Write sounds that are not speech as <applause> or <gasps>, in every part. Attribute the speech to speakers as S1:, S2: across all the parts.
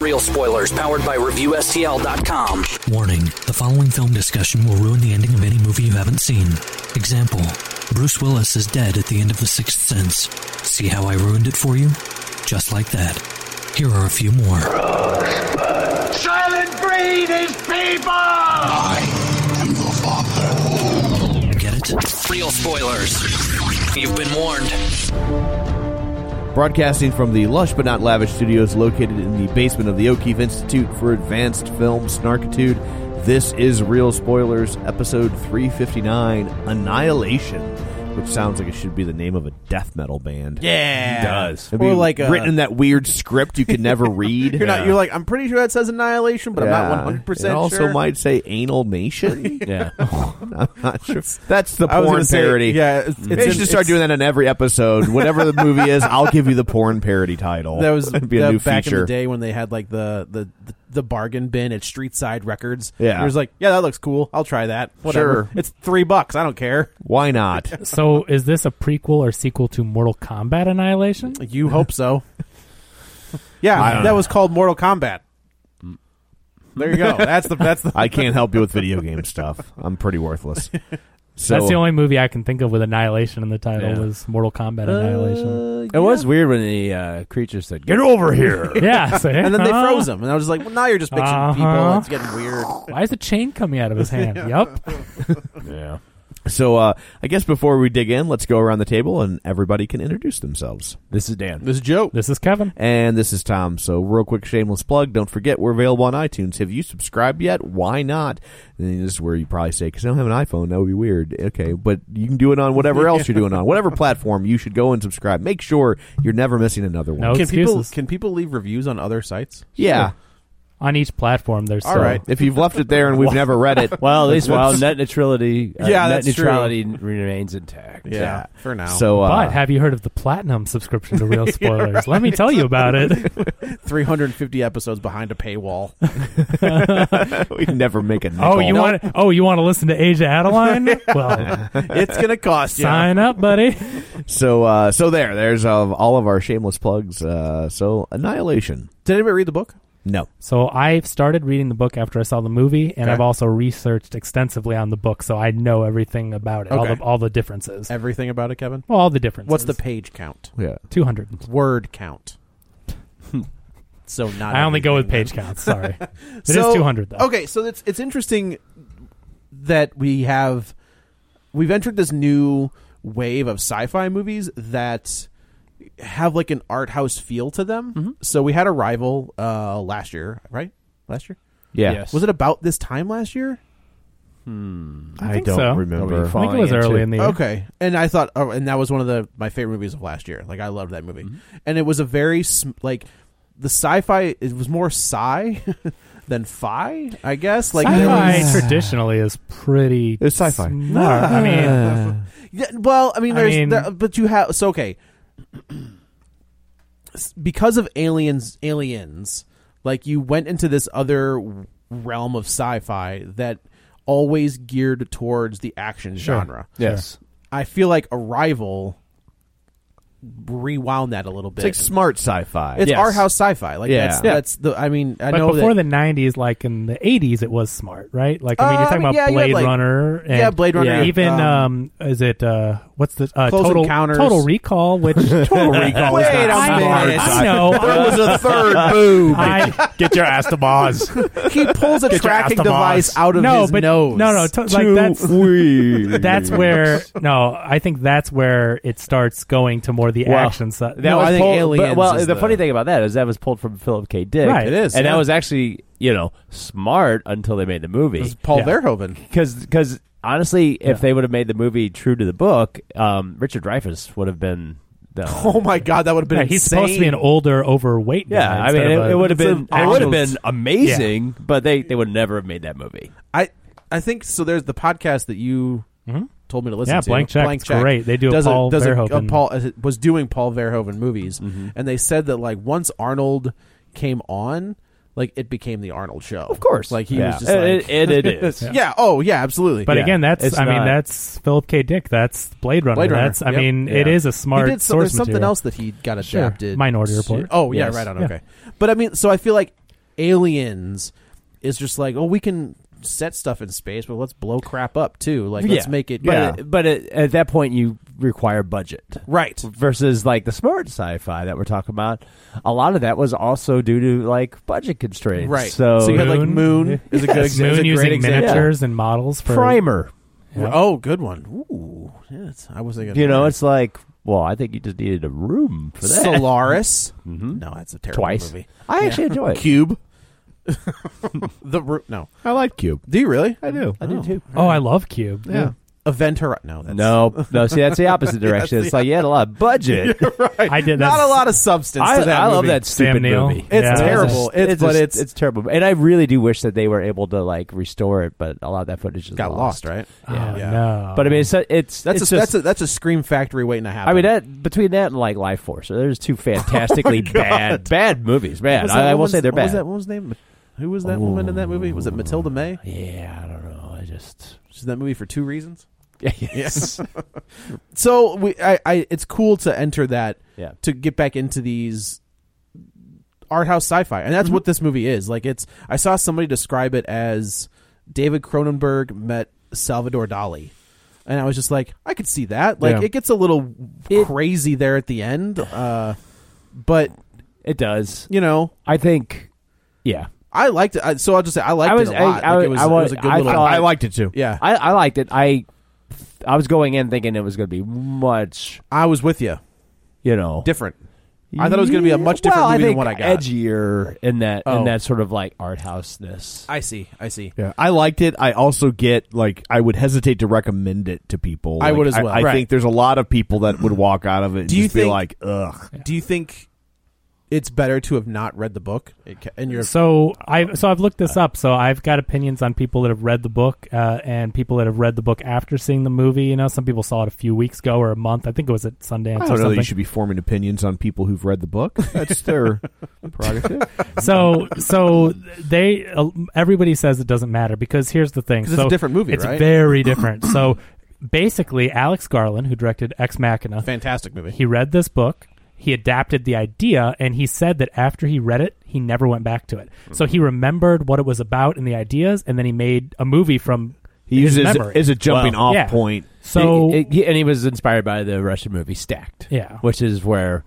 S1: Real spoilers powered by ReviewSTL.com.
S2: Warning the following film discussion will ruin the ending of any movie you haven't seen. Example Bruce Willis is dead at the end of The Sixth Sense. See how I ruined it for you? Just like that. Here are a few more.
S3: Silent breed is people!
S2: Get it?
S1: Real spoilers. You've been warned.
S4: Broadcasting from the lush but not lavish studios located in the basement of the O'Keefe Institute for Advanced Film Snarkitude, this is Real Spoilers, episode 359 Annihilation, which sounds like it should be the name of a death metal band.
S5: Yeah, it does.
S4: It'd be
S6: Or like a-
S4: written in that weird script you can
S6: <laughs>
S4: never read.
S6: You're not. You're like I'm pretty sure that says annihilation, but I'm
S4: Yeah.
S6: not 100
S4: It
S6: percent.
S4: also might say anal nation.
S6: <laughs>
S5: Yeah.
S4: <laughs> I'm not sure. That's the
S6: I was
S4: porn
S6: gonna say,
S4: parody.
S6: yeah, it's-
S4: Maybe
S6: it's
S4: you
S6: in-
S4: should start
S6: it's-
S4: doing that in every episode. Whatever the movie is, I'll give you the porn parody title.
S6: That was
S4: That'd be a
S6: that
S4: new
S6: back
S4: feature.
S6: in the day when they had like the the the, the bargain bin at Streetside Records.
S4: Yeah.
S6: it was like, yeah, that looks cool. I'll try that. Whatever.
S4: Sure.
S6: It's three bucks. I don't care.
S4: Why not?
S7: So, is this a prequel or sequel to Mortal Kombat Annihilation?
S4: <laughs>
S6: You hope so. Yeah,
S4: don't
S6: that was called Mortal Kombat. There you go. That's the that's the
S4: I can't help you with video game stuff. I'm pretty
S6: <laughs>
S4: worthless. So
S7: That's the only movie I can think of with Annihilation in the title
S5: Yeah.
S7: was Mortal Kombat
S6: Uh,
S7: Annihilation.
S5: It was weird when the uh, creature said, "Get over
S6: <laughs>
S5: here."
S7: Yeah, so,
S6: and then they
S7: huh?
S6: froze him, and I was just like, well, now you're just picturing people.
S7: Uh-huh.
S6: It's getting weird.
S7: Why is the chain coming out
S6: <laughs>
S7: of his hand? Yep.
S5: yeah.
S4: so uh, I guess before we dig in, let's go around the table and everybody can introduce themselves.
S5: This is Dan.
S6: This joke.
S7: This is Kevin.
S4: And this is Tom. So, real quick, shameless plug. Don't forget, we're available on iTunes. Have you subscribed yet? Why not? And this is where you probably say, because I don't have an iPhone. That would be weird. Okay. But you can do it on whatever else you're doing on, whatever platform you should go and subscribe. Make sure you're never missing another one.
S7: No
S6: Can people
S7: excuses.
S6: can people leave reviews on other sites?
S4: Yeah.
S7: On each platform, there's
S6: All
S7: so-
S6: right.
S4: If you've left it there and we've never read
S6: <laughs>
S4: it.
S5: Well, at least while
S4: <laughs>
S5: net neutrality, uh,
S6: Yeah,
S5: net
S6: that's true.
S5: neutrality n- remains intact.
S6: Yeah, for now.
S4: So, uh,
S7: But have you heard of the platinum subscription to
S6: <laughs>
S7: Real Spoilers? Let me tell you about it.
S6: 350 episodes behind a paywall.
S4: <laughs> we never make a nickel.
S7: Oh, you want? Oh, you want to listen to
S6: <laughs>
S7: Asia Adeline? Well,
S6: it's gonna cost you.
S7: sign up, buddy.
S4: So, uh, so there. There's uh, all of our shameless plugs. Uh, so, Annihilation.
S6: Did anybody read the book?
S4: No.
S7: So I've started reading the book after I saw the movie, and
S6: Okay.
S7: I've also researched extensively on the book, so I know everything about it, all
S6: Okay.
S7: the all the differences.
S6: Everything about it, Kevin.
S7: Well, all the differences.
S6: What's the page count?
S4: Yeah.
S7: two hundred?
S5: <laughs>
S6: Word count. so not.
S7: I only go with page
S6: everything, <laughs>
S7: counts. Sorry, it is
S6: then. So-
S7: two hundred though.
S6: Okay, so it's it's interesting that we have we've entered this new wave of sci-fi movies that have like an art house feel to them.
S5: Mm-hmm.
S6: So we had Arrival uh, last year, right? Last year
S4: Yeah.
S5: Yes.
S6: was it about this time last year?
S4: I,
S7: think
S4: don't
S7: so.
S4: remember.
S7: I think it was
S5: falling
S7: early
S5: into-
S7: in the year.
S6: Okay, and I thought, oh, and that was one of the my favorite movies of last year. Like I loved that movie, and it was a very sm- like the sci-fi. It was more sci <laughs> than fi, I guess. Like there
S7: sci-fi
S6: was-
S7: traditionally is pretty.
S4: It's sci-fi.
S7: smart. I mean,
S6: Yeah, well, I mean,
S7: I
S6: there's,
S7: mean-
S6: there- but you have so okay S- because of aliens, aliens, like you went into this other realm of sci-fi that always geared towards the action genre.
S5: Yes.
S6: I feel like Arrival rewound that a little
S4: It's
S6: bit.
S4: like smart sci-fi.
S6: It's
S5: Yes.
S6: our house sci-fi. Like
S4: Yeah.
S6: that's
S4: Yeah.
S6: that's the. I mean, I
S7: but
S6: know
S7: before
S6: that.
S7: the '90s, like in the '80s, it was smart, right? Like I mean,
S6: Uh,
S7: you're
S6: I
S7: talking
S6: mean, yeah,
S7: about
S6: you had,
S7: Blade
S6: like-
S7: Runner, and
S6: yeah, Blade Runner,
S7: and even
S6: yeah.
S7: um, is it uh, what's the uh,
S6: Close
S7: total
S6: Encounters.
S7: Total Recall?
S5: <laughs>
S6: <laughs>
S7: Which Total
S4: Recall
S6: Oh, Wait
S4: is
S6: a
S4: not smart
S6: minute.
S7: I know.
S4: There was a third
S7: <laughs>
S4: boob.
S7: I,
S5: Get your ass to Boz.
S6: he pulls a
S5: Get your
S6: tracking
S5: ass to Mars.
S6: device out of
S7: no,
S6: his
S7: but
S6: nose.
S7: no, no, to, like that's
S4: weird.
S7: <laughs> that's where no, I think that's where it starts going to more the
S5: Well,
S7: action side.
S5: That
S6: No,
S5: was
S6: I think
S5: pulled-
S6: Aliens
S5: but- well,
S6: is
S5: the,
S6: the-
S5: funny thing about that is that was pulled from Philip K. Dick.
S7: Right. It
S6: is,
S5: and
S6: yeah.
S5: that was actually you know smart until they made the movie.
S6: Paul
S7: Yeah.
S6: Verhoeven.
S5: Because honestly, if they would have made the movie true to the book, um, Richard Dreyfuss would have been
S4: No.
S6: Oh my god, that would have been
S7: Yeah, he's supposed to be an
S6: insane.
S7: older, overweight.
S4: Yeah,
S7: guy
S4: I mean,
S7: instead of
S4: it,
S7: a-
S4: it would have been
S6: an
S4: it would have
S6: actual-
S4: been amazing, but they, they would never have made that movie.
S6: I I think so. There's the podcast that you told me to listen
S7: Mm-hmm. Yeah,
S6: to.
S7: Blank Check. It's great. They do a
S6: does
S7: Paul
S6: does
S7: Verhoeven. Mm-hmm.
S6: Paul uh, was doing Paul Verhoeven movies, and they said that like once Arnold came on, like it became the Arnold show. Of
S4: course.
S6: like he
S4: Yeah.
S6: was just
S4: It-
S6: like
S4: it- <laughs> it is.
S6: yeah. Oh yeah, absolutely.
S7: But
S6: yeah.
S7: again, that's
S4: it's
S7: I mean
S4: not-
S7: that's Philip K. Dick. That's Blade Runner.
S6: Blade Runner,
S7: That's I
S6: yep.
S7: mean it
S4: Yeah.
S7: is a smart
S6: he did so,
S7: source
S6: there's something
S7: material.
S6: else that he got
S7: Sure.
S6: adapted.
S7: Minority
S6: to-
S7: Report.
S6: Oh yeah,
S4: Yes.
S6: right on.
S7: Yeah.
S6: Okay, but I mean, so I feel like Aliens is just like oh we can set stuff in space, but let's blow crap up too. Like let's
S4: Yeah.
S6: make it.
S4: But,
S6: yeah.
S4: it- but it, at that point, you require budget.
S6: right.
S4: versus like the smart sci-fi that we're talking about a lot of that was also due to like budget constraints
S6: Right.
S4: so,
S6: So you had, like, Moon is a good exa-
S7: Yes,
S6: is a
S7: Moon
S6: great
S7: using
S6: example.
S7: miniatures and models for
S4: primer
S6: Oh, good one. Ooh, yeah, it's, I was thinking.
S4: you know it's like well i think you just needed a room for that <laughs>
S6: Solaris. No, that's a terrible
S4: Mm-hmm. twice
S6: movie.
S4: i actually enjoy it
S6: Cube. <laughs> the root. No,
S8: I like Cube.
S6: do you really?
S8: I do.
S4: i do too
S7: Oh, I love Cube.
S8: Yeah.
S6: Event Horizon. No, that's
S4: no no see that's the opposite
S6: <laughs>
S4: direction it's like you had a lot of budget
S7: I did
S6: not
S7: that's-
S6: a lot of substance.
S4: I,
S6: to that
S4: I love
S6: movie.
S4: that
S7: Sam
S4: stupid
S7: Neill.
S4: movie.
S7: It's Yeah.
S6: terrible. It's- but it's-
S4: it's terrible. And I really do wish that they were able to like restore it, but a lot of that footage is
S6: Got lost, right?
S7: Oh, no.
S4: But I mean, it's it's
S6: That's
S4: it's
S6: a,
S4: just,
S6: that's a that's a scream factory waiting to happen.
S4: I mean that between that and like Life Force, there's
S6: <laughs>
S4: two fantastically bad bad movies. Man,
S6: Oh Was that
S4: I, I will
S6: woman's-
S4: say they're
S6: what
S4: bad.
S6: Was that woman's name? Who was that woman in that movie? Was it Matilda May?
S4: Yeah, I don't know. I just <laughs>
S6: She's in that movie for two reasons.
S4: yes,
S6: So we, I, I, it's cool to enter that.
S4: Yeah.
S6: To get back into these art house sci-fi, and that's
S4: Mm-hmm.
S6: what this movie is. Like it's, I saw somebody describe it as David Cronenberg met Salvador Dali. And I was just like, I could see that. Like,
S8: Yeah.
S6: it gets a little crazy there at the end, uh, but
S4: it does.
S6: you know,
S4: I think, yeah,
S6: I liked it. I, so I'll just say I liked
S4: I was-
S6: it a lot.
S4: I- I was-
S6: like, it, was,
S4: I
S6: it
S4: was-
S6: was a good
S4: I
S6: little.
S4: thought- I
S8: liked it too.
S6: yeah,
S4: I, I liked it. I I was going in thinking it was going to be much,
S6: I was with you.
S4: you know,
S6: Different. I thought it was going to be a much different
S4: well,
S6: movie
S4: I
S6: than
S4: think
S6: what I got.
S4: Edgier in that
S6: Oh.
S4: in that sort of like art house ness.
S6: I see. I see.
S8: Yeah, I liked it. I also get like I would hesitate to recommend it to people.
S6: I
S8: Like,
S6: would as well.
S8: I,
S6: Right.
S8: think there's a lot of people that would walk out of it. And
S6: Do you
S8: just be
S6: think- Oh,
S8: like, ugh?
S6: Do you think it's better to have not read the book? It ca- And you're
S7: So I so I've looked this up. So I've got opinions on people that have read the book uh, and people that have read the book after seeing the movie. You know, some people saw it a few weeks ago or a month. I think it was at Sundance
S8: I
S6: Oh,
S8: don't know.
S7: or
S8: That
S7: something.
S8: you should be forming opinions on people who've read the book. That's their
S6: <laughs>
S8: prerogative.
S7: so so they uh, everybody says it doesn't matter because here's the thing.
S6: 'Cause it's
S7: so
S6: a different movie,
S7: It's
S6: right?
S7: very different. so basically, Alex Garland, who directed Ex Machina,
S6: fantastic movie.
S7: he read this book. He adapted the idea, and he said that after he read it, he never went back to it. So he remembered what it was about and the ideas, and then he made a movie from
S8: He
S7: his
S8: uses it as a-
S7: memory.
S8: as a jumping
S7: Wow.
S8: off
S7: Yeah.
S8: point.
S7: So
S4: It- it- and he was inspired by the Russian movie Stacked.
S7: Yeah.
S4: which is where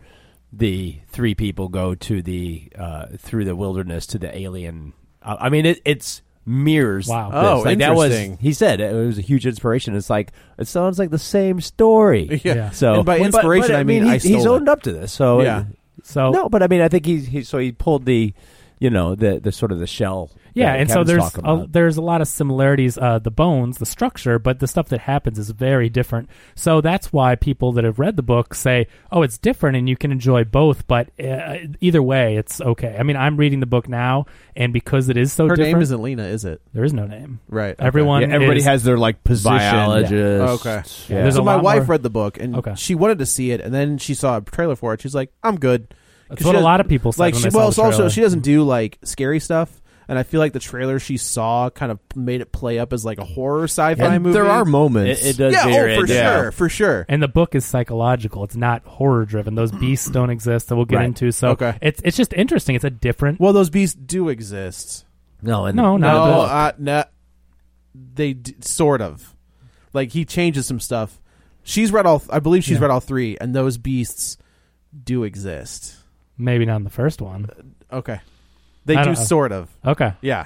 S4: the three people go to the uh, through the wilderness to the alien. Uh, I mean, it, it's mirrors.
S7: Wow.
S4: this.
S6: Oh,
S4: like that was
S6: interesting.
S4: he said it was a huge inspiration. It's like it sounds like the same
S6: <laughs>
S4: story.
S7: Yeah.
S4: So
S6: And by
S4: But-
S6: inspiration,
S4: but,
S6: I mean
S4: he-
S6: I
S4: he's
S6: stole
S4: owned up to this. So uh,
S6: Yeah.
S7: so
S4: no, but I mean, I think he's he, so he pulled the you know the the sort of the shell.
S7: yeah,
S4: that
S7: and so
S4: Kevin's
S7: there's
S4: talking
S7: a,
S4: about.
S7: there's a lot of similarities. Uh, the bones, the structure, but the stuff that happens is very different. So that's why people that have read the book say, "Oh, it's different," and you can enjoy both. But uh, either way, it's okay. I mean, I'm reading the book now, and because it is so
S6: Her
S7: different,
S6: name isn't Lena, is it?
S7: there is no name.
S6: Right. okay.
S7: Everyone,
S8: Yeah, everybody
S7: is-
S8: has their like position.
S4: biologist.
S6: Okay.
S7: Yeah. There's
S6: So
S7: a
S6: my
S7: lot
S6: wife
S7: more-
S6: read the book and
S7: Okay.
S6: she wanted to see it, and then she saw a trailer for it. She's like, "I'm good." 'Cause
S7: That's
S6: she
S7: what a
S6: doesn't-
S7: lot of people said
S6: like.
S7: when
S6: she,
S7: they saw
S6: well,
S7: the
S6: it's also
S7: trailer.
S6: she doesn't do like scary stuff, and I feel like the trailer she saw kind of made it play up as like a horror sci-fi
S8: And
S6: movie.
S8: there are moments.
S4: It, it does.
S6: yeah,
S4: veer
S6: oh, for
S4: into-
S6: sure, for sure.
S7: And the book is psychological. It's not horror driven. Those beasts don't exist that we'll get
S4: Right.
S7: into. So
S6: Mm. Okay.
S7: it's it's just interesting. It's a different.
S6: Well, those beasts do exist.
S4: No, and
S7: no,
S6: No,
S7: not at all.
S6: uh, no, they d- sort of. Like he changes some stuff. She's read all. I believe she's
S7: Yeah.
S6: read all three, and those beasts do exist.
S7: Maybe not in the first one.
S6: Okay, they
S7: I
S6: do
S7: don't know.
S6: sort of.
S7: Okay.
S6: Yeah.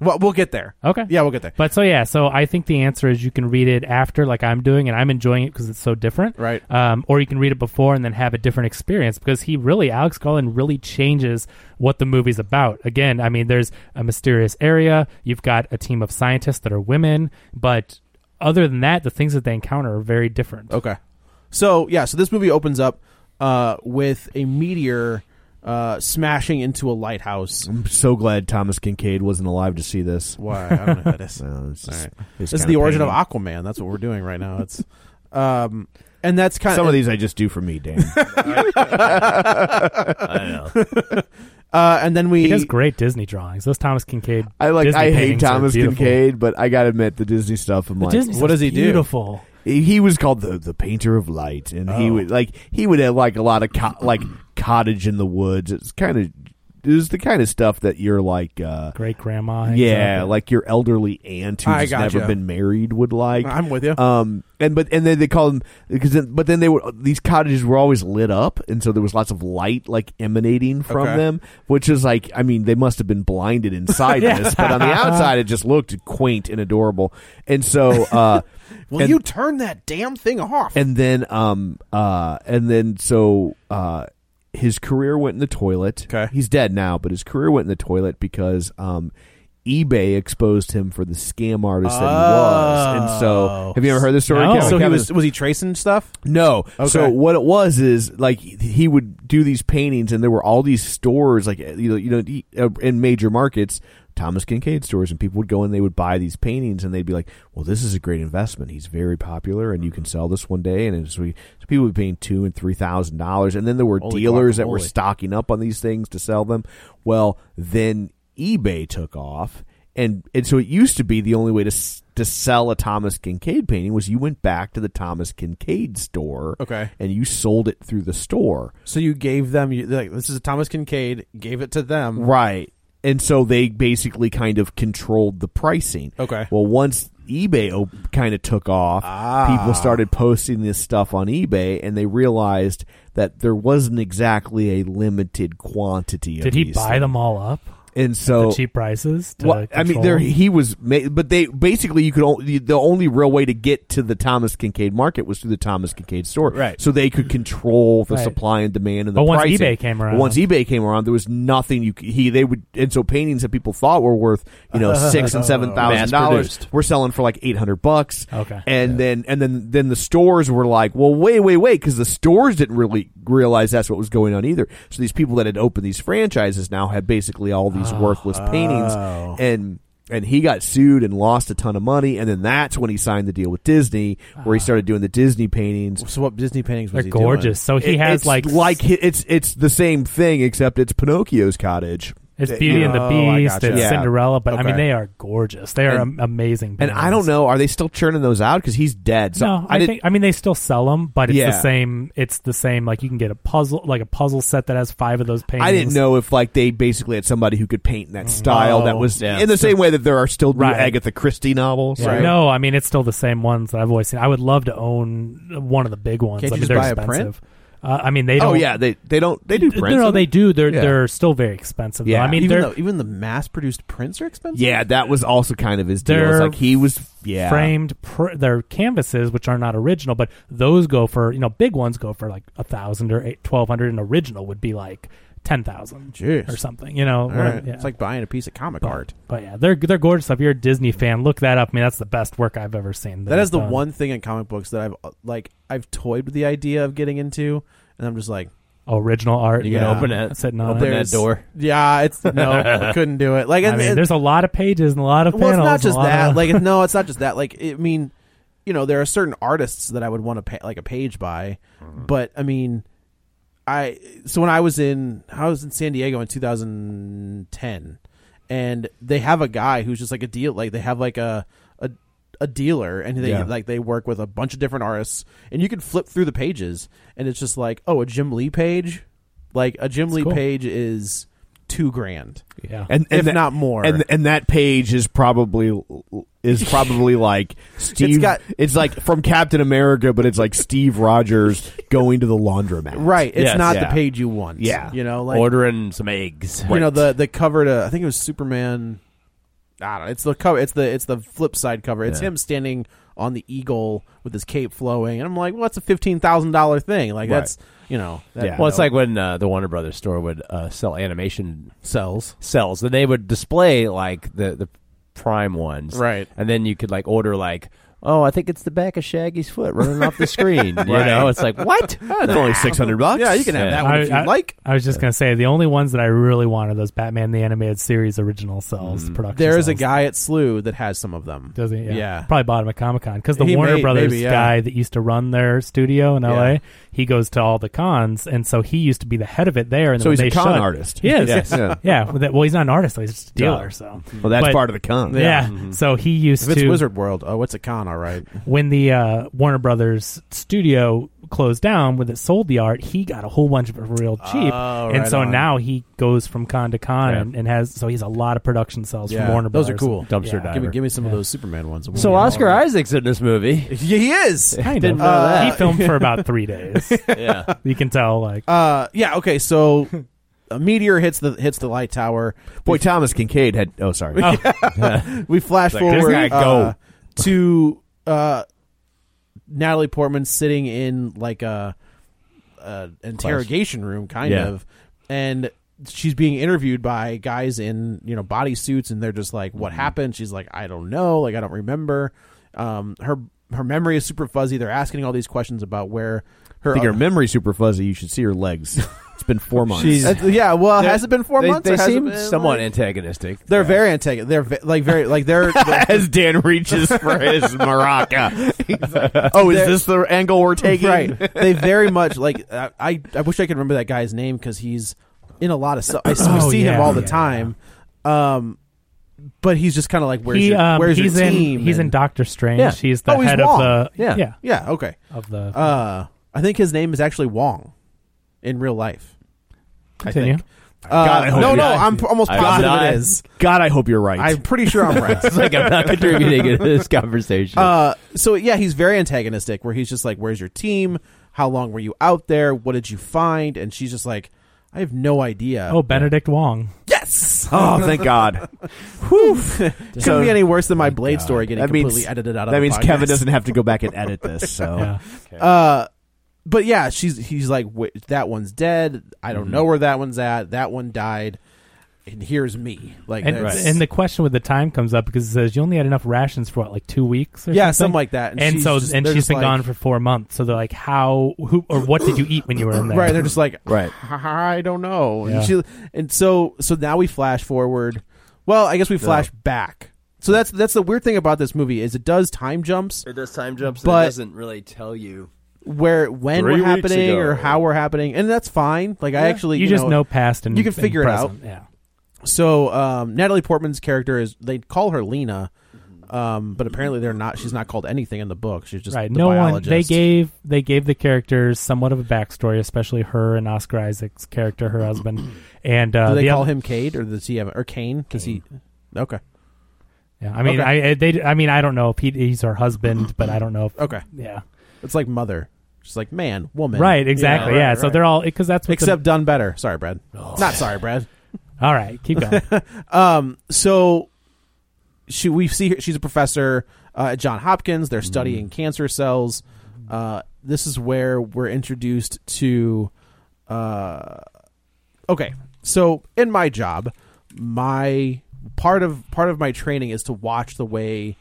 S6: Well, we'll get there.
S7: Okay.
S6: Yeah, we'll get there.
S7: But so yeah, so I think the answer is you can read it after, like I'm doing, and I'm enjoying it because it's so different,
S6: Right.
S7: Um, or you can read it before and then have a different experience because he really, Alex Garland really changes what the movie's about. Again, I mean, there's a mysterious area. You've got a team of scientists that are women, but other than that, the things that they encounter are very different.
S6: Okay. So yeah, so this movie opens up uh, with a meteor uh, smashing into a lighthouse.
S4: I'm so glad Thomas Kincaid wasn't alive to see this.
S6: <laughs>
S4: Uh,
S6: Why? I don't know who that is.
S4: No, it's just-
S6: All right.
S4: it's
S6: This is
S4: kinda
S6: the origin
S4: painting.
S6: of Aquaman. That's what we're doing right now. It's, um, and that's kind
S4: Some of these I just do for me,
S7: <laughs>
S4: Dan.
S6: Uh, and then we
S7: He does great Disney drawings. Those Thomas Kincaid.
S4: I like.
S7: Disney
S4: I hate
S7: paintings are
S4: Thomas
S7: beautiful.
S4: Kincaid, but I gotta admit the Disney stuff. I'm
S7: The
S4: like,
S7: Disney
S6: what does he do?
S7: Beautiful.
S4: he he was called the the painter of light, and he
S6: Oh.
S4: would like he would have like a lot of co- like cottage in the woods. It's kind of it was the kind of stuff that you're like. uh
S7: Great grandma.
S4: yeah, like your elderly aunt
S6: I
S4: who's
S6: gotcha.
S4: never been married would like.
S6: I'm with you.
S4: Um, and but and then they call them because then, but then they were these cottages were always lit up, and so there was lots of light like emanating from
S6: Okay.
S4: them, which is like I mean they must have been blinded
S6: <laughs>
S4: inside this, but on the outside it just looked quaint and adorable, and so
S6: <laughs>
S4: uh,
S6: Will
S4: and-
S6: you turn that damn thing off?
S4: and then um uh and then so uh his career went in the toilet.
S6: Okay.
S4: He's dead now, but his career went in the toilet because um eBay exposed him for the scam artist that he was. And so
S6: Oh.
S4: have you ever heard this story?
S7: No.
S4: Kevin?
S6: so he
S4: Kevin?
S6: was was he tracing stuff?
S4: No.
S6: Okay.
S4: So what it was is like he would do these paintings, and there were all these stores, like you know, you know, he- uh, in major markets, Thomas Kincaid stores, and people would go and they would buy these paintings, and they'd be like, "Well, this is a great investment. He's very popular, and you can sell this one day." And so, we, so people were paying two and three thousand dollars, and then there were
S6: Holy
S4: dealers that were
S6: guacamole.
S4: stocking up on these things to sell them. Well, then eBay took off, and and so it used to be the only way to s- to sell a Thomas Kincaid painting was you went back to the Thomas Kincaid store,
S6: Okay.
S4: and you sold it through the store,
S6: So you gave them you, like this is a Thomas Kincaid gave it to them.
S4: right? And so they basically kind of controlled the pricing.
S6: Okay.
S4: Well, once eBay op- kind of took off,
S6: Ah.
S4: people started posting this stuff on eBay, and they realized that there wasn't exactly a limited quantity. of
S7: Did he
S4: these
S7: buy
S4: things.
S7: them all up?
S4: And
S7: at
S4: so
S7: the cheap prices. To
S4: Well, I mean,
S7: control?
S4: there he was, ma- but they basically you could only the only real way to get to the Thomas Kincaid market was through the Thomas Kincaid store,
S6: Right.
S4: So they could control the
S7: Right.
S4: supply and demand and the
S7: But once
S4: pricing.
S7: eBay came
S4: But
S7: around-
S4: once eBay came around, there was nothing you c- he they would and so paintings that people thought were worth you
S7: <laughs>
S4: know six and seven thousand dollars
S5: Mass-produced.
S4: were selling for like eight hundred bucks.
S7: Okay.
S4: and then and then then the stores were like, well, wait, wait, wait, because the stores didn't really realize that's what was going on either. So these people that had opened these franchises now had basically all these
S7: Oh,
S4: worthless paintings and. And he got sued and lost a ton of money, and then that's when he signed the deal with Disney, where he started doing the Disney paintings.
S6: So what Disney paintings was
S7: Ah. they're
S6: he
S7: gorgeous. So he
S4: It-
S7: has
S4: it's
S7: like
S4: like hi- it's it's the same thing except it's Pinocchio's cottage.
S7: it's
S4: It-
S7: Beauty and the
S6: Oh, I
S7: Beast,
S6: gotcha.
S7: it's
S4: Yeah.
S7: Cinderella, but I mean
S4: Okay.
S7: they are gorgeous. They are am- amazing.
S4: And I don't
S7: paintings.
S4: know, are they still churning those out? Because he's dead. So
S7: no, I,
S4: didn't-
S7: think I mean they still sell them, but it's
S4: Yeah.
S7: the same. It's the same. Like you can get a puzzle, like a puzzle set that has five of those paintings.
S4: I didn't know if like they basically had somebody who could paint in that style
S6: Oh,
S4: that was in the same way that there are still new
S7: Right.
S4: Agatha Christie novels.
S7: Yeah.
S4: right?
S7: No, I mean it's still the same ones that I've always seen. I would love to own one of the big ones.
S6: Can't
S7: I
S6: you just
S7: mean they're
S6: buy a print?
S7: expensive. Uh, I mean they don't.
S4: Oh yeah, they they don't they do prints.
S7: No, no,
S4: don't
S7: they do. They're
S4: Yeah.
S7: they're still very expensive. though.
S4: Yeah.
S7: I mean
S6: Even
S7: they're
S6: though even the mass produced prints are expensive.
S4: Yeah, that was also kind of his deal. It's
S7: They're
S4: like he was yeah
S7: framed pr- their canvases, which are not original, but those go for you know big ones go for like a thousand or eight, twelve hundred, and original would be like ten thousand
S6: Jeez.
S7: or something. You know,
S6: All
S7: whatever-
S6: right.
S7: yeah.
S6: It's like buying a piece of comic art.
S7: but, but yeah, they're they're gorgeous. If you're a Disney fan, look that up. I mean, that's the best work I've ever seen.
S6: That is the
S7: done.
S6: one thing in comic books that I've uh, like I've toyed with the idea of getting into, and I'm just like,
S7: original art.
S6: You gotta
S7: yeah.
S6: open it.
S7: Sitting on
S6: Open
S7: it.
S6: that door. yeah, it's no, I couldn't do it. Like,
S7: I
S6: and,
S7: mean,
S6: and-
S7: there's a lot of pages and a lot of
S6: well,
S7: panels.
S6: it's not just
S7: a lot
S6: that.
S7: of-
S6: Like,
S7: <laughs>
S6: it- no, it's not just that. Like, I mean, you know, there are certain artists that I would want to pay, like a page by,
S7: Mm-hmm.
S6: but I mean, I so when I was in I was in San Diego in 2010, and they have a guy who's just like a deal, like they have like a a a dealer and they
S4: Yeah.
S6: like they work with a bunch of different artists and you can flip through the pages and it's just like oh a Jim Lee page like a Jim Lee
S7: cool.
S6: page is 2 grand
S7: yeah.
S4: and, and
S6: if
S4: that-
S6: not more.
S4: and and that page is probably is probably
S6: <laughs>
S4: like Steve. It's,
S6: got-
S4: like from Captain America, but it's like Steve Rogers going to the laundromat.
S6: Right. It's
S5: Yes.
S6: not
S4: Yeah.
S6: the page you want.
S4: Yeah.
S6: You know, like
S5: ordering some eggs.
S6: you know the the cover to I think it was Superman. I don't know. It's the cover. It's the it's the flip side cover. It's him standing on the eagle with his cape flowing, and I'm like, well, that's a fifteen thousand dollar thing. Like
S4: Right.
S6: that's you know, that,
S4: Yeah.
S5: Well, it's like when uh, the Warner Brothers store would uh, sell animation
S6: cells.
S5: cells, and they would display like the the prime ones,
S6: Right.
S5: And then you could like order like oh, I think it's the back of Shaggy's foot running off the
S6: <laughs>
S5: screen. You know, it's like what?
S4: It's only six hundred bucks.
S6: Yeah, you can have that one if you
S7: I,
S6: like.
S7: I was just gonna say the only ones that I really want are those Batman the Animated Series original selves. Production.
S6: There is Mm-hmm. a
S7: selves.
S6: guy at SLU that has some of them.
S7: Does he? Yeah.
S6: Yeah.
S7: Probably bought him at Comic Con because the
S6: He
S7: Warner
S6: may-
S7: Brothers
S6: maybe, yeah.
S7: guy that used to run their studio in L.A.
S6: Yeah.
S7: He goes to all the cons, and so he used to be the head of it there. And
S4: So
S7: then
S4: he's
S7: when
S4: a
S7: they
S4: con
S7: shut-
S4: artist.
S6: <laughs>
S7: He is.
S4: Yes. Yeah.
S7: yeah. Well, that- well, he's not an artist; he's just a dealer.
S4: No.
S7: So.
S4: <laughs> Well, that's
S7: But-
S4: part of the con.
S7: Yeah. So he used
S6: Mm-hmm. If it's
S7: to
S6: Wizard World, oh, it's a con, all right.
S7: when the uh, Warner Brothers studio closed down, when it sold the art, he got a whole bunch of it real cheap,
S6: Oh,
S7: and
S6: right
S7: so
S6: on.
S7: now he goes from con to con
S5: Yeah.
S7: and, and has so he's a lot of production cells
S6: Yeah,
S7: from Warner
S6: those
S7: Brothers.
S6: are cool.
S5: Dumpster
S7: Yeah.
S6: Give me,
S5: diver.
S6: give me some of those Superman ones. Uh,
S5: so Oscar Isaac's in this movie.
S6: Yeah, he is.
S7: Kind
S5: Didn't
S7: of.
S5: know that.
S7: He filmed for about three days.
S5: yeah,
S7: you can tell, like,
S6: Uh, yeah. Okay, so <laughs> a meteor hits the hits the light tower.
S4: Boy, Thomas Kincaid had. Oh, sorry.
S6: We flash
S5: Like, this guy
S6: forward uh, to uh, Natalie Portman sitting in like a, a interrogation room, kind
S5: Yeah.
S6: of, and she's being interviewed by guys in you know body suits, and they're just like, "What
S5: Mm-hmm.
S6: happened?" She's like, "I don't know. Like, I don't remember." Um, her her memory is super fuzzy. They're asking all these questions about where her.
S4: I think her memory's super fuzzy. You should see her legs. It's been
S6: <laughs>
S4: four months.
S5: She's-
S6: That's- yeah, well, Oh, has it been four
S5: they,
S6: months? or
S5: They
S6: has it
S5: seem
S6: been,
S5: somewhat
S6: like-
S5: antagonistic.
S6: <laughs> they're very antagonistic. They're ve- like very like
S5: <laughs>
S6: they're, they're
S4: <laughs> As Dan reaches for
S6: <laughs>
S4: his maraca. He's like, oh, is this the angle we're taking?
S6: <laughs> Right. They very much like I, I. I wish I could remember that guy's name because he's in a lot of stuff. I s- we
S7: Oh,
S6: see him
S7: yeah,
S6: all the
S7: yeah,
S6: time, um, but he's just kind of like, where's
S7: he,
S6: your,
S7: um,
S6: where's
S7: he's
S6: your
S7: in
S6: team?
S7: he's in
S6: And-
S7: Doctor Strange.
S6: Yeah.
S7: He's the
S6: Oh, he's
S7: head
S6: Wong.
S7: of the
S5: Yeah.
S7: yeah
S6: yeah. Okay.
S7: of the
S6: Uh, I think his name is actually Wong, in real life.
S7: continue.
S6: Uh,
S4: God, I hope
S6: no,
S4: you're
S6: no,
S4: right.
S6: I'm p- almost
S5: I-
S6: positive
S5: God, I-
S6: it is.
S4: God, I hope you're right. <laughs>
S6: I'm pretty sure I'm right.
S5: It's like I'm not contributing to this conversation.
S6: Uh, so yeah, he's very antagonistic. Where he's just like, "Where's your team? How long were you out there? What did you find?" And she's just like, "I have no idea."
S7: oh, Benedict Wong.
S4: <laughs>
S6: yes.
S4: <laughs> oh, thank
S6: <laughs>
S4: God.
S6: Couldn't be any worse than my Blade story getting
S4: That means,
S6: completely edited out. of
S4: that
S6: the
S4: means
S6: podcast.
S4: Kevin doesn't have to go back and edit this.
S6: <laughs>
S4: So
S7: Yeah.
S6: Uh, but yeah, she's he's like "Wait, that one's dead. I
S4: Mm-hmm.
S6: don't know where that one's at. That one died, and here's me. Like
S7: And,
S6: that's-
S7: and the question with the time comes up because it says you only had enough rations for what, like two weeks or
S6: Yeah,
S7: something?
S6: something like that. And
S7: And,
S6: she's
S7: so
S6: just-
S7: and
S6: they're
S7: she's
S6: just
S7: been
S6: like-
S7: gone for four months. So they're like, how who or what did you eat when you were in there?
S6: right, they're just like
S4: Right.
S6: I don't know.
S7: Yeah.
S6: And she and so so now we flash forward. Well, I guess we flash back. So that's that's the weird thing about this movie is it does time jumps
S9: It does time jumps,
S6: But-
S9: it doesn't really tell you.
S6: where when
S10: Three
S6: we're
S10: weeks
S6: happening
S10: ago.
S6: or how we're happening, and that's fine. Like I actually
S7: you, just know, past and
S6: you can
S7: and
S6: figure it out.
S7: present. Yeah.
S6: So um, Natalie Portman's character is they call her Lena,
S9: Mm-hmm.
S6: um, but apparently they're not. She's not called anything in the book. She's just
S7: right.
S6: the
S7: No one.
S6: biologist.
S7: They gave they gave the characters somewhat of a backstory, especially her and Oscar Isaac's character, her
S6: <clears throat>
S7: husband, and uh,
S6: Do they
S7: the
S6: call
S7: other-
S6: him Cade or does he have or Kane? Does he? Okay.
S7: Yeah. I mean,
S6: Okay.
S7: I I- they I mean I don't know if he, he's her
S6: <clears throat>
S7: husband, but I don't know if
S6: Okay.
S7: yeah.
S6: It's like mother. She's like man, woman.
S7: Right. Exactly. Yeah.
S6: right,
S7: So
S6: right.
S7: they're all because that's what the-
S6: Except done better. Sorry, Brad. Not sorry, Brad.
S7: all right.
S6: <laughs>
S7: Keep going.
S6: Um. So she we see her, she's a professor uh, at John Hopkins. They're
S7: Mm.
S6: studying cancer cells. Uh, this is where we're introduced to. Uh, okay, so in my job, my part of part of my training is to watch the way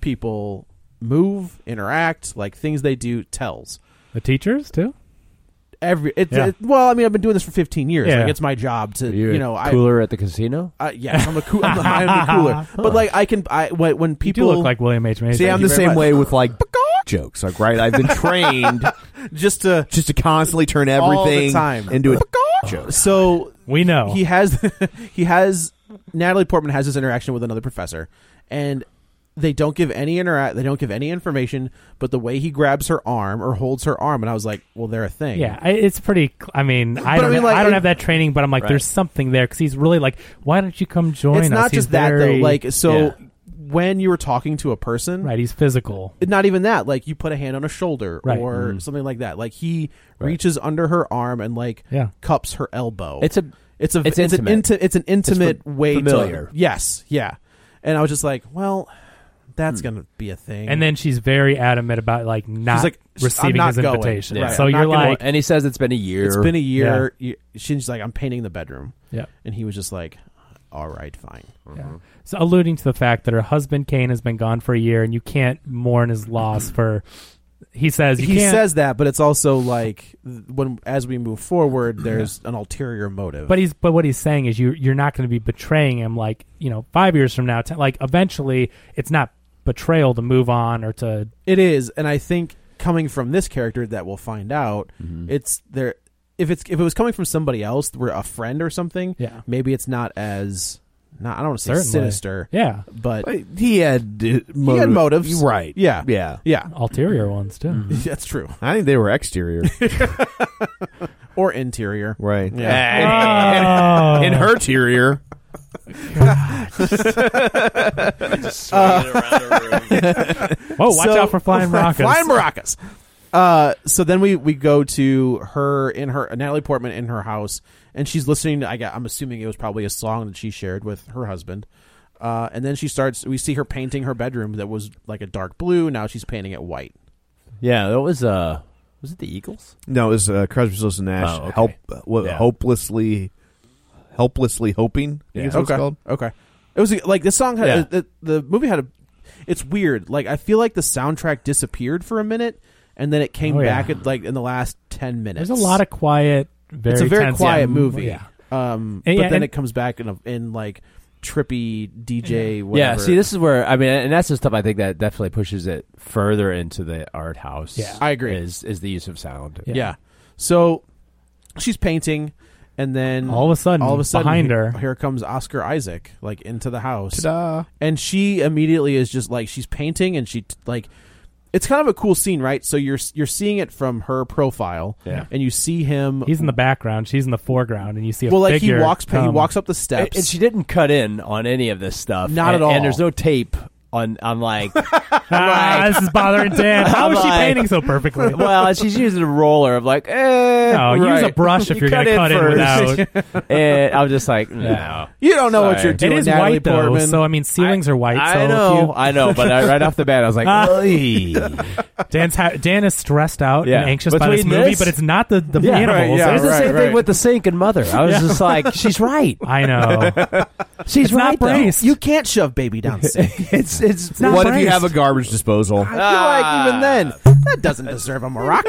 S6: people move, interact, like things they do tells.
S7: the teachers too.
S6: Every it's
S7: Yeah.
S6: it, well, I mean, I've been doing this for 15 years.
S7: Yeah.
S6: Like it's my job to you, know I
S5: cooler at the casino.
S6: uh, yes, I'm a
S7: <laughs>
S6: cool. I'm, the- I'm the cooler. But like, I can. I when, when
S7: You
S6: people
S7: do look like William H Macy.
S4: See, I'm
S6: you
S4: the
S6: very
S4: same
S6: much.
S4: way with like jokes. Like, right? I've been
S6: <laughs>
S4: trained
S6: just to
S4: just to constantly turn
S6: All the
S4: everything
S6: time.
S4: into a joke.
S6: so
S7: We know.
S6: he has <laughs> he has Natalie Portman has this interaction with another professor, and they don't give any interact. They don't give any information. But the way he grabs her arm or holds her arm, and I was like, well, they're a thing.
S7: yeah, I- it's pretty. cl- I mean, I
S6: But I
S7: don't,
S6: mean,
S7: have-
S6: like,
S7: I don't
S6: it-
S7: have that training, but I'm like, there's something there because he's really like, why don't you come join
S6: it's
S7: us?
S6: not
S7: He's
S6: just that
S7: very-
S6: though. Like so,
S7: Yeah.
S6: when you were talking to a person,
S7: right, he's physical.
S6: not even that like you put a hand on a shoulder
S7: Right. Mm-hmm.
S6: or something like that like he reaches under her arm and like
S7: Yeah.
S6: cups her elbow
S5: It's a-
S6: it's a
S5: it's
S6: an
S5: intimate.
S6: inti- it's an intimate
S5: fa-
S6: way
S5: familiar.
S6: to yes yeah and i was just like well that's
S5: Hmm.
S6: gonna be a thing
S7: And then she's very adamant about like not
S6: She's like, "Sh- I'm
S7: receiving
S6: not
S7: his
S6: going."
S7: invitation.
S6: Right,
S7: So
S6: I'm not
S7: you're
S6: gonna-
S7: like,
S5: and he says it's been a year.
S6: it's been a year You- she's like i'm painting the bedroom
S7: yeah,
S6: and he was just like all right, fine.
S7: Yeah. So alluding to the fact that her husband Kane has been gone for a year, and you can't mourn his loss for. He says you
S6: he
S7: can't,
S6: says that, but it's also like th- when as we move forward, there's an ulterior motive.
S7: But he's but what he's saying is you you're not going to be betraying him like you know five years from now. Ten, like eventually, it's not betrayal to move on or to
S6: it is, and I think coming from this character that we'll find out, it's there. If it's if it was coming from somebody else, we're a friend or something.
S7: Yeah.
S6: maybe it's not as not. I don't want to say
S7: Certainly.
S6: sinister.
S7: Yeah.
S6: but
S4: He had uh, motive.
S6: he had motives,
S4: right?
S6: Yeah,
S4: yeah.
S6: yeah.
S7: ulterior ones
S6: <laughs>
S7: too.
S9: Mm-hmm.
S6: That's true.
S4: I think they were exterior,
S6: Or interior.
S4: right?
S6: Yeah.
S7: Oh.
S4: In her interior,
S3: Uh,
S7: Whoa! Oh, Watch
S6: So-
S7: out for flying
S6: <laughs>
S7: rockets.
S6: flying maracas. Uh, so then we we go to her in her Natalie Portman in her house, and she's listening. To, I got, I'm assuming it was probably a song that she shared with her husband. Uh, and then she starts. We see her painting her bedroom that was like a dark blue. Now she's painting it white.
S9: Yeah, that was uh, was it the Eagles?
S4: no, it was uh, Crosby, Stills, and Nash.
S9: Oh, okay.
S4: Help, uh, what,
S9: Yeah.
S4: hopelessly, helplessly hoping. I
S9: Yeah.
S4: guess what it's
S6: okay.
S4: called.
S6: Okay. It was like this song had
S9: Yeah.
S6: the, the movie had a. It's weird. Like I feel like the soundtrack disappeared for a minute, and then it came
S7: Oh, yeah.
S6: back at like in the last ten minutes.
S7: There's a lot of quiet. Very
S6: it's a very
S7: tense-
S6: quiet
S7: yeah,
S6: movie.
S7: Yeah.
S6: Um,
S7: And
S6: but
S7: yeah,
S6: then
S7: and-
S6: it comes back in a, in like trippy DJ. Whatever.
S9: Yeah. See, this is where I mean, and that's the stuff I think that definitely pushes it further into the art house.
S7: Yeah.
S6: I agree.
S9: Is is the use of sound?
S6: Yeah. So she's painting, and then
S7: All of a sudden,
S6: all of a sudden,
S7: behind
S6: here,
S7: her.
S6: here comes Oscar Isaac, like into the house,
S4: Ta-da.
S6: and she immediately is just like she's painting, and she t- like. It's kind of a cool scene, right? So you're you're seeing it from her profile,
S9: Yeah.
S6: and you see him.
S7: He's in the background. She's in the foreground, and you see a
S6: well, like he
S7: figure
S6: walks pa- he
S7: come.
S6: walks up the
S9: And,
S6: steps,
S9: and she didn't cut in on any of this stuff.
S6: Not
S9: and,
S6: at all.
S9: And there's no tape on. on like, <laughs>
S7: Ah, this is bothering
S6: <laughs>
S7: Dan. How is she
S9: Like-
S7: painting so perfectly?
S9: well, she's using a roller of like, eh.
S7: No, use a
S9: <laughs>
S7: brush if
S9: You
S7: you're gonna cut in
S9: first.
S7: without.
S9: <laughs> and I was just like, no.
S6: you don't know what
S9: Sorry.
S6: you're
S9: It
S7: It
S6: doing.
S7: is
S6: Natalie
S7: white though,
S6: Portman.
S7: so I mean ceilings are white. so
S9: I
S7: if
S9: know,
S7: you-
S9: I know, but I, right off the bat, I was like,
S6: <laughs>
S7: Ah.
S9: "Oy."
S7: Dan's ha- Dan is stressed out
S9: Yeah.
S7: and anxious by
S9: Between
S7: this movie,
S9: this-
S7: but it's not the the
S9: Yeah,
S7: animals.
S6: right, yeah,
S9: it's the
S6: right,
S9: same
S6: right.
S9: thing with the sink and mother. I was just like, <laughs> she's right.
S7: I know.
S9: She's
S7: It's not
S9: right. though.
S7: braced.
S6: You can't shove baby
S7: <laughs>
S6: down the sink.
S9: <laughs> It's it's,
S7: not
S4: What if
S7: braced.
S4: you have a garbage disposal?
S6: I feel like even then, that doesn't deserve
S7: <laughs>
S6: a maraca.
S9: <laughs>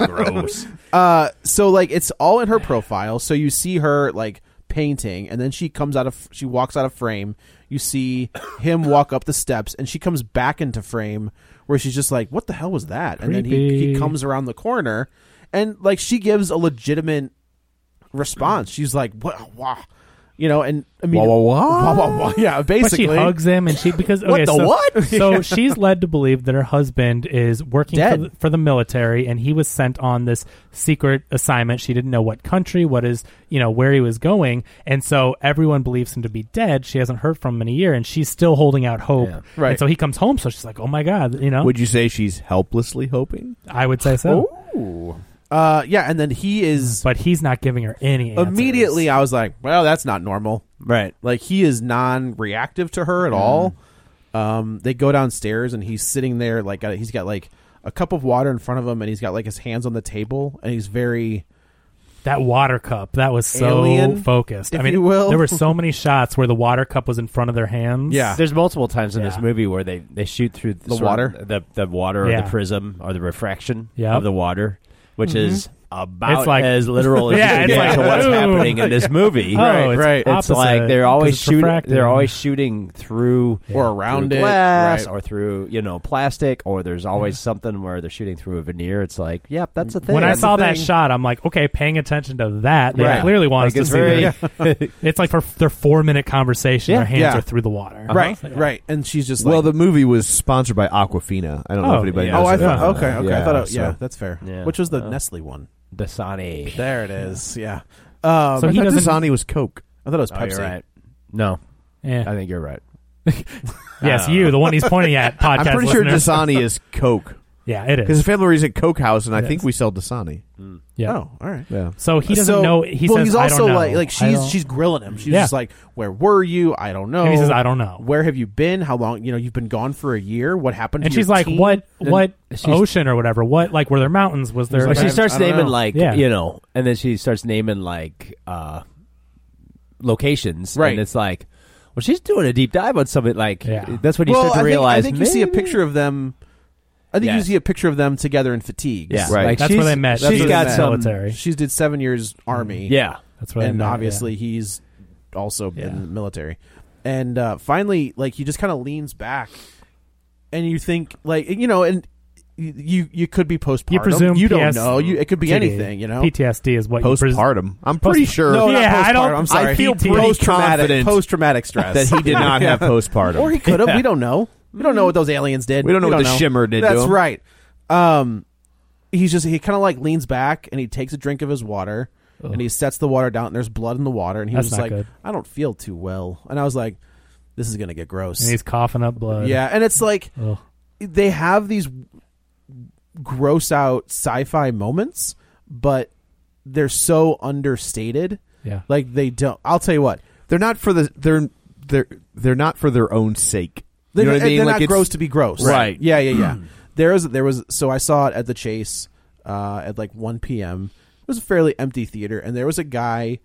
S9: gross.
S6: Uh, so like it's all in her profile. So you see her like painting, and then she comes out of she walks out of frame. You see him walk up the steps, and she comes back into frame where she's just like, "What the hell was that?" And then he he
S7: Creepy.
S6: comes around the corner, and like she gives a legitimate response. She's like, "What? Wah." You know, and I mean,
S4: Wah, wah, wah?
S6: wah, wah, wah. yeah,
S7: But she
S6: basically,
S7: hugs him, and she because okay,
S4: What the
S7: so,
S4: what?
S7: <laughs> so she's led to believe that her husband is working for
S6: Dead.
S7: the, for the military, and he was sent on this secret assignment. She didn't know what country, what is you know where he was going, and so everyone believes him to be dead. She hasn't heard from him in a year, and she's still holding out hope.
S9: Yeah.
S6: Right.
S7: And so he comes home, so she's like, "Oh my god," you know.
S4: Would you say she's helplessly hoping?
S7: I would say so,
S6: uh, yeah, and then he is
S7: but he's not giving her any. Answers.
S6: immediately I was like, well, that's not normal.
S9: Right.
S6: Like he is non-reactive to her at all. Um, they go downstairs and he's sitting there like uh, he's got like a cup of water in front of him and he's got like his hands on the table and he's very
S7: That water cup that was so
S6: Alien,
S7: focused. I
S6: if
S7: mean,
S6: you will.
S7: there were so many shots where the water cup was in front of their hands.
S6: Yeah.
S9: There's multiple times in this
S7: Yeah.
S9: movie where they, they shoot through the, sort of-
S6: water?
S9: the the water or
S7: Yeah.
S9: the prism or the refraction
S7: Yep. Mm-hmm.
S9: of the water, which is about
S7: It's like-
S9: as literal
S7: <laughs>
S9: as
S7: Yeah,
S9: you can
S7: it's
S9: get
S7: like,
S9: to what's
S7: ooh.
S9: happening in this movie.
S7: Oh, Right, it's right.
S9: It's
S7: opposite,
S9: like they're
S7: 'cause
S9: always
S7: it's
S9: shooting.
S7: refracting.
S9: They're always shooting through
S6: or around
S9: through
S6: it
S9: glass
S6: right.
S9: or through you know plastic, or there's always something where they're shooting through a veneer. It's like, yep, that's a thing.
S7: when I
S9: That's a
S7: saw that
S9: thing.
S7: shot, I'm like, okay, paying attention to that. They
S9: Right.
S7: clearly want
S9: Like,
S7: us
S9: it's
S7: to see
S6: <laughs>
S9: very-
S7: that. It's like for their four minute conversation,
S9: Yeah.
S7: their hands
S6: Yeah. Uh,
S7: are through the water.
S6: right, right. And she's just like,
S4: well, the movie was sponsored by Aquafina. I don't know
S7: Oh,
S4: if anybody
S9: yeah.
S4: knows.
S6: oh, I
S4: that.
S6: thought okay, okay, I
S4: Yeah,
S6: thought it,
S4: so-
S6: yeah, that's fair.
S9: Yeah.
S6: Which was the
S9: Uh,
S6: Nestle one?
S9: Dasani.
S6: There it is. Yeah. Um,
S7: So
S4: I
S7: he
S4: thought
S7: doesn't.
S4: Dasani was Coke.
S6: I thought it was
S9: Oh,
S6: Pepsi.
S9: you're right. No, I
S7: Yeah.
S9: think you're right.
S6: uh,
S7: Yes,
S9: Oh.
S7: you, the one he's
S6: <laughs>
S7: pointing at. Podcast.
S4: I'm pretty sure
S7: listener.
S4: Dasani is Coke
S7: Yeah, it
S4: because
S7: is.
S4: the family was at Coke House, and I
S7: Yes.
S4: think we sell Dasani.
S7: Yeah.
S6: Oh, all right.
S4: Yeah.
S7: So he doesn't
S6: So-
S7: know. He
S6: well,
S7: says,
S6: he's
S7: "I
S6: also
S7: don't know."
S6: like like
S7: I
S6: she's
S7: don't-
S6: she's grilling him. She's
S7: Yeah.
S6: just like, "Where were you? I don't know."
S7: And he says, "I don't know."
S6: Where have you been? How long? You know, you've been gone for a year. What happened?"
S7: and
S6: to your
S7: she's like,
S6: team?"
S7: "What?
S6: And-
S7: What
S9: she's-
S7: ocean or whatever? What? Like, were there mountains? Was there?"
S9: Well, she starts
S6: I don't
S9: naming
S6: know.
S9: like
S7: Yeah.
S9: you know, and then she starts naming like uh
S5: locations,
S6: Right.
S5: And it's like, well, she's doing a deep dive on something. Like
S7: Yeah.
S5: that's when you
S6: well,
S5: start
S6: I
S5: to
S6: think,
S5: realize.
S6: I think you see a
S5: maybe-
S6: picture of them. I think
S5: Yeah.
S6: you see a picture of them together in fatigues.
S5: Yeah,
S4: Right.
S5: Like
S7: That's where
S5: she's-
S7: they met.
S5: She's
S7: That's where they
S5: got
S7: met.
S5: some.
S7: Military.
S6: She's did seven years army.
S5: Yeah,
S7: That's what I
S6: and
S7: meant, yeah.
S6: obviously he's also
S5: Yeah.
S6: in the military. And uh, finally, like he just kind of leans back, and you think, like you know, and y- you you could be postpartum.
S7: You presume
S6: you don't
S7: PS
S6: know. You it could be anything. You know,
S7: PTSD is what you presume.
S4: Postpartum. I'm pretty sure
S7: No, not Yeah, I don't-
S6: postpartum, I'm sorry.
S7: I feel
S6: PT.
S7: pretty
S4: confident
S6: post-traumatic, post-traumatic stress.
S4: that he
S6: <laughs>
S4: did
S5: <laughs>
S4: not have postpartum.
S6: or he
S4: <laughs>
S6: could have. We don't know. We don't know what those aliens did.
S4: We don't know what the shimmer did to
S6: That's
S4: him.
S6: right. Um, he's just he kind of like leans back and he takes a drink of his water and he sets the water down and there's blood in the water and he
S7: That's
S6: was just
S7: not
S6: like,
S7: good.
S6: I don't feel too well. And I was like, this is gonna get gross.
S7: And he's coughing up blood.
S6: yeah, and it's like
S7: Ugh.
S6: they have these gross out sci-fi moments, but they're so understated. <laughs>
S7: Yeah.
S6: Like they don't. I'll tell you what.
S4: They're not for the. They're they're they're not for their own sake. You
S6: They're,
S4: know what I mean?
S6: they're
S4: Like,
S6: not
S4: it's-
S6: gross to be gross,
S4: Right. Mm.
S6: Yeah, yeah, yeah. there was there was so I saw it at the Chase uh, at like 1 p.m. It was a fairly empty theater, and there was a guy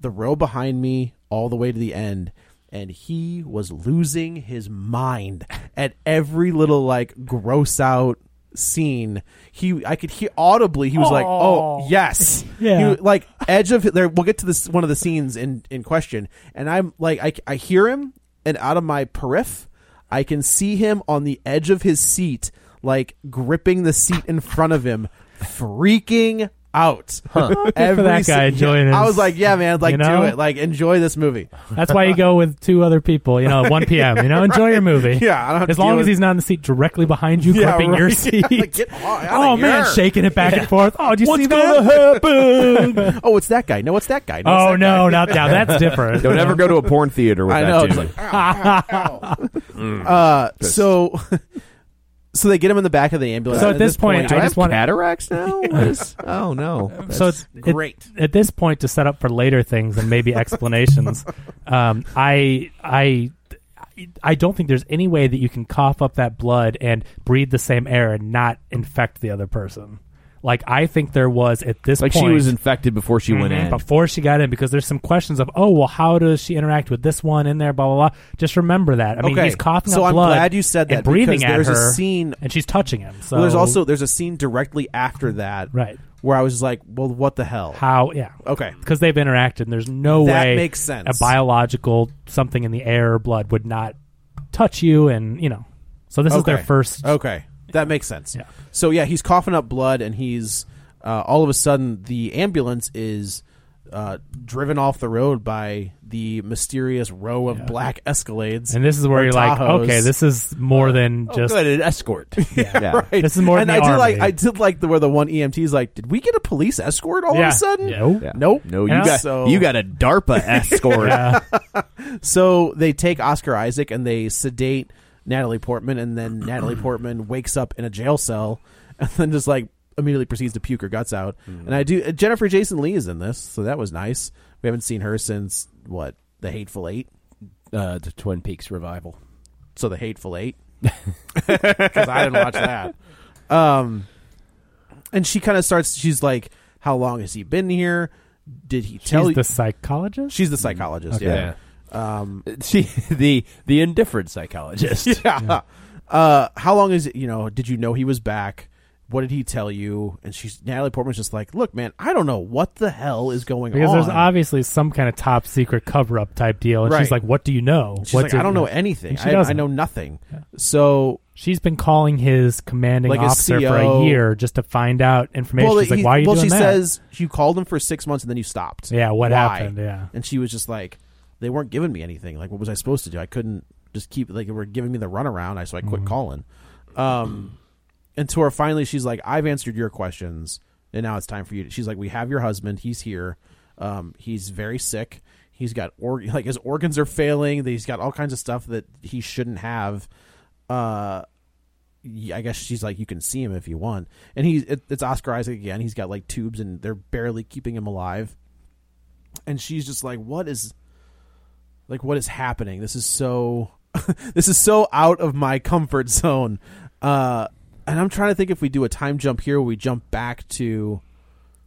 S6: the row behind me all the way to the end, and he was losing his mind at every little like gross out scene he i could hear audibly he was like oh yes
S7: Yeah.
S6: He- like edge of there we'll get to this one of the scenes in in question and i'm like i, I hear him and out of my periph i can see him on the edge of his seat like gripping the seat in front of him freaking out
S7: Good for that
S6: si-
S7: guy enjoying
S6: i
S7: his-
S6: was like yeah man like
S7: you know?
S6: do it like enjoy this movie
S7: That's why you go with two other people, you know, at 1 p.m. You know, enjoy your movie.
S6: <laughs> Yeah, I don't have
S7: as
S6: to
S7: long
S6: deal
S7: as
S6: with-
S7: he's not in the seat directly behind you,
S6: Yeah,
S7: gripping
S6: right. <laughs>
S7: your seat.
S6: Like, get on outta
S7: oh man,
S6: here.
S7: shaking
S6: <laughs>
S7: it back and forth. Oh, do you see that?
S6: happen oh it's that guy no it's that guy no, it's
S7: <laughs> Oh
S6: that
S7: no, not now. That's
S4: <laughs>
S7: different.
S4: Don't ever go to a porn theater with
S6: I
S4: that
S6: know,
S4: dude.
S6: it's like, guy. uh so <laughs> so they get him in the back of the ambulance <laughs>
S7: So
S6: and
S7: at this point,
S4: Do I,
S7: I
S4: have
S7: just want
S4: cataracts now? What is- oh no!
S7: so it's it-
S6: great.
S7: at this point to set up for later things and
S6: <laughs>
S7: maybe explanations. um, I I I don't think there's any way that you can cough up that blood and breathe the same air and not infect the other person. Like I think there was at this
S4: Like
S7: point
S4: she was infected before she went
S5: Mm-hmm.
S7: Mhm.
S4: in.
S7: before she got in because there's some questions of oh well how does she interact with this one in there blah blah blah. Just remember that. I mean
S6: Okay.
S7: he's coughing
S6: So
S7: up
S6: I'm
S7: blood.
S6: glad you said
S7: And
S6: that
S7: breathing
S6: because
S7: at
S6: there's a
S7: her,
S6: scene-
S7: and she's touching him. So
S6: well, there's also there's a scene directly after that
S7: Right.
S6: where i was just like well what the hell
S7: how yeah
S6: okay
S7: because they've interacted. And there's no
S6: That
S7: way
S6: makes sense.
S7: a biological something in the air or blood would not touch you, and you know. So this is their
S6: Okay. Oh.
S7: first.
S6: Okay, that makes sense.
S7: Yeah.
S6: So yeah, he's coughing up blood, and he's uh, all of a sudden the ambulance is uh, driven off the road by the mysterious row of black Escalades.
S7: And this is where
S6: or
S7: you're like,
S6: Tahoes. Oh,
S7: okay,
S6: <laughs>
S7: this is more than just.
S5: good, an <laughs> escort.
S4: Yeah.
S6: Right.
S7: <laughs> This is more
S6: and
S7: than
S6: I
S7: the
S6: did
S7: army.
S6: like I did like the where the one EMT is like, did we get a police escort all
S7: Yeah.
S6: of a sudden?
S7: No.
S4: Yeah.
S6: Nope.
S4: No, you
S7: Yeah.
S4: got
S6: So-
S4: you got
S5: <laughs>
S4: a DARPA escort.
S6: So they take Oscar Isaac and they sedate Natalie Portman, and
S7: <clears throat>
S6: then Natalie Portman wakes up in a jail cell, <laughs> and then just like immediately proceeds to puke her guts out.
S7: Mm.
S6: And I do. uh, Jennifer Jason Lee is in this, so that was nice. We haven't seen her since what the Hateful Eight.
S5: uh, the Twin Peaks revival.
S6: So the Hateful
S7: <laughs>
S6: Eight, because I didn't watch that. Um, and she kind of starts. She's like, "How long has he been here? Did he tell
S7: She's
S6: you?"
S7: the psychologist.
S6: she's the psychologist.
S7: Okay.
S6: Yeah.
S5: <laughs>
S6: Um,
S5: She the the indifferent psychologist.
S6: yeah. Uh, how long is it? You know, did you know he was back? What did he tell you? And she's Natalie Portman's just like, look, man, I don't know what the hell is going
S7: Because
S6: on.
S7: there's obviously some kind of top secret cover up type deal, and she's
S6: Right.
S7: like, "What do you know?"
S6: she's
S7: What
S6: like,
S7: do
S6: I don't
S7: you
S6: know anything.
S7: And she
S6: I, I
S7: doesn't.
S6: know nothing. So
S7: She's been calling his commanding
S6: Like his
S7: officer for a
S6: CO.
S7: year just to find out information.
S6: well,
S7: she's like,
S6: he-
S7: "Why are you
S6: well,
S7: doing
S6: she
S7: that?"
S6: says you called him for six months and then you stopped.
S7: Yeah, what
S6: Why?
S7: happened? Yeah.
S6: and she was just like, they weren't giving me anything. Like, what was I supposed to do? I couldn't just keep like they were giving me the runaround. I so I quit
S7: Mm-hmm.
S6: calling. Um, and to her, finally, she's like, I've answered your questions, and now it's time for you. To, she's like, we have your husband. He's here. Um, he's very sick. He's got org <laughs> like his organs are failing. He's got all kinds of stuff that he shouldn't have. Uh. y- I guess she's like, you can see him if you want, and he it, it's Oscar Isaac again. He's got like tubes, and they're barely keeping him alive and she's just like what is like what is happening this is so <laughs> this is so out of my comfort zone uh and i'm trying to think if we do a time jump here where we jump back to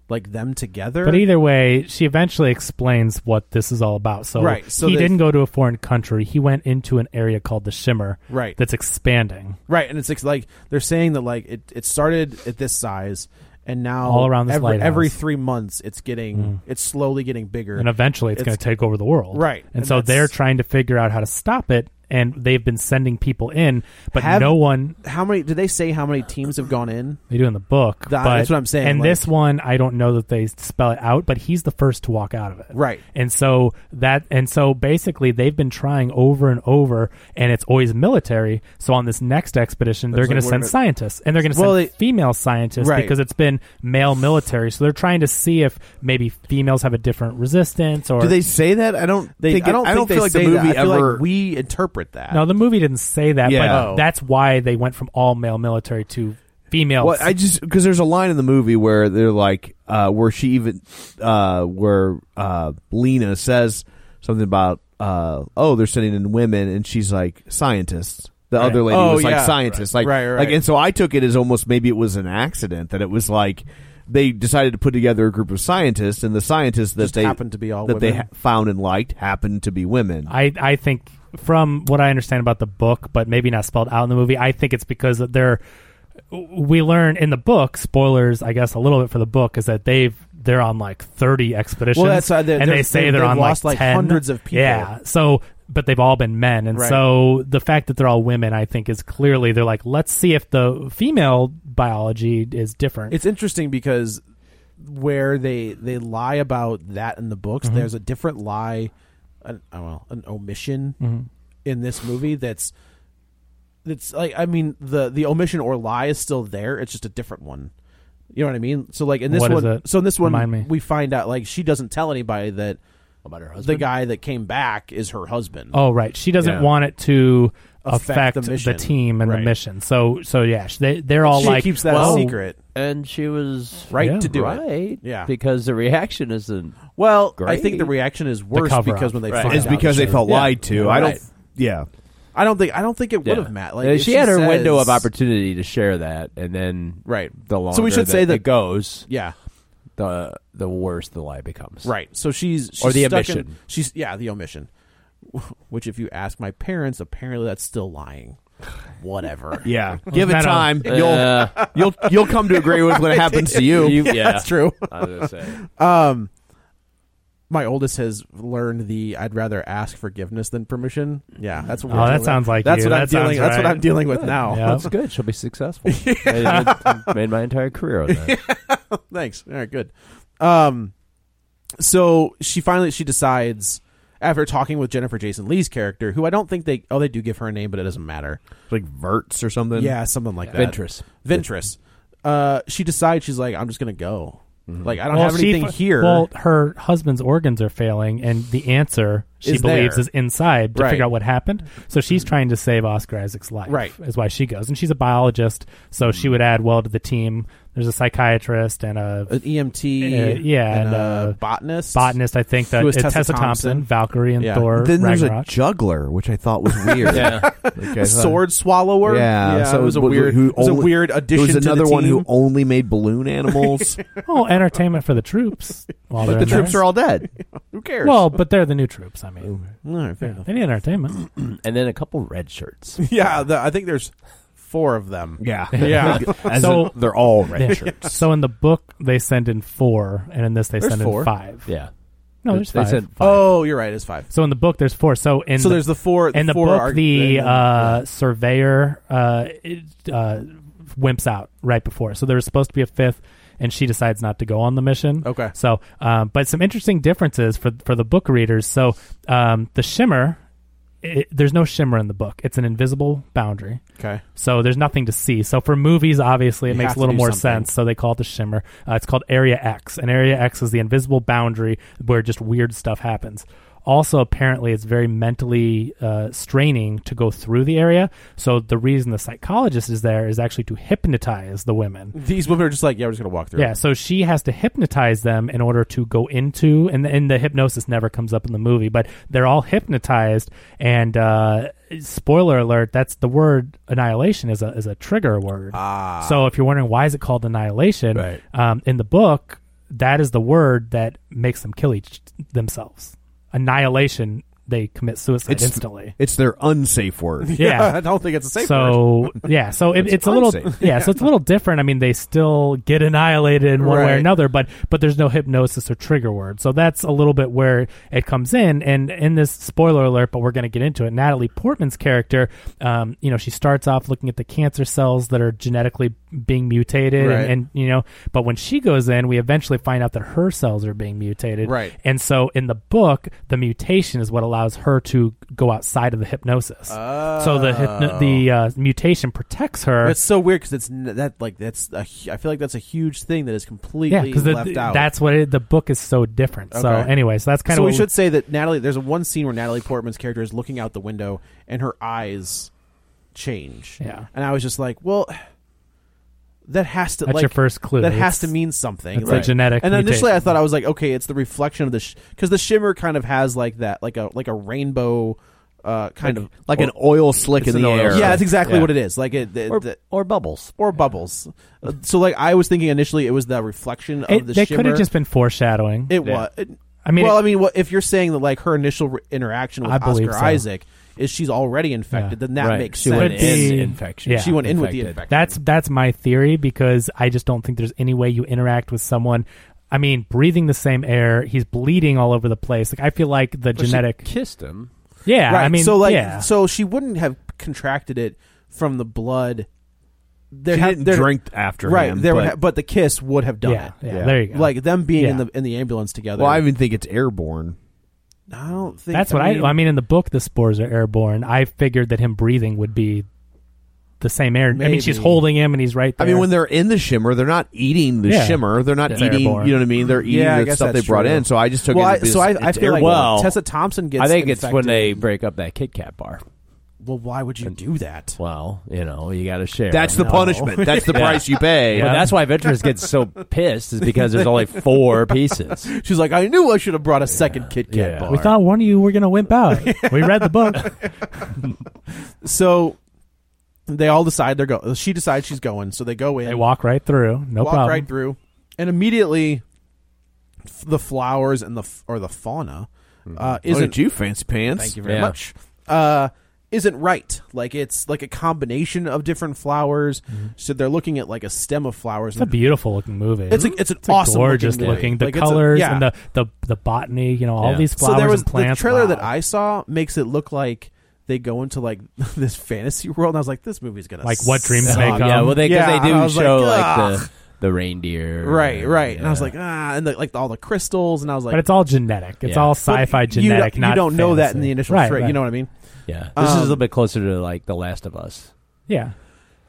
S6: like them together.
S7: But either way, she eventually explains what this is all about. So,
S6: Right, so
S7: he
S6: they-
S7: didn't go to a foreign country. He went into an area called the Shimmer,
S6: Right.
S7: That's expanding.
S6: Right, and it's like, like they're saying that like it, it started at this size, and now
S7: All around this
S6: every,
S7: lighthouse. Mm.
S6: every three months it's getting it's slowly getting bigger,
S7: and eventually it's, going to take over the world
S6: Right,
S7: and,
S6: and
S7: so
S6: that's-
S7: they're trying to figure out how to stop it and they've been sending people in but
S6: Have-
S7: no one
S6: How many? Did they say how many teams have gone in?
S7: they do in the book
S6: That-
S7: but,
S6: that's what I'm saying,
S7: and
S6: like-
S7: this one i don't know that they spell it out but he's the first to walk out of it
S6: Right.
S7: and so that and so basically they've been trying over and over and it's always military so on this next expedition
S6: That's
S7: they're going
S6: like,
S7: to
S6: we're
S7: send
S6: gonna-
S7: scientists and they're going to
S6: Well,
S7: send
S6: they-
S7: female scientists
S6: Right.
S7: because it's been male military so they're trying to see if maybe females have a different resistance or
S4: Do they say that? I don't.
S6: They,
S4: think
S6: I don't.
S4: I don't
S6: think they
S4: feel like
S6: say
S4: the movie
S6: that. I feel
S4: ever.
S6: like we interpret that.
S7: No, the movie didn't say that,
S4: Yeah.
S7: but that's why they went from all male military to female.
S4: Well, I just because there's a line in the movie where they're like, uh, where she even, uh, where uh, Lena says something about, uh, oh, they're sending in women, and she's like scientists. The
S7: Right.
S4: other lady
S6: Oh,
S4: was like
S6: yeah.
S4: scientists, like,
S6: Right, right.
S4: like, and so I took it as almost maybe it was an accident that it was like they decided to put together a group of scientists, and the scientists that
S6: Just
S4: they
S6: happened to be all
S4: that they
S6: women.
S4: ha- found and liked happened to be women.
S7: I, I think from what I understand about the book, but maybe not spelled out in the movie, I think it's because they're we learn in the book spoilers i guess a little bit for the book is that they've they're on like 30 expeditions
S6: Well, that's, uh, they're-
S7: and they
S6: they're-
S7: say
S6: they've-
S7: they're
S6: they've
S7: on
S6: lost,
S7: like,
S6: like,
S7: 10.
S6: hundreds of people.
S7: yeah so but they've all been men and
S6: Right.
S7: so the fact that they're all women i think is clearly they're like let's see if the female biology is different
S6: It's interesting because where they they lie about that in the books,
S7: Mm-hmm.
S6: there's a different lie, an, oh, well, an omission
S7: Mm-hmm.
S6: in this movie that's that's like I mean the the omission or lie is still there. It's just a different one. You know what I mean? So like in this
S7: What is
S6: one,
S7: it?
S6: so in this one,
S7: Remind me.
S6: we find out like she doesn't tell anybody that
S5: about her
S6: the guy that came back is her husband.
S7: Oh, right. She doesn't
S4: Yeah.
S7: want it to affect,
S6: Affect the
S7: the,
S6: mission.
S7: team and the
S6: Right.
S7: mission. So, so yeah, sh- they they're all
S6: she
S7: like
S6: keeps that a
S7: "Whoa."
S6: secret,
S9: And she was
S6: right?
S7: Yeah.
S6: To do it,
S9: right.
S6: Yeah.
S9: Because the reaction isn't.
S6: Well, I
S9: Great.
S6: think the reaction is worse
S7: cover
S6: because
S7: up.
S6: when they
S9: Right.
S6: find
S4: it's
S6: out
S4: because they
S6: shit.
S4: felt
S9: Yeah.
S4: lied to. I
S6: Right.
S4: don't. Yeah.
S6: I don't think I don't think it would
S9: Yeah.
S6: have Matt. Like
S9: Uh,
S6: if
S9: she, had her
S6: says-
S9: window of opportunity to share that, and then
S6: Right.
S9: the longer
S6: So we should say that-
S9: it goes,
S6: Yeah,
S9: the the worse the lie becomes.
S6: right. So she's, she's
S9: Or the
S6: stuck in-
S9: omission.
S6: she's yeah, the omission. <laughs> Which, if you ask my parents, apparently that's still lying. Whatever.
S4: Yeah, give
S7: that
S4: it
S7: a-
S4: time. You'll
S9: Uh,
S4: you'll you'll come to agree with when it happens to you.
S9: You- yeah,
S6: that's true.
S9: <laughs>
S6: <laughs>
S9: I was gonna say.
S6: Um, my oldest has learned the "I'd rather ask forgiveness than permission." Yeah, that's what.
S7: Oh,
S6: we're
S7: that
S6: dealing with.
S7: sounds like
S6: that's
S7: you.
S6: what I'm
S7: That sounds
S6: dealing. That's what
S7: right.
S6: I'm dealing with now.
S7: Yeah.
S9: <laughs> That's good. She'll be <laughs> successful. made, made my entire career on <laughs> that.
S6: Thanks. All right, good. Um, so she finally she decides after talking with Jennifer Jason Lee's character, who I don't think they oh they do give her a name, but it doesn't matter.
S4: Like verts or something.
S6: yeah, something like that.
S9: Ventress.
S6: Ventress. Uh, she decides she's like, I'm just gonna go.
S4: Mm-hmm.
S6: Like I don't
S7: Well,
S6: have anything
S7: she,
S6: here.
S7: Well, her husband's organs are failing, and the answer she
S6: Is
S7: believes
S6: there.
S7: is inside to
S6: Right.
S7: figure out what happened. So she's trying to save Oscar Isaac's life.
S6: Right.
S7: is why she goes, and she's a biologist. So she would add well to the team. There's a psychiatrist and a
S6: an EMT,
S7: Uh, yeah,
S6: and,
S7: and,
S6: a
S7: uh,
S6: botanist,
S7: botanist. I think that
S6: Who is
S7: uh,
S6: Tessa
S7: Thompson,
S6: Thompson.
S7: Valkyrie, and
S6: Yeah.
S7: Thor.
S4: Then there's a
S7: Ragnarok.
S4: juggler, which I thought was weird.
S9: <laughs>
S6: <laughs>
S4: yeah.
S6: a sword swallower.
S4: Yeah,
S6: so it was a
S4: who
S6: weird, it was a
S4: only-
S6: weird
S4: There
S6: addition.
S4: was another
S6: to the
S4: one
S6: team.
S4: who only made balloon
S6: <laughs>
S4: animals.
S7: oh, entertainment for the troops. While
S4: but the troops are all dead.
S6: Who cares?
S7: well, but they're the new troops. I mean,
S6: All right, fair enough. <laughs>
S7: they need entertainment.
S9: And then a couple red <laughs> shirts.
S6: yeah, the, I think there's four of them.
S4: <laughs> Yeah,
S6: Yeah.
S4: As
S7: So-
S4: in, they're all
S7: Yeah.
S4: red shirts.
S7: So in the book they send in four, and in this they
S6: There's
S7: send
S6: four.
S7: in five.
S9: Yeah.
S7: No, there's
S9: They
S7: five.
S9: said-
S6: Oh, you're right. It's five.
S7: so in the book there's four. So in
S6: so there's the four.
S7: in the
S6: four
S7: book
S6: are-
S7: the
S6: and-
S7: uh, surveyor uh, it- uh, wimps out right before. So there was supposed to be a fifth. And she decides not to go on the mission.
S6: Okay.
S7: So, um, but some interesting differences for for the book readers. So, um, the shimmer, it, there's no shimmer in the book. It's an invisible boundary.
S6: okay.
S7: So there's nothing to see. So for movies, obviously, it
S6: You
S7: makes
S6: have to
S7: a little
S6: do
S7: more
S6: something.
S7: sense. So they call it the shimmer. Uh, it's called Area X, and Area X is the invisible boundary where just weird stuff happens. Also, apparently, it's very mentally uh, straining to go through the area. So the reason the psychologist is there is actually to hypnotize the women.
S6: These women are just like, yeah, we're just gonna walk through. <laughs>
S7: Yeah, so she has to hypnotize them in order to go into, and and the hypnosis never comes up in the movie, but they're all hypnotized. And uh, spoiler alert, that's the word annihilation is a is a trigger word. Ah. So if you're wondering why is it called annihilation,
S6: Right.
S7: um, in the book. that is the word that makes them kill each themselves. Annihilation. They commit suicide
S4: It's-
S7: instantly.
S4: It's their unsafe word.
S7: Yeah.
S6: I don't think it's a safe <laughs>
S7: so
S6: word.
S7: yeah, so it,
S6: It's
S7: it's, a little
S6: unsafe.
S7: yeah, so it's a little different. I mean, they still get annihilated in one way
S6: Right.
S7: or another, but but there's no hypnosis or trigger word, so that's a little bit where it comes in. And in this spoiler alert, but we're going to get into it. Natalie Portman's character, um, you know, she starts off looking at the cancer cells that are genetically being mutated,
S6: Right.
S7: and, and you know, but when she goes in, we eventually find out that her cells are being mutated,
S6: Right.
S7: And so in the book, the mutation is what allows her to go outside of the hypnosis. So the hypno- the
S6: Oh.
S7: uh, mutation protects her.
S6: That's so weird because it's n- that like that's a hu- I feel like that's a huge thing that is completely
S7: yeah, because
S6: left out.
S7: that's what it, the book is so different. So
S6: Okay.
S7: anyway, so that's kind
S6: so
S7: of
S6: we should say that Natalie. There's one scene where Natalie Portman's character is looking out the window and her eyes change.
S7: Yeah.
S6: and I was just like, well, that has to
S7: That's
S6: like,
S7: your first clue.
S6: That
S7: It's-
S6: has to mean something.
S7: it's a genetic
S6: And initially, I
S7: mutation.
S6: thought I was like, okay, it's the reflection of the because the shimmer kind of has like that, like a like a rainbow. Uh, kind of
S4: Like an oil slick
S9: It's
S4: in the
S9: an oil
S4: air.
S9: slick.
S6: yeah, that's exactly
S9: Yeah.
S6: what it is. Like it, the-
S9: or,
S6: the-
S9: or bubbles.
S6: or bubbles. Uh, So like I was thinking initially, it was the reflection of
S7: it,
S6: the
S7: they
S6: shimmer.
S7: could have just been foreshadowing.
S6: it was. It,
S7: I mean,
S6: well,
S7: it-
S6: I mean, what, if you're saying that like her initial re- interaction with
S7: I
S6: Oscar
S7: believe so.
S6: Isaac is she's already infected,
S7: Yeah.
S6: then that
S9: Right.
S6: makes
S9: She
S6: sense.
S9: went
S7: Could be-
S9: in infection.
S7: yeah.
S6: She went in with the
S9: Infected.
S6: infection.
S7: That's that's my theory because I just don't think there's any way you interact with someone. I mean, breathing the same air, he's bleeding all over the place. Like I feel like the genetic.
S9: kissed him.
S7: yeah,
S6: right.
S7: I mean,
S6: so like,
S7: yeah.
S6: so she wouldn't have contracted it from the blood. There
S4: She
S6: ha-
S4: didn't
S6: there-
S4: drink after
S6: right?
S4: him,
S6: there, would
S4: but-
S6: ha- but the kiss would have done
S7: yeah,
S6: it.
S7: yeah,
S4: Yeah.
S7: There you go.
S6: Like them being in
S7: Yeah.
S6: the in the ambulance together.
S4: Well, I even think it's airborne.
S6: I don't think
S7: That's what I. I mean, in the book, the spores are airborne. I figured that him breathing would be the same air. I mean, she's
S6: Maybe.
S7: holding him, and he's right there.
S4: I mean, when they're in the shimmer, they're not eating the
S7: Yeah.
S4: shimmer. They're not
S7: It's
S4: eating.
S7: airborne.
S4: You know what I mean? They're eating
S6: Yeah, I
S4: the
S6: guess
S4: stuff they
S6: that's
S4: brought
S6: true.
S4: in. So I just took
S6: Well, I,
S4: it. as
S6: so I,
S4: it's
S6: I feel like
S4: airborne.
S9: Well,
S6: Tessa Thompson gets.
S9: I think it's when
S6: infected.
S9: they break up that Kit Kat bar.
S6: Well, why would you do that?
S9: Well, you know, you got to share.
S4: that's
S9: <laughs>
S4: the punishment.
S6: <laughs>
S4: That's the price you pay.
S9: But that's why veterans get so pissed is because there's only four pieces.
S6: She's like, I knew I should have brought a second Kit Kat
S9: yeah.
S6: bar.
S7: we thought one of you were going to wimp out.
S6: <laughs>
S7: We read the book.
S6: so they all decide they're going. She decides she's going, so they go in,
S7: They walk right through. No
S6: walk
S7: problem.
S6: right through, and immediately f- the flowers and the f- or the fauna
S7: Hmm.
S6: uh,
S4: Look
S6: isn't.
S4: at Oh, you, fancy pants.
S6: Thank you very
S9: Yeah.
S6: much. Uh, isn't right. Like it's like a combination of different flowers. So they're looking at like a stem of flowers.
S7: Mm-hmm.
S6: and
S7: It's a beautiful looking movie.
S6: It's a- it's an
S7: a
S6: awesome looking
S7: gorgeous
S6: movie.
S7: looking. The
S6: Like, it's a-
S7: colors
S6: yeah.
S7: and the, the the botany. You know, all
S9: Yeah.
S7: these
S6: so
S7: flowers
S6: there was
S7: and plants.
S6: the trailer
S7: Wow.
S6: that I saw makes it look like they go into like <laughs> this fantasy world. And I was like, this movie's gonna
S7: Like what dreams
S6: suck.
S7: may come.
S9: yeah, well, they because
S6: Yeah,
S9: they
S6: I
S9: do
S6: was
S9: show
S6: like,
S9: like,
S6: "Ugh."
S9: the the reindeer,
S6: Right, right. And I was
S9: yeah.
S6: like, ah, and the, like all the crystals, and I was like,
S7: but it's all genetic. It's
S9: Yeah.
S7: all
S6: but
S7: sci-fi
S6: you
S7: genetic.
S6: don't- You,
S7: not
S6: don't know that in
S7: fantasy.
S6: the initial
S7: right,
S6: trailer.
S7: Right.
S6: You know what I mean?
S9: yeah. This is
S6: Um,
S9: a little bit closer to like The Last of Us.
S7: Yeah.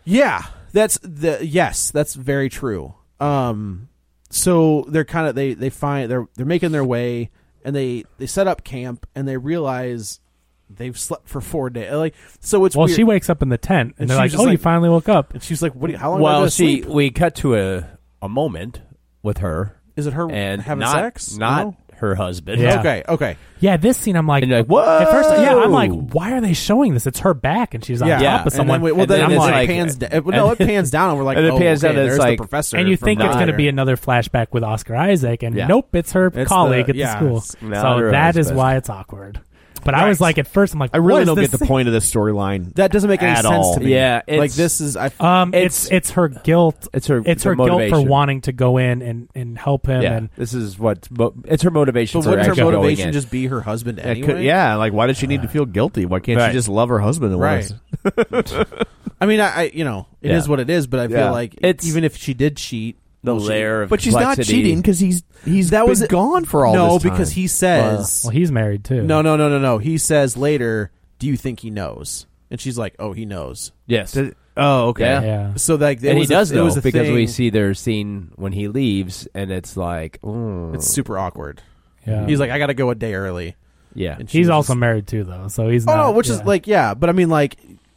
S6: Yeah, that's the yes, that's very true. Um, so they're kind of they they find they're they're making their way, and they they set up camp, and they realize they've slept for four days. Like so, it's
S7: Well,
S6: weird.
S7: she wakes up in the tent,
S6: And
S7: and, they're
S6: she was
S7: like,
S6: just
S7: "Oh, you
S6: like-
S7: finally woke up."
S6: And she's like, "What? do you- How long? have I
S9: Well,
S6: been
S9: she
S6: asleep?
S9: we cut to a a moment with her
S6: is it her
S9: and
S6: having
S9: not
S6: sex?
S9: not
S6: No?
S9: her husband. <laughs>
S7: Yeah.
S6: Okay, okay.
S7: Yeah, this scene, I'm like,
S9: And you're like, whoa!
S7: At first, yeah, I'm like, why are they showing this? It's her back, and she's "Oh." on
S6: Yeah.
S7: top
S9: Yeah.
S7: of someone.
S6: And then, we- well,
S9: And
S6: then,
S9: then
S6: it's
S7: I'm
S6: like,
S7: like,
S6: pans down.
S9: and-
S6: No, it pans down, and we're like,
S9: and <laughs> it
S6: oh,
S9: pans
S6: okay,
S9: down and
S6: there's
S9: it's
S6: the
S9: like-
S6: professor.
S7: and you
S6: from
S7: think it's going to
S6: Niner.
S7: be another flashback with Oscar Isaac, and
S9: Yeah.
S7: nope, it's her
S6: It's
S7: colleague
S6: the-
S7: at the
S6: yeah,
S7: school.
S6: it's
S7: So
S9: not her
S7: that is
S9: husband.
S7: why it's awkward. But I was
S6: Right.
S7: like, at first, I'm like,
S4: I really
S7: what is
S4: don't get
S7: this
S4: the point of this storyline.
S6: That doesn't make any
S4: At
S6: sense
S4: all.
S6: to me.
S9: Yeah,
S6: like
S9: it's-
S6: this is I.
S7: Um, it's,
S9: It's-
S7: it's her guilt.
S9: it's her-
S7: It's
S9: the
S7: her guilt for
S9: motivation.
S7: wanting to go in and, and help him.
S9: yeah.
S7: And
S9: This is what mo- it's her motivation.
S6: but
S9: for
S6: wouldn't her
S9: actually going
S6: motivation
S9: in.
S6: just be her husband
S4: That
S6: anyway?
S4: could- yeah, like why did she need to feel guilty? Why can't
S9: Right.
S4: she just love her husband? and
S6: Right.
S4: wanna-
S9: <laughs>
S6: I mean, I, I you know, it is
S9: Yeah.
S6: what it is, but I feel
S9: Yeah.
S6: like
S9: It's-
S6: even if she did cheat,
S9: the
S6: well, she-
S9: layer of
S4: But she's not
S9: complexity.
S4: cheating because he's he's that was gone for all
S6: no,
S4: this time.
S6: because he says
S7: well, he's married too.
S6: no, no, no, no, no. He says later, "Do you think he knows?" And she's like, "Oh, he knows."
S9: Yes,
S4: Oh, okay.
S9: Yeah.
S7: yeah.
S6: So like, it
S9: and he
S6: was a-
S9: does
S6: it was
S9: know
S6: a
S9: because
S6: thing.
S9: we see their scene when he leaves, and it's like, mm,
S6: it's super awkward.
S7: yeah.
S6: He's like, "I got to go a day early."
S9: yeah,
S6: And she
S7: he's
S6: was
S7: also
S6: just-
S7: married too, though. So he's
S6: oh,
S7: not,
S6: no, which is
S7: yeah.
S6: like, yeah, but I mean, like,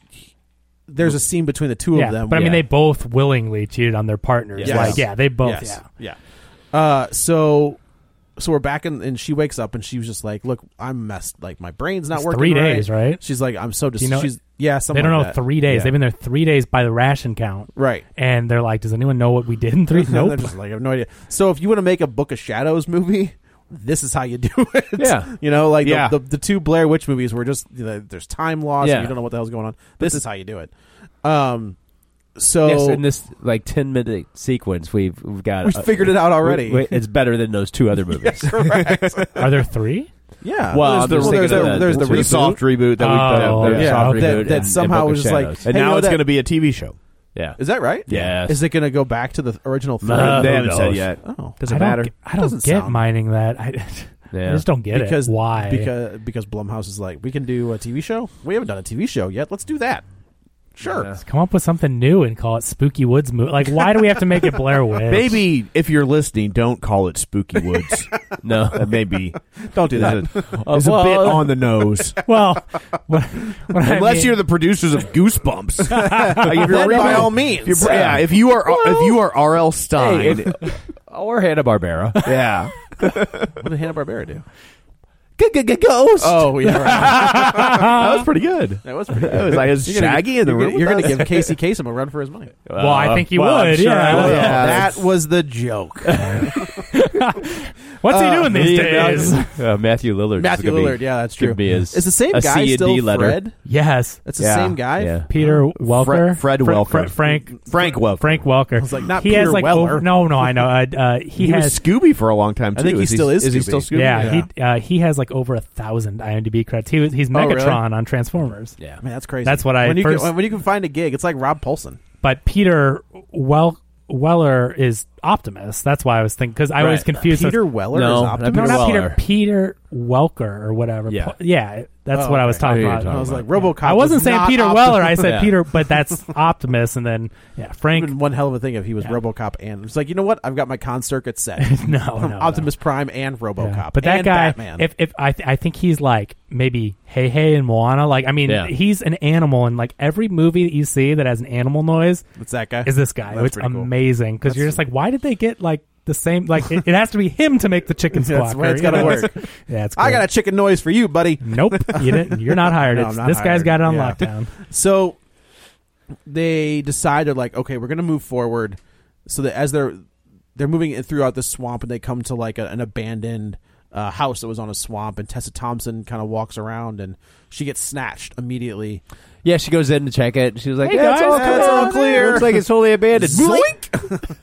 S6: he- there's a scene between the two
S7: yeah.
S6: of them.
S7: but I mean,
S9: yeah.
S7: they both willingly cheated on their partners.
S6: Yes.
S7: Like, yeah, they both.
S6: Yes.
S7: Yeah.
S6: Uh, so so we're back in, and she wakes up and she was just like, "Look, I'm messed. Like my brain's not
S7: It's
S6: working."
S7: three days, right?
S6: She's like, "I'm so
S7: Do you know-
S6: distressed." She's yeah, something
S7: they don't
S6: like
S7: know
S6: that.
S7: three days.
S6: Yeah.
S7: They've been there three days by the ration count,
S6: Right.
S7: And they're like, "Does anyone know what we did in
S6: <laughs>
S7: three?
S6: And they're
S7: nope.
S6: just like, I have no idea. So if you want to make a Book of Shadows movie, this is how you do <laughs> it.
S5: Yeah.
S6: you know, like
S5: Yeah.
S6: the, the the two Blair Witch movies were just you know, there's time loss.
S5: Yeah.
S6: and you don't know what the hell's going on. This is how you do it. Um, so
S5: yes, uh, in this like ten minute sequence, we've we've got
S6: We figured it out already.
S5: we- we- it's better than those two other movies.
S6: <laughs> correct.
S5: <laughs>
S7: Are there three?
S6: yeah,
S5: Well,
S6: there's
S5: I'm
S6: the,
S5: just thinking
S6: there's the,
S5: of
S6: there's
S5: the
S6: the
S5: two-
S6: reboot.
S4: soft reboot that
S7: Oh,
S4: we
S5: yeah,
S4: that-
S7: yeah.
S5: soft
S7: okay.
S5: reboot
S6: that, that
S5: and-
S6: somehow
S5: and Book
S6: was
S5: of
S6: just like,
S5: Shadows.
S4: and
S6: hey, you
S4: now
S6: know
S4: it's
S6: that-
S4: going to be a TV show.
S5: yeah,
S6: Is that right?
S5: Yes.
S6: Is it going to go back to the original? three?
S5: No,
S4: they
S5: who
S4: haven't said
S5: knows?
S4: yet.
S6: Oh.
S4: Doesn't
S7: I don't,
S4: matter.
S7: get- I don't
S6: Doesn't
S7: get
S6: sound-
S7: mining that. I, <laughs> I
S5: Yeah.
S7: just don't get
S6: because
S7: it. Why?
S6: Because because Blumhouse is like, we can do a TV show. We haven't done a TV show yet. Let's do that. Sure.
S5: Yeah.
S7: come up with something new and call it Spooky Woods movie. Like, why do we have to make it
S6: <laughs>
S7: Blair Witch?
S4: Maybe if you're listening, don't call it Spooky Woods. Uh,
S5: no.
S4: Maybe don't do that. It's
S5: Uh,
S4: a bit
S5: well-
S4: on the nose.
S7: Well, what, <laughs> what I
S4: Unless
S7: mean-
S4: you're the producers of Goosebumps, if
S6: Then by all
S4: means, if you're, yeah. If you are, if you are R.L. Stein,
S5: Hey, or Hanna Barbera.
S4: <laughs> yeah,
S6: What did Hanna Barbera do?
S4: ghost.
S6: Oh yeah, right.
S4: that was pretty good.
S6: that was pretty.
S4: That was like is Shaggy in the
S6: You're
S4: room.
S6: gonna, you're
S4: with
S6: gonna
S4: us?
S6: give Casey Kasem a run for his money.
S7: well, I think he
S4: well, I'm
S7: would.
S4: sure
S7: Oh, yeah.
S4: I will. Yeah.
S6: that was the joke.
S7: What's
S6: Uh,
S7: he doing these
S5: Yeah,
S7: days?
S6: <laughs>
S5: uh, Matthew Lillard.
S6: Matthew Lillard. Yeah, that's true.
S5: Could be his,
S6: Is the same
S5: a
S6: guy
S5: C and
S6: still
S5: D letter.
S6: Fred?
S7: Yes,
S6: That's the
S4: Yeah,
S6: same guy.
S5: Yeah.
S7: Peter Welker,
S4: Fred- Fred
S7: Fra-
S4: Welker.
S7: Fra- Frank,
S4: Frank Welker.
S7: Frank Welker.
S6: was like, not
S7: he has
S6: Peter
S7: like
S6: Weller.
S7: over- no, no, I know. Uh, uh,
S4: he,
S7: he, has
S4: was Scooby for a long time too.
S6: I think he
S4: is
S6: still is
S4: Is he
S6: Scooby.
S4: still Scooby?
S7: yeah, he uh, he has like over a thousand IMDb credits. He was he's Megatron
S6: Oh, really?
S7: on Transformers.
S5: Yeah.
S6: Man, that's crazy.
S7: That's what I
S6: when you,
S7: first-
S6: can, when you can find a gig, it's like Rob Paulson.
S7: but Peter Wel- Weller is Optimus. That's why I was thinking because I was
S5: Right.
S7: confused.
S6: Peter Weller
S5: No,
S6: is
S5: not
S6: Optimus.
S7: no, not
S5: Weller.
S7: Peter. Peter Welker or whatever.
S5: Yeah.
S7: Po- yeah. That's
S6: Oh,
S7: what I was
S6: okay.
S7: talking
S5: I know
S7: about.
S5: you're
S6: I was
S5: talking
S6: like RoboCop.
S7: I wasn't
S6: was
S7: saying
S6: not
S7: Peter
S6: Optimus. <laughs>
S7: Weller. I said
S5: Yeah.
S7: Peter, but that's Optimus. And then yeah,
S6: It would've
S7: Frank.
S6: been one hell of a thing if he was
S7: Yeah.
S6: RoboCop and it's like you know what I've got my con circuit set.
S7: <laughs> No, no,
S6: From
S7: no.
S6: Optimus Prime and RoboCop,
S7: Yeah. But that
S6: and
S7: guy,
S6: Batman.
S7: if if I th- I think he's like maybe Hey Hey and Moana. Like I mean,
S5: Yeah.
S7: he's an animal, and like every movie that you see that has an animal noise
S6: it's that guy.
S7: is this guy.
S6: That's
S7: it's
S6: pretty cool.
S7: amazing because you're just like, why did they get like the same? Like it, it has to be him to make the
S6: <laughs>
S7: chicken
S6: That's
S7: squawk.
S6: why
S7: or,
S6: it's
S7: you
S6: gotta
S7: <laughs> know,
S6: work.
S7: it's- yeah, it's. Great.
S6: I got a chicken noise for you, buddy.
S7: Nope, you didn't, you're
S6: <laughs>
S7: not hired.
S6: No, I'm
S7: It's-
S6: not
S7: this guy's
S6: hired.
S7: got it on
S6: Yeah. <laughs>
S7: lockdown.
S6: So they decide they're like, okay, we're gonna move forward. So that as they're they're moving it throughout the swamp, and they come to like a, an abandoned uh, house that was on a swamp, and Tessa Thompson kind of walks around, and she gets snatched immediately.
S5: Yeah, she goes in to check it. and She was like,
S7: Hey,
S5: yeah, it's
S7: guys,
S5: all,
S7: come
S5: it's all
S7: on
S5: clear.
S7: in."
S5: Looks like it's totally abandoned.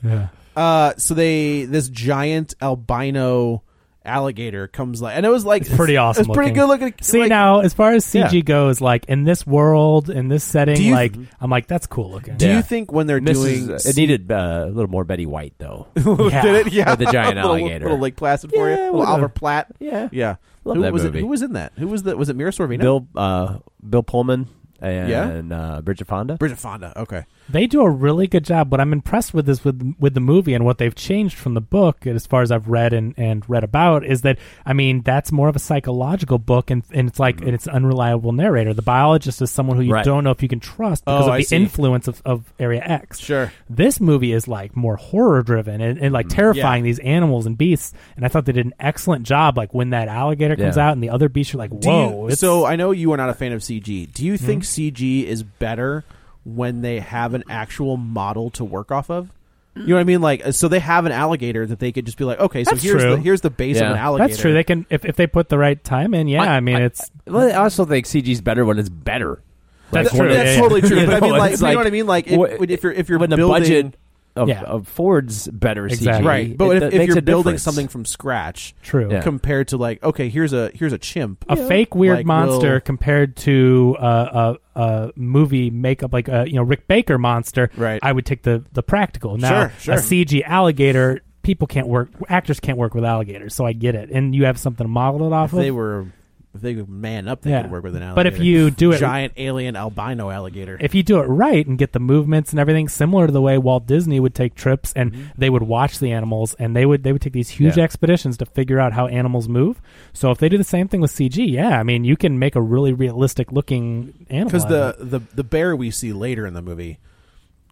S7: Yeah.
S6: Uh, so they this giant albino alligator comes like, and it was like
S7: It's pretty awesome.
S6: It's pretty
S7: looking.
S6: good looking.
S7: See
S6: like,
S7: now, as far as CG
S5: Yeah.
S7: goes, like in this world, in this setting,
S6: Do you-
S7: like I'm like that's cool looking.
S6: <laughs> do
S5: Yeah.
S6: you think when they're
S5: Mrs.
S6: doing
S5: it needed uh, a little more Betty White though.
S7: Yeah.
S6: did it? <laughs> Yeah, <laughs>
S5: With the giant
S6: Little-
S5: alligator.
S6: Little, Lake Placid for
S5: Yeah,
S6: you. Little
S5: whatever.
S6: Albert Platt.
S5: yeah.
S6: Yeah.
S5: Love
S6: who
S5: that
S6: was
S5: movie.
S6: it? Who was in that? Who was the? Was it Mira Sorvino?
S5: Bill uh, Bill Pullman
S6: Yeah?
S5: and uh, Bridget Fonda.
S6: Bridget Fonda. Okay.
S7: They do a really good job. What I'm impressed with is with with the movie and what they've changed from the book, as far as I've read and, and read about, is that I mean that's more of a psychological book, and, and it's
S6: Mm-hmm.
S7: like and it's an unreliable narrator. The biologist is someone who you
S5: Right.
S7: don't know if you can trust because
S6: Oh,
S7: of
S6: I
S7: the
S6: see.
S7: influence of, of Area X.
S6: Sure. Mm-hmm.
S7: This movie is like more horror driven and, and like terrifying these animals and beasts. And I thought they did an excellent job. Like when that alligator comes
S5: Yeah.
S7: out and the other beasts, you're like,
S6: Do
S7: whoa!
S6: you-
S7: it's- Hmm?
S6: so I know you are not a fan of CG. Do you think CG is better when they have an actual model to work off of? You know what I mean? Like, so they have an alligator that they could just be like, okay, so
S7: Mm. That's
S6: here's
S7: true.
S6: the here's the base
S5: Yeah.
S6: of an
S5: That's
S6: alligator.
S7: that's true. They can if, if they put the right time in. Yeah, I,
S5: I-
S7: mean
S5: I-
S7: it's
S5: Well, I also think CG's better when it's better.
S7: That's
S5: when
S7: true.
S5: it's-
S7: Yeah,
S6: That's
S7: yeah.
S9: <laughs>
S6: totally true.
S5: You
S6: But I mean,
S5: know,
S6: like,
S5: it's
S6: you know what I mean? Like, it-
S5: wh-
S6: if you're if you're
S5: when the
S6: building,
S5: budget of,
S7: Yeah.
S5: of Ford's better
S7: Exactly.
S5: CG,
S6: right? But
S5: it-
S6: if,
S5: that
S6: if
S5: makes
S6: you're
S5: a
S6: building
S5: difference.
S6: something from scratch,
S7: true.
S5: Yeah.
S6: compared to like, okay, here's a here's a chimp,
S7: a fake weird
S6: Like,
S7: monster
S6: will-
S7: compared to uh, a a movie makeup like a you know Rick Baker monster.
S6: Right.
S7: I would take the the practical. Now
S6: Sure, sure.
S7: a CG alligator, people can't work. Actors can't work with alligators, so I get it. And you have something to model it off
S6: if they
S7: of.
S6: were if they could man up, they
S7: Yeah.
S6: could work with an alligator.
S7: But if you do it-
S6: giant alien albino alligator,
S7: If you do it right and get the movements and everything similar to the way Walt Disney would take trips and
S6: Mm-hmm.
S7: they would watch the animals and they would they would take these huge
S5: Yeah.
S7: expeditions to figure out how animals move. So if they do the same thing with CG, yeah, I mean you can make a really realistic looking animal.
S6: because
S7: out of it.
S6: the, the the bear we see later in the movie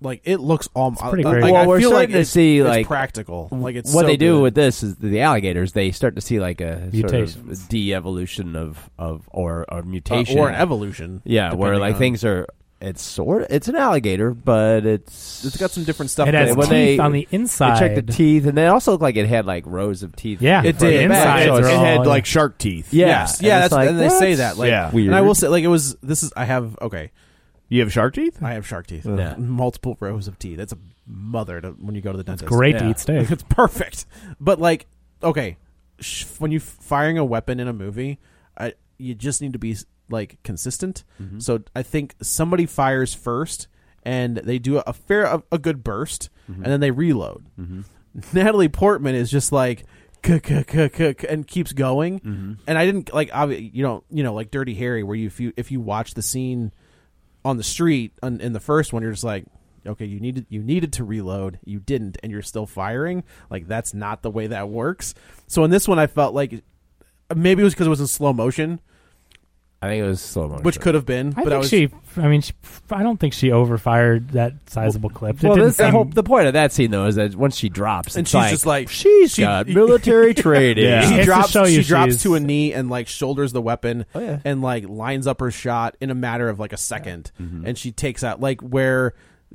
S6: like it looks almost
S7: pretty
S6: like,
S7: great.
S6: I
S7: Well,
S9: we're
S6: feel like
S9: starting to
S6: it's,
S9: see,
S6: it's
S9: like,
S6: practical. Like it's
S9: what
S6: so
S9: they do
S6: good.
S9: with this is the alligators they start to see like a sort
S7: Mutations.
S9: of de-evolution of of or or
S6: uh,
S9: mutation
S6: or an evolution.
S9: Yeah, where
S6: depending
S9: like
S6: on-
S9: things are. It's sort. It's an alligator, but it's
S6: It's got some different stuff.
S7: It
S6: in
S7: has
S9: when
S7: teeth
S9: they-
S7: on the
S9: They
S7: inside.
S9: checked the teeth, and they also looked like it had like rows of teeth.
S7: Yeah,
S6: It
S7: for the
S6: did.
S7: Inside,
S6: Yeah,
S4: So
S6: it's
S4: it
S7: they're
S4: had
S7: all-
S4: like shark teeth.
S9: Yeah,
S6: Yes,
S9: it's
S6: yeah, that's
S9: like,
S6: and they say
S9: what?
S6: that like
S4: Yeah.
S6: And I will
S9: Weird.
S6: say like it was this is I have okay
S4: You have shark teeth?
S6: I have shark teeth
S9: Yeah.
S6: multiple rows of teeth that's a mother to, when you go to the dentist <laughs>
S7: Great to
S9: Yeah.
S7: eat steak.
S9: <laughs>
S6: it's perfect but like okay sh- when you firing a weapon in a movie I, you just need to be like consistent so I think somebody fires first and they do a fair a, a good burst and then they reload <laughs> Natalie Portman is just like "K- k- k- k- k," and keeps going and I didn't like obvi- you don't you know like Dirty Harry where you if you if you watch the scene on the street on, in the first one you're just like okay you needed you needed to reload you didn't and you're still firing like that's not the way that works so in this one I felt like maybe it was because it was in slow motion
S9: I think it was slow motion.
S6: which could have been but
S7: I think
S6: I was
S7: she. I mean, she, I don't think she overfired that sizable clip. It
S9: well,
S7: didn't
S9: this, the,
S7: seem-
S9: whole, the point of that scene though is that once she drops,
S6: and
S9: it's
S6: she's just like
S9: she's got military training.
S7: Yeah.
S6: She
S7: It's to
S6: drops.
S7: show you
S6: she drops
S7: she's-
S6: to a knee and like shoulders the weapon
S9: Oh, yeah.
S6: and like lines up her shot in a matter of like a 2nd and she takes out like where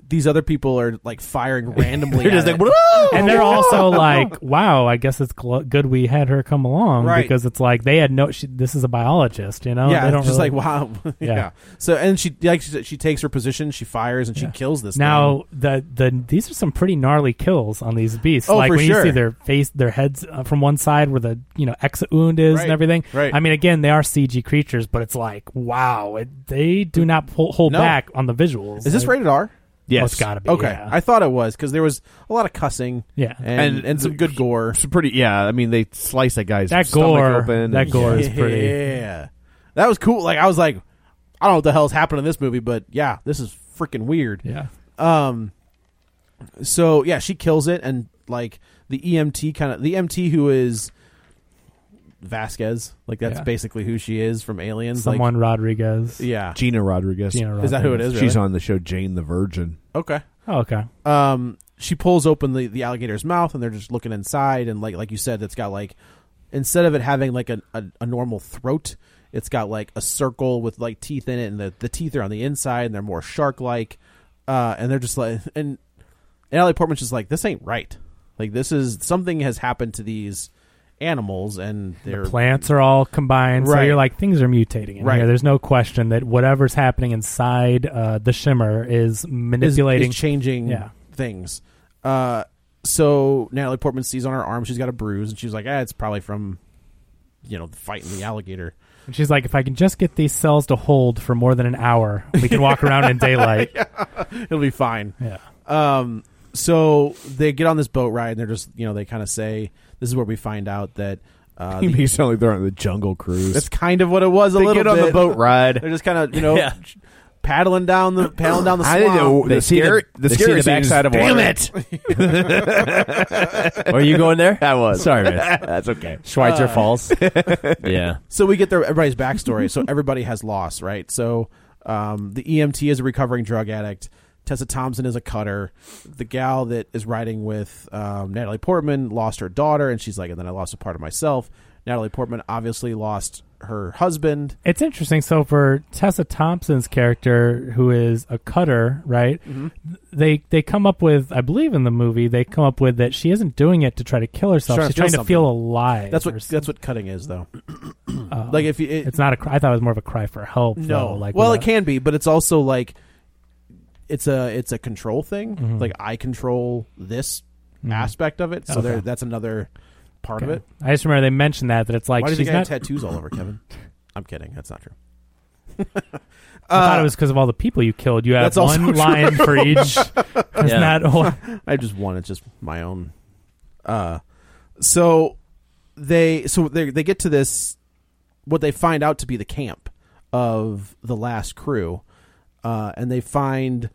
S6: these other people are like firing randomly.
S9: They're
S6: at
S9: just like,
S6: it.
S9: "Whoa!"
S7: and
S9: <laughs>
S7: they're also like, "Wow, I guess it's gl- good we had her come along
S6: Right.
S7: because it's like they had no. She, this is a biologist, you know.
S6: yeah,
S7: Oh, they don't
S6: just
S7: really-
S6: like wow, <laughs> yeah.
S7: Yeah.
S6: So and she like she, she takes her position, she fires and she kills this.
S7: Now the the these are some pretty gnarly kills on these beasts.
S6: Oh,
S7: like
S6: for
S7: when you
S6: sure.
S7: see their face, their heads uh, from one side where the you know exit wound is
S6: Right,
S7: and everything.
S6: right.
S7: I mean, again, they are CG creatures, but it's like wow, it, they do not pull, hold
S6: No.
S7: back on the visuals.
S6: thing. is this
S7: Like,
S6: rated R?
S7: oh,
S4: Yes.
S7: it's gotta be.
S6: Okay,
S7: yeah.
S6: I thought it was because there was a lot of cussing,
S7: Yeah.
S6: and and,
S4: And
S6: some good gore.
S4: It's pretty. Yeah, I mean they slice that guy's
S7: That
S4: stomach
S7: gore-
S4: open.
S7: that <laughs> gore is- pretty.
S6: Yeah, that was cool. Like I was like, I don't know what the hell's happening in this movie, but yeah, this is freaking weird.
S7: yeah.
S6: Um. So yeah, she kills it, and like the E EMT kind of the EMT who is Vasquez, like that's
S7: Yeah.
S6: basically who she is from Aliens.
S7: Someone Rodriguez.
S6: like, yeah.
S4: Gina Rodriguez.
S7: Gina
S6: Is that who it
S7: Rodriguez.
S6: is?
S4: She's
S6: really?
S4: on the show Jane the Virgin.
S6: Okay.
S7: Oh, okay.
S6: Um, she pulls open the, the alligator's mouth, and they're just looking inside, and like like you said, it's got like instead of it having like a, a, a normal throat, it's got like a circle with like teeth in it, and the, the teeth are on the inside, and they're more shark like, uh, and they're just like <laughs> and and Ally Portman's just like this ain't right, like this is something has happened to these animals, and they're
S7: plants are all combined. So
S6: Right.
S7: you're like, things are mutating in
S6: Right.
S7: here. There's no question that whatever's happening inside uh, the shimmer is
S6: is-
S7: manipulating.
S6: is changing
S7: Yeah.
S6: things. Uh, so Natalie Portman sees on her arm she's got a bruise, and she's like, "Ah, it's probably from, you know, fighting the alligator." <laughs>
S7: And she's like, if I can just get these cells to hold for more than an hour, we can
S6: <laughs>
S7: walk around in daylight. Yeah.
S6: It'll be fine. Um, so they get on this boat ride, and they're just, you know, they kind of say, "This is where we find out that." Uh,
S4: You
S6: the-
S4: may sound like they're on the Jungle Cruise.
S6: that's kind of what it was. A
S4: They
S6: little
S4: get on the
S6: bit.
S4: boat ride.
S6: They're just kind of, you know,
S9: Yeah.
S6: paddling down the paddling down the.
S4: I
S6: Swamp.
S4: think the,
S9: They
S4: the
S9: see the-
S4: scary, the,
S9: they see
S4: scary
S9: the
S4: scene is,
S9: backside of
S4: damn
S9: water."
S4: it.
S9: <laughs> "Are you going there?"
S4: I was
S9: Sorry, man.
S4: That's okay.
S9: Schweitzer
S4: <laughs>
S9: Falls. yeah,
S6: so we get their everybody's backstory.
S7: <laughs>
S6: so everybody has loss, right? So um, the EMT is a recovering drug addict. Tessa Thompson is a cutter. The gal that is riding with um, Natalie Portman lost her daughter, and she's like, and then I lost a part of myself. Natalie Portman obviously lost her husband.
S7: It's interesting. So for Tessa Thompson's character, who is a cutter, right?
S6: Mm-hmm.
S7: They they come up with, I believe in the movie, they come up with that she isn't doing it to try to kill herself.
S6: Trying to
S7: She's
S6: feel
S7: trying to feel alive.
S6: That's
S7: or
S6: what
S7: something.
S6: that's what cutting is, though. like if you, it,
S7: it's not a. Cry. I thought it was more of a cry for help.
S6: no,
S7: though, like
S6: well, it
S7: without-
S6: can be, but it's also like it's a it's a control thing.
S7: Mm-hmm.
S6: Like I control this aspect of it, so there
S7: Okay.
S6: that's another part of
S7: Mm. Okay.
S6: it.
S7: I just remember they mentioned that that it's like
S6: Why do you
S7: she's
S6: think I have
S7: not.
S6: tattoos all over, Kevin? <coughs> I'm kidding. That's <laughs> not true.
S7: I thought it was because of all the people you killed. You have
S6: Uh. That's also
S7: one lion for each. There's not <laughs> one.
S6: <laughs> I have just one. It's just my own. Uh, so they so they they get to this what they find out to be the camp of the last crew, uh, and they find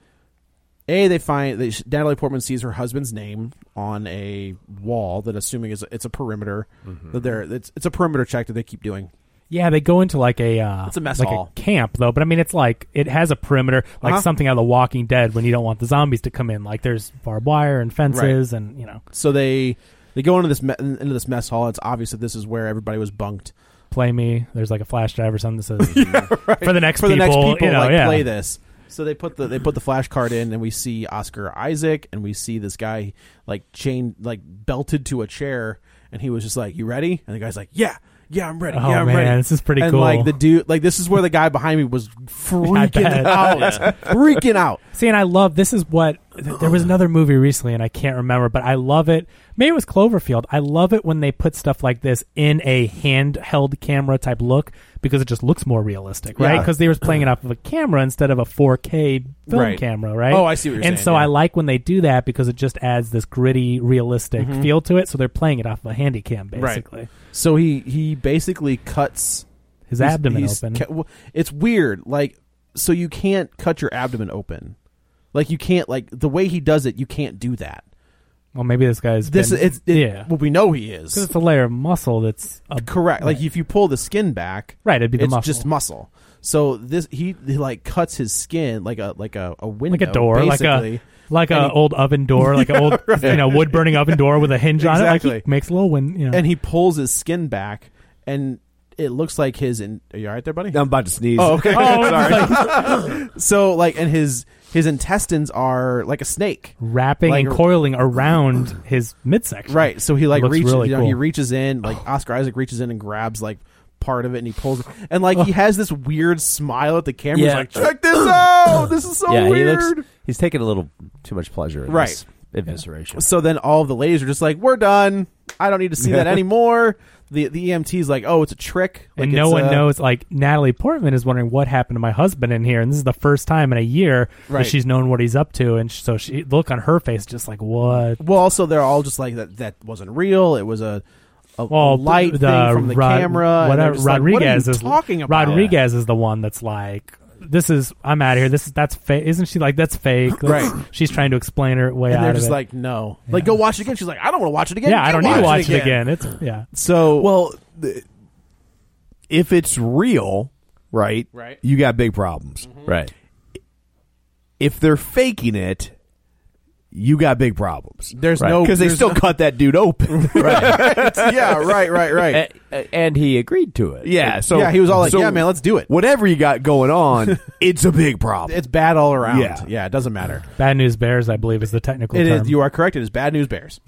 S6: a they find they, Natalie Portman sees her husband's name on Mm-hmm. a wall that assuming is it's a perimeter that they're it's it's a perimeter check that they keep doing.
S7: Yeah, they go into like a uh,
S6: It's a mess
S7: like
S6: hall.
S7: a camp though. But I mean, it's like it has a perimeter, like
S6: Uh-huh.
S7: something out of The Walking Dead, when you don't want the zombies to come in. Like there's barbed wire and fences, and you know,
S6: So they they go into this me- into this mess hall. It's obvious that this is where everybody was bunked.
S7: play me. There's like a flash drive or something that
S6: <laughs>
S7: says for the next
S6: for the
S7: people,
S6: next people
S7: you know,
S6: like
S7: yeah.
S6: play this. So they put the they put the flash card in, and we see Oscar Isaac, and we see this guy like chained like belted to a chair, and he was just like, "You ready?" And the guy's like, "Yeah." Yeah, I'm ready.
S7: Oh,
S6: yeah, I'm
S7: man,
S6: ready.
S7: this is pretty
S6: and,
S7: cool.
S6: Like the dude, like this is where the guy behind me
S7: <laughs>
S6: was freaking
S7: bet. <laughs>
S6: out, freaking out.
S7: See, and I love this is what th- there
S6: <clears throat>
S7: was another movie recently, and I can't remember, but I love it. Maybe it was Cloverfield. I love it when they put stuff like this in a handheld camera type look because it just looks more realistic, right?
S6: Yeah.
S7: Because they was playing it off of a camera instead of a 4K film
S6: Right.
S7: camera, right?
S6: Oh, I see what you're
S7: and
S6: saying,
S7: so
S6: yeah.
S7: I like when they do that because it just adds this gritty, realistic
S6: Mm-hmm.
S7: feel to it. So they're playing it off of a handy cam, basically.
S6: So he he basically cuts
S7: His
S6: he's-
S7: abdomen
S6: he's
S7: open.
S6: ca- well, it's weird. Like so you can't cut your abdomen open. Like you can't like the way he does it, you can't do that.
S7: Well, maybe this guy's
S6: This
S7: been-
S6: it's it,
S7: yeah,
S6: Well, we know he is
S7: 'Cause it's a layer of muscle that's a,
S6: correct. Like
S7: right.
S6: if you pull the skin back,
S7: Right, it'd be the
S6: it's
S7: muscle.
S6: just muscle. So this he, he like cuts his skin like a like a, a window,
S7: like a door,
S6: basically.
S7: like a like
S6: And
S7: an
S6: he-
S7: old oven door, like
S6: <laughs>
S7: an old you know wood burning oven door with a hinge on it. Like
S6: Exactly.
S7: he makes a little wind. You know.
S6: and he pulls his skin back, and it looks like his. In, are you all right there,
S4: <laughs>
S6: buddy?
S4: I'm about to sneeze.
S6: Oh,
S7: <laughs>
S6: okay. <laughs>
S7: <laughs> oh, it's like
S6: So like, and his his intestines are like a snake.
S7: wrapping
S6: Like-
S7: and coiling around his midsection.
S6: Right. So he like
S7: Looks
S6: reaches,
S7: really
S6: you know, he
S7: cool. Oh.
S6: reaches in, like Oscar Isaac reaches in and grabs like part of it and he pulls it. And like
S7: Oh.
S6: he has this weird smile at the camera. He's
S9: Yeah.
S6: like, check this out. This is so
S9: yeah,
S6: weird.
S9: he looks. He's taking a little too much pleasure in
S6: Right.
S9: this evisceration.
S6: so then all of the ladies are just like, we're done. I don't need to see
S7: <laughs>
S6: that anymore. The the EMT's like, oh, it's a trick. Like,
S7: and no
S6: it's
S7: one
S6: a-
S7: knows. Like Natalie Portman is wondering what happened to my husband in here, and this is the first time in a year
S6: Right.
S7: that she's known what he's up to, and sh- so she look on her face just like what.
S6: Well, also they're all just like that. That wasn't real. It was a. A, a
S7: Well,
S6: light
S7: Oh, the
S6: thing from the
S7: Rod-
S6: camera. and they're
S7: Whatever,
S6: just like, what are you
S7: Rodriguez is
S6: talking about.
S7: Rodriguez is the one that's like, "This is I'm out of here. This is that's fake. Isn't she like that's fake?
S6: <clears throat>
S7: That's-
S6: Right.
S7: She's trying to explain her way
S6: And
S7: out
S6: they're
S7: of
S6: just
S7: it.
S6: like, no, like go watch it again. She's like, I don't want to watch it again.
S7: yeah,
S6: You
S7: I
S6: can
S7: don't need to watch it again. It's yeah.
S6: So
S4: Well, th- if it's real, right?
S6: Right. Mm-hmm.
S4: You got big problems.
S9: right.
S4: If they're faking it, you got big problems.
S6: There's
S9: Right.
S6: no
S4: because they
S6: there's <laughs>
S4: still cut that dude open.
S6: no- yeah right right right
S7: Eh,
S9: A- a- and he agreed to it.
S4: yeah. So
S6: yeah he was all like
S4: so
S6: yeah man let's do it
S4: Whatever you got going
S6: <laughs>
S4: on, it's a big problem.
S6: it's bad all around yeah
S4: Yeah.
S6: it doesn't matter
S7: Bad news bears, I believe, is the technical
S6: It is.
S7: term.
S6: you are correct it is bad news bears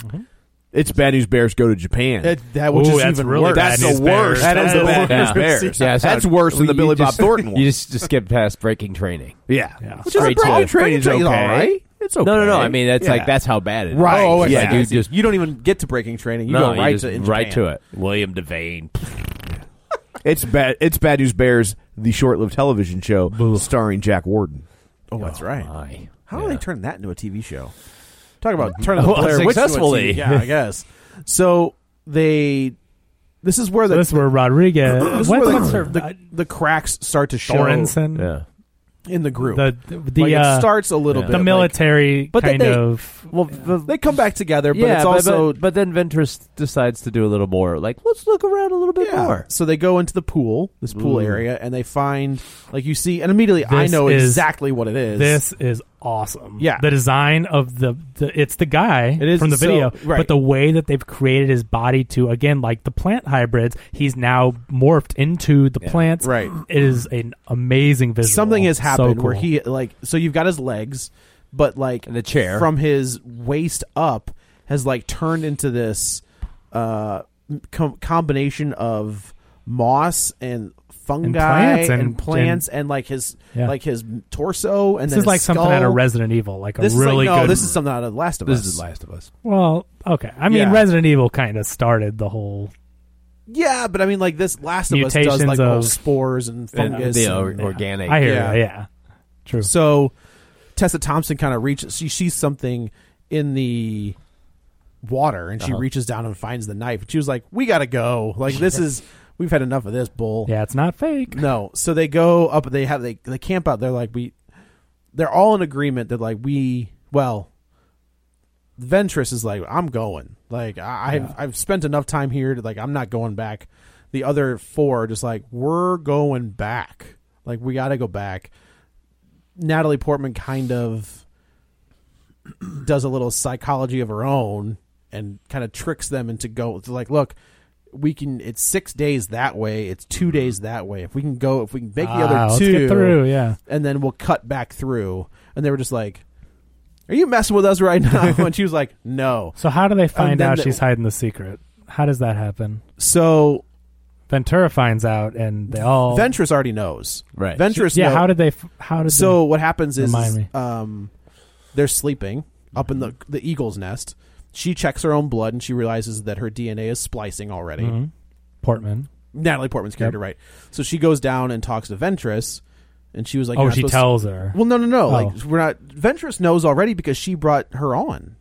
S4: It's bad news bears go to Japan.
S6: It- that which
S7: Ooh,
S6: is
S7: that's
S6: even
S7: really
S6: worse
S7: bad
S4: that's
S7: news
S4: the
S7: bears.
S4: worst.
S7: That
S4: That's
S7: is
S4: the <laughs>
S7: bad
S4: bad
S7: news
S4: news bears.
S9: Yeah, so
S4: that's worse than the
S9: you
S4: Billy
S9: just-
S4: Bob Thornton
S9: <laughs>
S4: one.
S9: You just just skip past breaking training.
S4: yeah,
S7: Yeah.
S4: Which is
S9: Straight
S4: a problem.
S9: to-
S4: Training's
S6: Training's
S4: okay.
S6: all right.
S4: It's okay.
S9: No, no, no. I mean, that's
S4: Yeah.
S9: like that's how bad it is.
S4: Right.
S6: oh it's
S9: yeah,
S6: like-
S9: dude,
S6: it's-
S9: just
S6: you don't even get to breaking training you
S9: no,
S6: go right
S9: just
S6: to in
S9: right
S6: Japan.
S9: to it. William
S6: <laughs>
S9: Devane.
S4: It's bad. It's bad news bears. The short-lived television show starring Jack Warden.
S6: oh that's right
S9: My.
S6: how do
S9: Yeah.
S6: they turn that into a TV show talk about turning
S9: <laughs>
S6: the
S9: Well,
S6: Blair Witch into a
S9: successfully.
S6: TV yeah I guess so they this is where the
S7: this is where Rodriguez.
S6: <coughs> <clears throat> this is
S7: what-
S6: where
S7: what's
S6: the,
S7: her
S6: the,
S7: uh,
S6: the cracks start to show
S7: Sorensen?
S9: Yeah.
S6: in the group.
S7: The the, the,
S6: like,
S7: uh,
S6: it starts a little
S9: yeah.
S6: bit.
S7: the
S6: like-
S7: military
S6: But then
S7: kind
S6: they-
S7: of.
S9: Well, the,
S6: they come back together, but
S9: yeah,
S6: it's also
S9: but, but then Ventress decides to do a little more. Like, let's look around a little bit
S6: yeah.
S9: more.
S6: So they go into the pool, this pool
S9: Ooh.
S6: area, and they find like you see, and immediately I
S7: This
S6: know
S7: is-
S6: exactly what it is.
S7: This is awesome.
S6: Yeah.
S7: the design of the, the it's the guy
S6: It is-
S7: from the
S6: so-
S7: video,
S6: right.
S7: but the way that they've created his body to again like the plant hybrids, he's now morphed into the plants.
S6: right.
S7: it is an amazing visual.
S6: something has
S7: So
S6: happened where
S7: cool.
S6: he like so you've got his legs, but like
S9: And the chair.
S6: from his waist up has like turned into this uh com- combination of moss and fungi
S7: plants and-
S6: plants and, like his
S7: Yeah.
S6: like his torso and
S7: This
S6: then
S7: is
S6: his
S7: like something out
S6: skull.
S7: of Resident Evil, like a
S6: This
S7: really
S6: is like, no,
S7: good.
S6: this is something out of The Last of Us.
S9: Last of Us.
S7: well, okay. I mean,
S6: Yeah.
S7: Resident Evil kind of started the whole
S6: Yeah, but I mean, like this Last of Us does
S7: Mutations
S6: like little
S7: of- uh,
S6: spores and fungus.
S9: the
S6: and-
S9: or- organic.
S7: I hear
S6: Yeah.
S7: yeah. yeah. True.
S6: so Tessa Thompson kind of reaches. She sees something in the water, and she reaches down and finds the knife. And she was like, "We gotta go. Like this is we've had enough of this bull."
S7: yeah, it's not fake.
S6: No. So they go up. They have they they camp out. They're like we. They're all in agreement that like we well. Ventress is like I'm going. Like I, I've I've spent enough time here. To, like I'm not going back. the other four are just like we're going back. Like we got to go back. Natalie Portman kind of does a little psychology of her own and kind of tricks them into go to like look we can it's six days that way it's two days that way if we can go if we can make the
S7: Ah,
S6: other
S7: let's
S6: two
S7: get through, yeah.
S6: and then we'll cut back through and they were just like are you messing with us right
S7: <laughs>
S6: now and she was like no
S7: So how do they find
S6: then
S7: out
S6: the-
S7: she's hiding the secret? How does that happen?
S6: So
S7: Ventura finds out, and they all
S6: Ventress already knows.
S7: Oh. Right.
S6: Ventress.
S7: Yeah,
S6: know-
S7: how did they f- how did
S6: so?
S7: they-
S6: what happens is,
S7: Remind me.
S6: um, they're sleeping up in the the eagle's nest. She checks her own blood and she realizes that her DNA is splicing already.
S7: Mhm. Portman.
S6: Natalie Portman's character, right? So she goes down and talks to Ventress, and she was like,
S7: Oh,
S6: "You're not
S7: she
S6: supposed
S7: tells her.
S6: Well, no, no, no.
S7: Oh.
S6: Like we're not. Ventress knows already because she brought her on.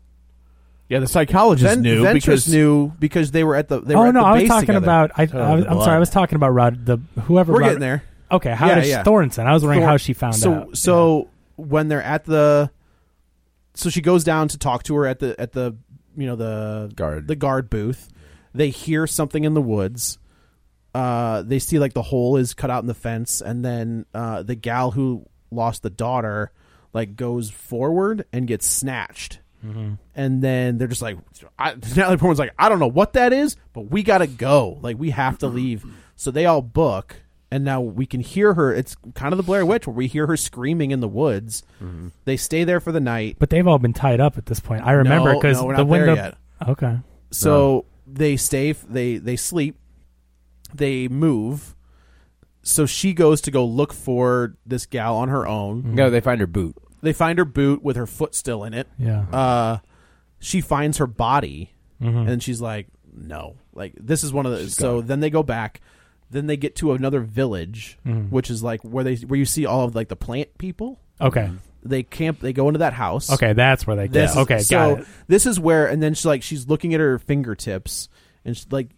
S4: Yeah, the psychologist
S6: Ven-
S4: knew
S6: Ventress
S4: because
S6: knew because they were at the. They were
S7: Oh
S6: at
S7: no,
S6: the
S7: I was
S6: base
S7: talking
S6: together.
S7: about. I,
S9: Oh,
S7: I was, I'm sorry, I was talking about Rod. The whoever.
S6: We're
S7: Rod-
S6: getting there.
S7: Okay, how
S6: Yeah,
S7: does
S6: yeah.
S7: Thornton? I was wondering
S6: Thor-
S7: how she found
S6: so,
S7: out.
S6: So when they're at the, so she goes down to talk to her at the at the you know the
S4: Guard.
S6: the guard booth. They hear something in the woods. Uh, they see like the hole is cut out in the fence, and then uh, the gal who lost the daughter like goes forward and gets snatched.
S7: Mm-hmm.
S6: And then they're just like, I, <laughs> Natalie Portman's like, I don't know what that is, but we gotta go. Like we have to leave. So they all book, and now we can hear her. It's kind of the Blair Witch where we hear her screaming in the woods. They stay there for the night.
S7: but they've all been tied up at this point. Mm-hmm. I remember
S6: No,
S7: because
S6: no, we're
S7: the
S6: not there
S7: window.
S6: yet.
S7: Okay.
S6: So they stay. f- They they sleep. They move. So she goes to go look for this gal on her own.
S9: No, they find her boot.
S6: They find her boot with her foot still in it.
S7: Yeah.
S6: Uh, she finds her body, and she's like, "No, like this is one of the." so then they go back. Then they get to another village, which is like where they where you see all of like the plant people.
S7: Okay.
S6: They camp. They go into that house.
S7: Okay, that's where they
S6: This
S7: get.
S6: is-
S7: Okay,
S6: so
S7: got it.
S6: this is where, and then she's like, she's looking at her fingertips, and she's like,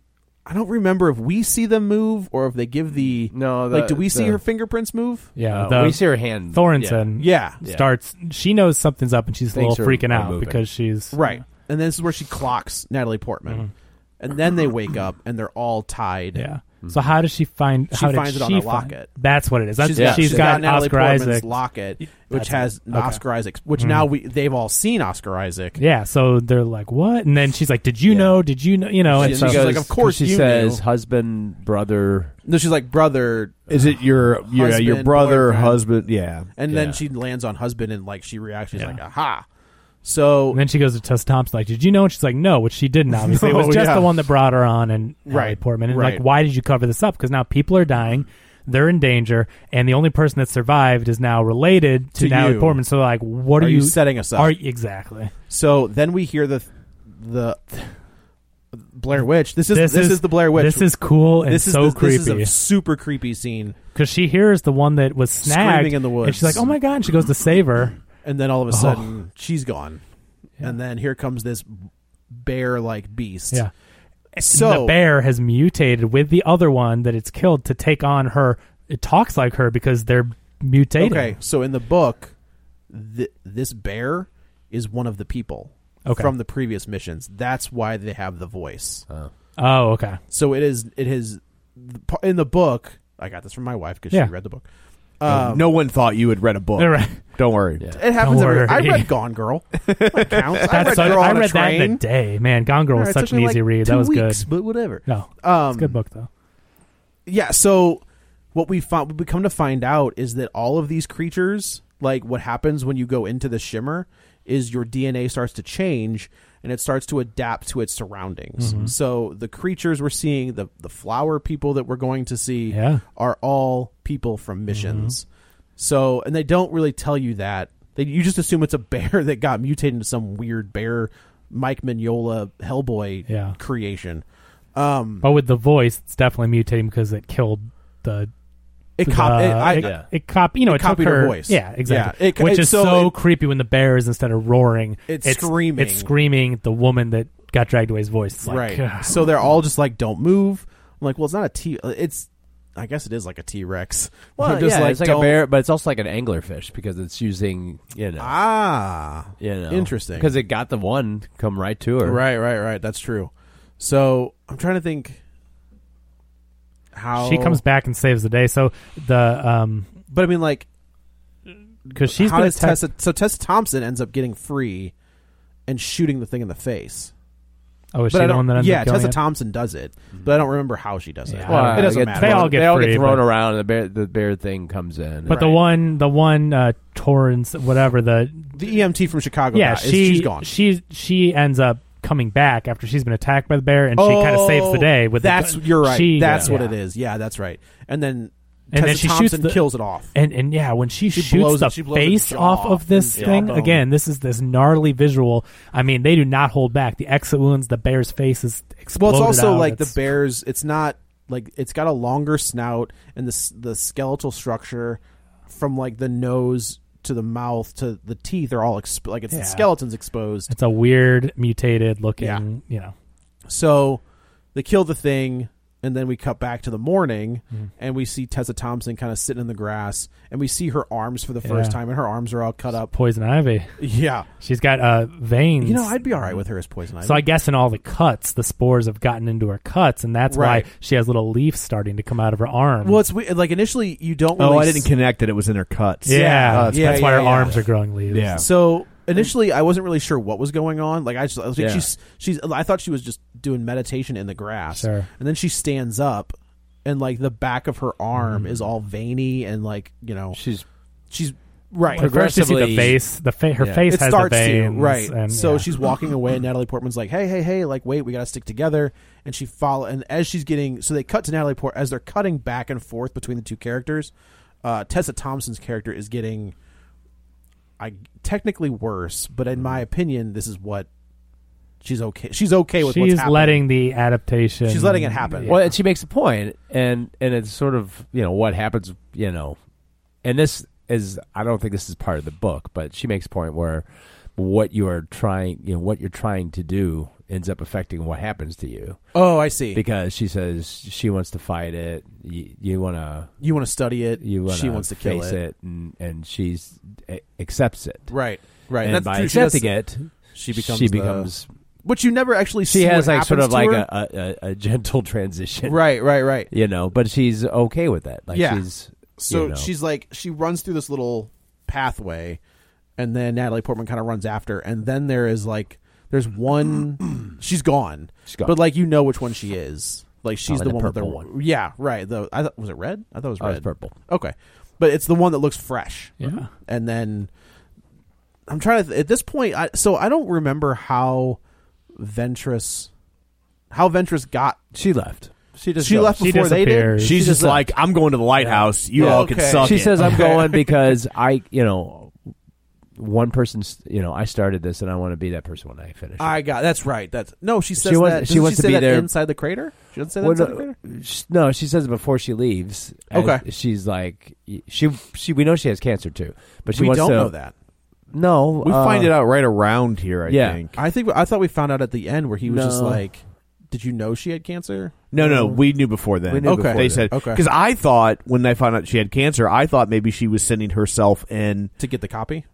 S6: I don't remember if we see them move or if they give the
S9: No, the-
S6: like, do we see
S9: the-
S6: her fingerprints move?
S7: Yeah,
S9: Uh,
S7: the-
S9: we see her hand.
S7: Thornton.
S6: Yeah. Yeah.
S7: Starts. She knows something's up, and she's a
S9: Things
S7: little
S9: are-
S7: freaking
S9: are
S7: out
S9: moving.
S7: because she's
S6: Right. And this is where she clocks Natalie Portman, and then they wake up and they're all tied.
S7: Mm-hmm. Yeah. So how does she find?
S6: Mm-hmm. She
S7: how did
S6: finds it on
S7: she
S6: her
S7: find-
S6: locket.
S7: That's what it is. That's,
S6: she's got,
S7: she's
S6: she's got, Natalie
S7: Oscar
S6: Portman's
S7: Isaac.
S6: locket, which
S7: That's
S6: has
S7: it. Okay. Mm-hmm.
S6: Oscar Isaac, which now we they've all seen Oscar Isaac.
S7: Yeah. So they're like, "What?" And then she's like, "Did you know? Did you know? You know?" And
S6: She-
S7: so
S6: she's like, "Of course
S9: she
S6: you
S9: says
S6: knew."
S9: husband, brother.
S6: No, she's like brother,
S4: is it your yeah your
S6: Husband,
S4: brother
S6: boyfriend.
S4: husband yeah
S6: and
S9: Yeah.
S6: then she lands on husband, and like she reacts, she's like, aha. So
S7: And then she goes to Tess Thompson, like, "Did you know?" And she's like, "No," which
S6: <laughs>
S7: she didn't. Obviously,
S6: No,
S7: it was just
S6: Oh, yeah.
S7: the one that brought her on, and Natalie
S6: Right,
S7: Portman, and
S6: right.
S7: like, why did you cover this up? Because now people are dying, they're in danger, and the only person that survived is now related to,
S6: To
S7: Natalie
S6: you.
S7: Portman. So, like, what are,
S6: Are you setting us up?
S7: Are exactly?
S6: So then we hear the the Blair Witch. This is this, is, the Blair Witch.
S7: This is cool and
S6: this is
S7: so
S6: this,
S7: creepy.
S6: This is a super creepy scene.
S7: because she hears the one that was snagged
S6: Screaming in the
S7: and she's like,
S6: woods.
S7: "Oh my god!" And she goes to save her.
S6: And then all
S7: Oh.
S6: of a sudden she's gone. And then here comes this bear like beast.
S7: Yeah.
S6: So
S7: the bear has mutated with the other one that it's killed to take on her. It talks like her because they're mutating.
S6: okay, so in the book, th- this bear is one of the people
S7: Okay.
S6: from the previous missions. That's why they have the voice.
S7: Oh, okay.
S6: So it is it is in the book. I got this from my wife because
S7: Yeah.
S6: she read the book.
S4: no one thought you had read a
S6: Oh.
S4: book
S7: All right.
S4: don't worry
S6: It happens.
S7: Don't
S6: Every, I
S7: worry.
S6: read Gone Girl. That counts. I read
S7: That's so,
S6: Girl
S7: I
S6: on a
S7: read that
S6: train.
S7: the day. Man, Gone Girl was
S6: It
S7: such
S6: took
S7: an
S6: me,
S7: easy
S6: like,
S7: read.
S6: two
S7: That was
S6: weeks,
S7: good.
S6: But whatever.
S7: No,
S6: Um,
S7: it's a good book though.
S6: Yeah. So what we found, what we come to find out, is that all of these creatures, like what happens when you go into the shimmer, is your DNA starts to change and it starts to adapt to its surroundings.
S7: Mm-hmm.
S6: So the creatures we're seeing, the the flower people that we're going to see,
S7: Yeah. Mm-hmm.
S6: are all people from missions. So, and they don't really tell you that. They, you just assume it's a bear <laughs> that got mutated into some weird bear, Mike Mignola Hellboy
S7: Yeah.
S6: creation.
S7: But with the voice, it's definitely mutating because it killed the.
S6: It
S7: the-
S6: cop. it, I,
S7: uh, it, it cop. You know,
S6: it
S7: it, took
S6: copied her voice.
S7: Yeah, exactly.
S6: Yeah, it-
S7: Which
S6: it-
S7: is
S6: so
S7: so,
S6: it-
S7: creepy when the bear is instead of roaring,
S6: It's screaming.
S7: It's screaming. The woman that got dragged away's voice. It's like, uh,
S6: right.
S7: God.
S6: So they're all just like, "Don't move." I'm like, "Well, it's not a T. It's, I guess it is like a T <laughs> Rex."
S9: Well,
S6: They're just
S9: yeah,
S6: like,
S9: it's like
S6: "Don't-"
S9: a bear, but it's also like an anglerfish because it's using you know,
S6: Ah,
S9: you know,
S6: interesting.
S9: because it got the one come right to her.
S6: Right, right, right. That's true. So I'm trying to think. how
S7: she comes back and saves the day. So the um,
S6: but I mean like
S7: because she's
S6: how
S7: been
S6: does
S7: attacked-
S6: Tessa so Tessa Thompson ends up getting free and shooting the thing in the face.
S7: Oh, is
S6: But
S7: she
S6: I
S7: the
S6: don't-
S7: one that ended
S6: yeah,
S7: up killing
S6: Tessa
S7: it?
S6: Thompson does it, but I don't remember how she does it.
S7: Yeah, I don't
S6: it
S7: know.
S6: doesn't
S7: They
S6: matter.
S7: They all get
S9: they all
S7: free,
S9: get thrown
S7: but-
S9: around, and the bear the bear thing comes in.
S7: But the one, the one uh, Torrance, whatever the
S6: the EMT from Chicago.
S7: yeah,
S6: guy, is-
S7: she
S6: she's gone.
S7: She she ends up coming back after she's been attacked by the bear, and she kind of
S6: Oh,
S7: saves the day with
S6: that's
S7: The,
S6: you're right.
S7: She,
S6: that's what
S7: yeah.
S6: it is. Yeah, that's right. And then
S7: And then
S6: Tessa
S7: she
S6: Thompson
S7: shoots the-
S6: kills it off.
S7: And and yeah, when she,
S6: She
S7: shoots
S6: blows-
S7: the
S6: she blows
S7: face
S6: the jaw
S7: off of this
S6: and
S7: thing
S6: jawbone.
S7: again, this is this gnarly visual. I mean, they do not hold back. The exit wounds, the bear's face is
S6: Well,
S7: exploded.
S6: it's also
S7: out.
S6: like
S7: It's-
S6: the bears. It's not like it's got a longer snout, and the s- the skeletal structure from like the nose to the mouth to the teeth are all exp- like it's
S7: Yeah.
S6: the skeleton's exposed.
S7: It's a weird mutated looking.
S6: Yeah.
S7: You know,
S6: So they kill the thing, and then we cut back to the morning,
S7: Mm.
S6: and we see Tessa Thompson kind of sitting in the grass, and we see her arms for the first
S7: Yeah.
S6: time, and her arms are all cut up.
S7: poison ivy.
S6: Yeah,
S7: She's got uh veins.
S6: you know, I'd be all right with her as poison ivy.
S7: So I guess in all the cuts, the spores have gotten into her cuts, and that's
S6: Right.
S7: why she has little leaves starting to come out of her arm.
S6: well, it's we- like initially you don't.
S4: Oh,
S6: really
S4: I didn't
S6: s-
S4: connect that it was in her cuts. Uh,
S7: yeah, that's,
S6: yeah,
S7: that's why
S6: yeah,
S7: her
S6: yeah.
S7: arms are growing leaves.
S4: Yeah.
S6: So initially, I wasn't really sure what was going on. Like I just, I was like,
S9: Yeah.
S6: she's, she's. I thought she was just doing meditation in the grass,
S7: Sure.
S6: and then she stands up, and like the back of her arm is all veiny and like you know
S9: she's
S6: she's right.
S7: At first, you see the
S9: Progressively-
S7: face. The fa- her
S9: Yeah.
S7: face
S6: it
S7: has
S6: starts
S7: the veins,
S6: to right.
S7: And,
S6: so
S7: yeah.
S6: she's walking away, and Natalie Portman's like, "Hey, hey, hey! Like, wait, we got to stick together." And she follow, and as she's getting, so they cut to Natalie Port as they're cutting back and forth between the two characters. Uh, Tessa Thompson's character is getting, I technically worse, but in my opinion, this is what she's okay. She's okay with. what's
S7: she's
S6: happening.
S7: letting the adaptation.
S6: She's letting it happen.
S7: Yeah.
S6: What-
S9: Well, and she makes a point, and and it's sort of you know what happens, you know, and this is I don't think this is part of the book, but she makes a point where what you are trying, you know, what you're trying to do ends up affecting what happens to you
S6: Oh, I see.
S9: because she says she wants to fight it. You, you want to.
S6: You want to study it.
S9: You wanna
S6: she wants to kill
S9: face
S6: it.
S9: it, and, and she's a- accepts it.
S6: Right. Right.
S9: and,
S6: that's
S9: by
S6: true. She does-
S9: accepting it,
S6: she becomes.
S9: she
S6: the-
S9: becomes
S6: Which you never actually see.
S9: she has
S6: what
S9: like sort
S6: happens
S9: of
S6: to
S9: like
S6: her.
S9: a, a, a gentle <laughs> transition,
S6: Right. Right. Right.
S9: You know, but she's okay with that. Like
S6: Yeah.
S9: she's
S6: So
S9: you know.
S6: she's like, she runs through this little pathway, and then Natalie Portman kind of runs after, and then there is like,
S9: <clears throat>
S6: there's one, she's gone,
S9: She's gone.
S6: but like you know which one she is. Like she's
S9: Probably
S6: the
S9: the
S6: one with the
S9: purple one.
S6: Yeah, right. The I thought was it red. I thought it was
S9: Oh,
S6: red.
S9: it's purple.
S6: Okay, but it's the one that looks fresh.
S7: Yeah.
S6: and then I'm trying to th- at this point. I so I don't remember how Ventress, how Ventress got.
S9: She left. She just
S6: She
S9: goes.
S6: left
S7: She
S6: before they did.
S7: disappears.
S4: She's
S7: She
S4: just like, I'm going to the lighthouse. You
S6: Yeah,
S4: all can
S6: okay.
S4: suck
S9: She
S4: it.
S6: <laughs>
S9: says, "I'm going because I, you know, one person's, you know, I started this and I want to be that person when I finish."
S6: I got that's right. That's no. She says
S9: wants-
S6: that.
S9: she
S6: doesn't
S9: wants to
S6: say
S9: be
S6: that
S9: there-
S6: inside the crater. She doesn't say
S9: it.
S6: that
S9: Well,
S6: inside the crater.
S9: no, sh- no, she says it before she leaves. And
S6: Okay.
S9: she's like, she, she, we know she has cancer too, but she
S6: we
S9: wants
S6: don't
S9: to.
S6: know that.
S9: No,
S4: We
S9: uh,
S4: find it out right around here, I
S9: yeah.
S4: think.
S6: I think I thought we found out at the end where he was just
S9: No.
S6: like, "Did you know she had cancer?"
S4: No, no, we knew before then.
S9: We knew
S4: okay.
S6: before
S4: they
S6: then.
S4: said
S6: Okay.
S4: because I thought when I found out she had cancer, I thought maybe she was sending herself in
S6: To get the copy.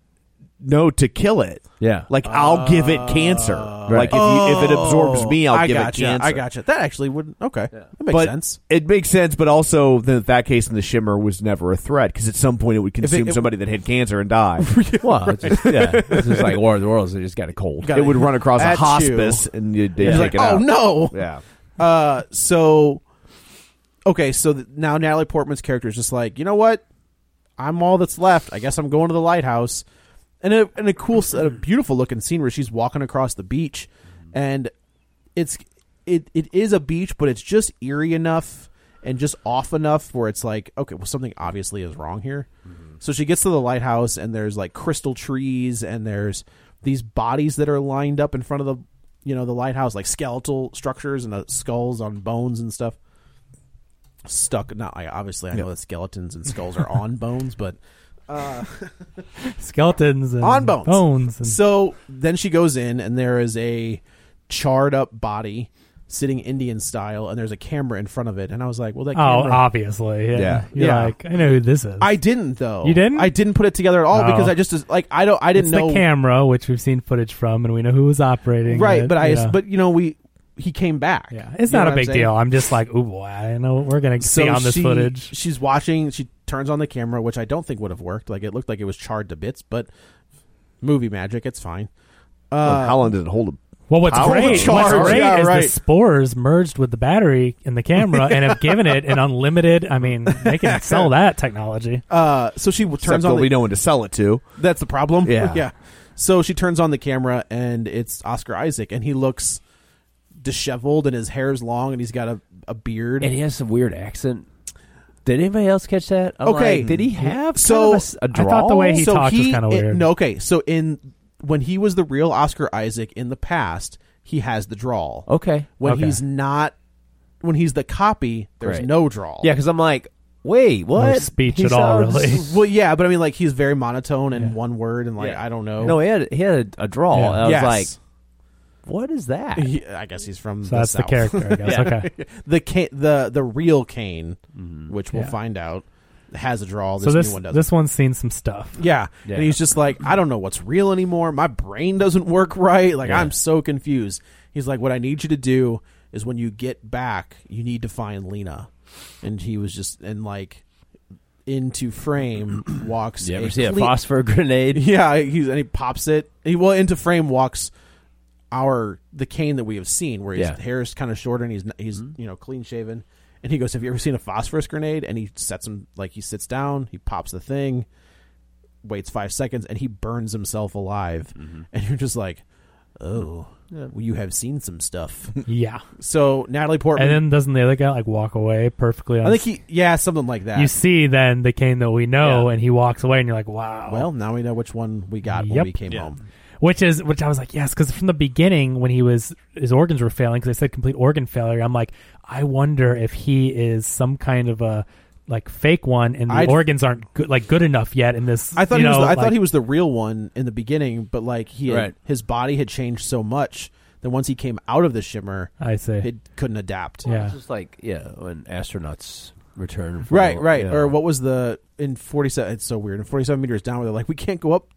S4: no to kill it.
S9: Yeah,
S6: <laughs>
S4: Like I'll give it cancer. Like if you, if it absorbs me, I'll
S6: I
S4: give
S6: gotcha,
S4: it cancer.
S6: I gotcha. That actually wouldn't. Okay, that makes
S4: but
S6: sense.
S4: It makes sense, but also then in that case, and the shimmer was never a threat because at some point it would consume
S6: it-
S4: somebody that had cancer and die.
S9: well, it's just, <laughs> yeah, it's just like War of the Worlds. They just got a cold.
S4: it would run across a
S6: At you.
S4: hospice and you'd, they'd
S6: He's
S4: take
S6: like,
S4: it
S6: "Oh
S4: out.
S6: no!"
S4: Yeah.
S6: Uh, so okay, so th- now Natalie Portman's character is just like, you know what? I'm all that's left. I guess I'm going to the lighthouse. And a and a cool, s- a beautiful looking scene where she's walking across the beach,
S9: Mm-hmm.
S6: and it's it it is a beach, but it's just eerie enough and just off enough where it's like, okay, well something obviously is wrong here. So she gets to the lighthouse and there's like crystal trees and there's these bodies that are lined up in front of the you know the lighthouse like skeletal structures and uh, skulls on bones and stuff stuck not I obviously I know that skeletons and skulls are on <laughs> bones but
S7: skeletons and
S6: on bones.
S7: bones and
S6: So then she goes in, and there is a charred up body sitting Indian style, and there's a camera in front of it. And I was like, well, that
S7: oh,
S6: camera.
S7: obviously, yeah.
S4: Yeah.
S7: You're
S6: Yeah.
S7: like, I know who this is.
S6: I didn't though.
S7: You didn't?
S6: I didn't put it together at all
S7: Oh.
S6: because I just like I don't. I didn't
S7: it's
S6: know
S7: the camera, which we've seen footage from, and we know who was operating.
S6: right,
S7: it,
S6: but I
S7: you know.
S6: but you know we he came back.
S7: Yeah, it's
S6: You know what
S7: not a
S6: I'm
S7: big
S6: saying?
S7: deal. I'm just like, ooh, boy, I know what we're gonna see on this
S6: she-
S7: footage.
S6: She's watching. She turns on the camera, which I don't think would have worked. Like it looked like it was charred to bits, but movie magic. It's fine. Uh,
S4: Well, how long did it hold? A,
S7: Well, what's
S4: Power
S7: great,
S4: charge,
S7: what's great
S4: yeah,
S7: is
S4: right.
S7: the spores merged with the battery in the camera and have given it an unlimited. I mean, they <laughs> can sell that technology.
S6: Uh, so she w-
S4: except
S6: turns on.
S4: there'll
S6: The,
S4: be no one to sell it to.
S6: that's the problem.
S4: Yeah.
S6: <laughs> yeah. So she turns on the camera, and it's Oscar Isaac, and he looks disheveled, and his hair's long, and he's got a, a beard.
S9: and he has some weird accent. Did anybody else catch that? I'm
S6: Okay.
S9: like, did he have
S6: So-
S9: kind of a s- a,
S7: I thought the
S9: drawl?
S7: way he talked was kinda
S6: it-
S7: weird.
S6: no, okay. So in when he was the real Oscar Isaac in the past, he has the drawl.
S9: Oh, Okay.
S6: When
S7: Okay.
S6: he's not, when he's the copy, there's
S9: Right.
S6: no drawl.
S9: Yeah, because I'm like, wait, what?
S7: speech
S9: He
S7: at all,
S9: sounds-
S7: really.
S6: <laughs> Well, yeah, but I mean, like he's very monotone and one word, and like
S9: Yeah.
S6: I don't know.
S9: No, he had he had a, a drawl.
S7: Yeah.
S9: and I was
S6: Yes.
S9: like, what is that?
S6: He- I guess he's from.
S7: So that's the
S6: South. <laughs>
S7: character, <laughs> I guess.
S9: Yeah.
S7: Okay.
S6: the Ca- the the real Kane,
S9: Mm-hmm.
S6: which we'll
S7: Yeah.
S6: find out, has a drawl. This,
S7: So this
S6: new one doesn't.
S7: this one's seen some stuff.
S6: yeah.
S9: Yeah.
S6: and he's just like, I don't know what's real anymore. My brain doesn't work right. Like
S9: Yeah.
S6: I'm so confused. He's like, what I need you to do is when you get back, you need to find Lena. And he was just and like into frame <clears throat> walks.
S9: You
S6: a
S9: ever see a
S6: cle-
S9: phosphor <laughs> grenade?
S6: Yeah, he's and he pops it. He well into frame walks our the cane that we have seen, where his
S9: Yeah.
S6: hair is kind of shorter and he's he's you know clean shaven. And he goes, "Have you ever seen a phosphorus grenade?" And he sets him like he sits down, he pops the thing, waits five seconds, and he burns himself alive. And you're just like, "Oh, well, you have seen some stuff." <laughs>
S7: Yeah.
S6: so Natalie Portman,
S7: And then doesn't the other guy like walk away perfectly? On
S6: I think he, yeah, something like that.
S7: You see, then the cane that we know,
S6: Yeah.
S7: and he walks away, and you're like, wow.
S6: well, now we know which one we got when
S7: Yep.
S6: we came home.
S7: which is which I was like, yes, because from the beginning when he was his organs were failing because they said complete organ failure. I'm like, I wonder if he is some kind of a like fake one, and the
S6: I'd-
S7: organs aren't good, like good enough yet. In this,
S6: I thought
S7: you
S6: he was.
S7: know,
S6: The, I
S7: like-
S6: thought he was the real one in the beginning, but like he had,
S9: Right.
S6: his body had changed so much that once he came out of the shimmer,
S7: I see.
S6: it couldn't adapt.
S7: Yeah.
S9: It's just like yeah, when astronauts return. From,
S6: Right, right.
S9: yeah.
S6: Or what was the in forty seven? It's so weird. In forty seven meters down, where they're like, we can't go up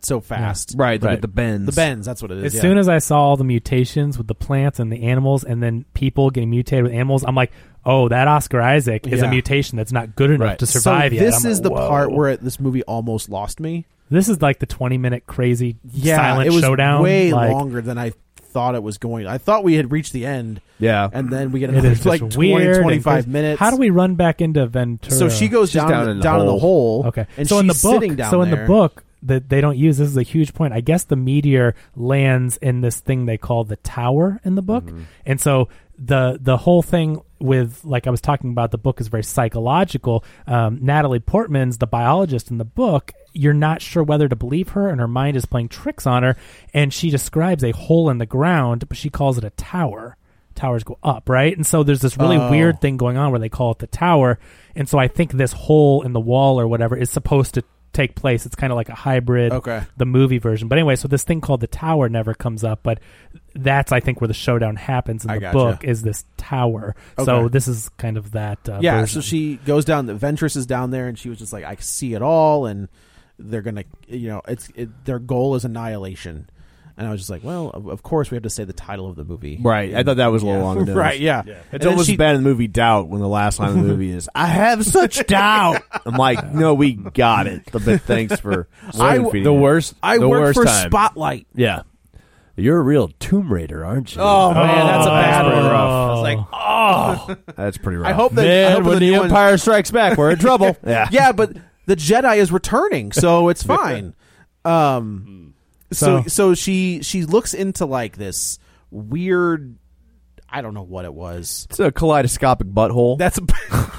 S6: so fast.
S4: Right,
S9: Right.
S4: With the bends.
S6: The bends. That's what it is.
S7: As
S6: yeah.
S7: soon as I saw all the mutations with the plants and the animals, and then people getting mutated with animals, I'm like, oh, that Oscar Isaac is
S6: Yeah.
S7: a mutation that's not good enough
S9: Right.
S7: to
S6: So
S7: survive yet.
S6: this
S7: I'm
S6: is
S7: like,
S6: the part
S7: whoa.
S6: where it, this movie almost lost me.
S7: this is like the 20 minute crazy silent
S6: it was
S7: showdown.
S6: way
S7: like,
S6: longer than I thought it was going. I thought we had reached the end,
S4: Yeah.
S6: and then we get
S7: It
S6: another
S7: is
S6: like
S7: like
S6: 20,
S7: weird. and
S6: 25
S7: crazy.
S6: minutes.
S7: How do we run back into Ventura?
S6: So she goes
S4: She's
S6: down down in the, hole.
S7: Okay.
S6: and
S7: so
S6: she's
S7: in the book,
S6: sitting down
S7: so in
S6: there.
S7: the book that they don't use this is a huge point. I guess the meteor lands in this thing they call the tower in the book,
S6: Mm-hmm.
S7: and so the the whole thing with like I was talking about the book is very psychological. Um, Natalie Portman's the biologist in the book. You're not sure whether to believe her, and her mind is playing tricks on her. And she describes a hole in the ground, but she calls it a tower towers go up, right? And so there's this really
S6: Oh.
S7: weird thing going on where they call it the tower. And so I think this hole in the wall or whatever is supposed to take place. It's kind of like a hybrid,
S6: Okay.
S7: the movie version. But anyway, so this thing called the tower never comes up, but that's I think where the showdown happens in
S6: I
S7: the
S6: gotcha.
S7: book is this tower. So
S6: Okay.
S7: this is kind of that. Uh,
S6: yeah,
S7: version.
S6: so she goes down. The Ventress is down there, and she was just like, "I see it all," and they're gonna, you know, it's it, their goal is annihilation. And I was just like, "Well, of of course we have to say the title of the movie,
S4: Right. I thought that was a little long. in the nose.
S6: <laughs> right? Yeah, And
S4: It's
S6: then
S4: almost
S6: she-
S4: as bad in the movie Doubt when the last line of the movie is "I have
S6: <laughs>
S4: such doubt." I'm like, no, we got it. But thanks
S6: <laughs>
S4: for
S6: I-
S4: feeding
S9: the
S4: it.
S9: worst.
S6: I
S9: the
S6: work
S9: worst
S6: for
S9: time.
S6: Spotlight.
S9: Yeah, you're a real Tomb Raider, aren't you?
S6: Oh, man, that's a bad
S4: pretty
S6: one.
S4: rough.
S6: I was like, oh,
S4: That's pretty rough.
S6: I hope that I
S9: man,
S6: hope
S9: when
S6: the
S9: the
S6: new one-
S9: Empire Strikes Back, we're in trouble.
S4: <laughs> Yeah.
S6: yeah, but the Jedi is returning, so it's fine. Um, so
S7: So-
S6: so she she looks into like this weird, I don't know what it was.
S4: it's a kaleidoscopic butthole.
S6: That's <laughs>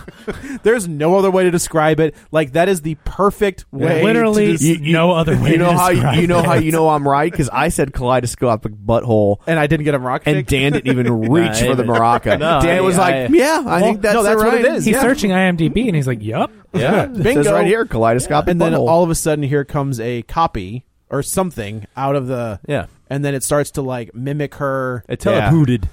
S6: there's no other way to describe it. Like that is the perfect way.
S7: literally
S6: to des-
S4: You- you-
S6: <laughs>
S7: no other way.
S4: you know
S7: to
S4: how
S7: describe
S4: you know how
S7: it.
S4: you know I'm right because I said kaleidoscopic butthole,
S6: and I didn't get him rock.
S4: and
S6: kicked.
S4: Dan didn't even reach for the maraca.
S9: No,
S4: Dan
S9: I-
S4: was like,
S9: I-
S4: "Yeah, I think that's,
S6: no, that's
S4: right.
S6: what it is.
S7: <laughs> He's
S6: yeah.
S7: searching IMDb and he's like, "Yup."
S4: <laughs>
S9: Yeah,
S4: It says
S6: Bingo.
S4: right here, kaleidoscopic
S6: and then
S4: butthole.
S6: <laughs> all of a sudden, here comes a copy or something out of the
S9: yeah.
S6: and then it starts to like mimic her.
S9: It
S4: <laughs>
S9: telepooted.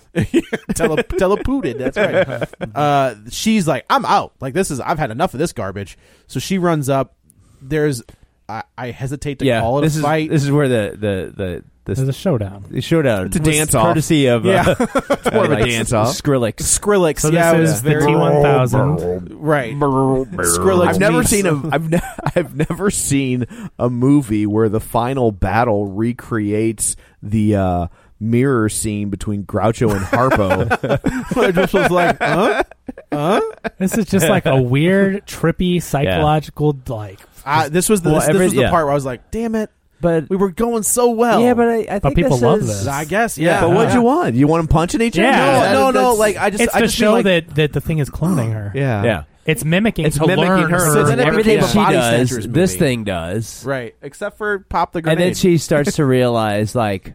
S6: tele- telepooted. That's right. Uh, she's like, I'm out. Like this is, I've had enough of this garbage. So she runs up. There's, I, I hesitate to
S9: Yeah,
S6: call it
S9: this
S6: a
S9: is
S6: fight.
S9: this is where the the the This
S7: There's a showdown.
S9: the showdown.
S4: It's a
S9: was
S4: dance-off.
S9: Courtesy of
S6: Yeah. <laughs>
S9: <laughs> uh,
S4: It's more of a
S9: like
S4: dance-off.
S9: Skrillex.
S6: Skrillex.
S7: So this
S6: yeah, it was
S7: is the
S6: very-
S7: T1000.
S6: Right. Skrillex.
S4: I've never
S6: meets-
S4: seen a I've, ne- <laughs> I've never seen a movie where the final battle recreates the uh, mirror scene between Groucho and Harpo.
S6: <laughs> I just was like, huh?
S7: This is
S6: <laughs>
S7: just like a weird, trippy, psychological like.
S6: I, this was the,
S9: Well,
S6: this, this
S9: every-
S6: was the
S9: yeah.
S6: part where I was like, damn it,
S9: But
S6: we were going so well.
S9: yeah, but I, I think
S7: people
S9: this
S7: love
S9: is-
S7: this.
S6: I guess yeah.
S4: but what'd you want? You want them punching each other?
S7: Yeah.
S4: no, no, no.
S6: That's-
S4: Like I just
S7: it's
S4: I
S7: to
S4: just mean,
S7: show
S4: like,
S7: that that the thing is
S6: <gasps>
S7: cloning her.
S4: yeah
S9: Yeah.
S7: It's mimicking.
S4: It's
S7: to
S4: mimicking
S7: learn
S4: her.
S7: her.
S4: So then it
S9: Everything
S4: became a
S9: she
S4: body
S9: does,
S4: snatchers
S9: this
S4: movie.
S9: thing does.
S6: Right, except for pop the grenade.
S9: And then she starts
S6: <laughs>
S9: to realize, like,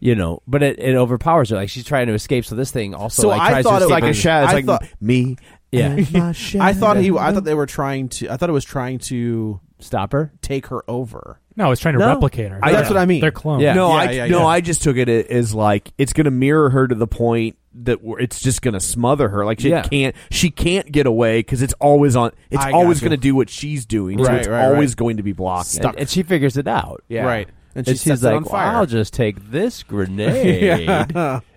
S9: you know, but it, it overpowers her. Like, she's trying to escape, so this thing also
S6: So
S9: like,
S6: I
S9: tries
S6: thought
S9: to
S6: it was
S9: escape
S4: like a
S9: from-
S4: shadow. It's
S6: I
S4: like
S6: thought-
S4: me.
S9: Yeah.
S4: and my
S6: I thought he.
S4: shadow.
S6: I thought they were trying to. I thought it was trying to
S9: Stop her.
S6: take her over.
S7: No, it's trying to
S9: No.
S7: replicate her.
S6: I- that's what I mean.
S7: They're clones.
S9: Yeah.
S4: No,
S6: Oh. Yeah,
S4: I
S6: yeah,
S4: no,
S6: yeah.
S4: I just took it as like it's going to mirror her to the point that we're- it's just going to smother her. Like she
S9: Yeah.
S4: can't, she can't get away because it's always on. It's
S6: I
S4: always
S6: gotcha.
S4: going to do what she's doing. so
S6: Right,
S4: it's
S6: right,
S4: always
S6: right.
S4: going to be blocked.
S9: And, and she figures it out.
S4: Yeah.
S6: Right,
S9: And,
S6: and she
S9: she's
S6: sets
S9: like,
S6: it on fire.
S9: I'll just take
S6: <laughs>
S9: this grenade.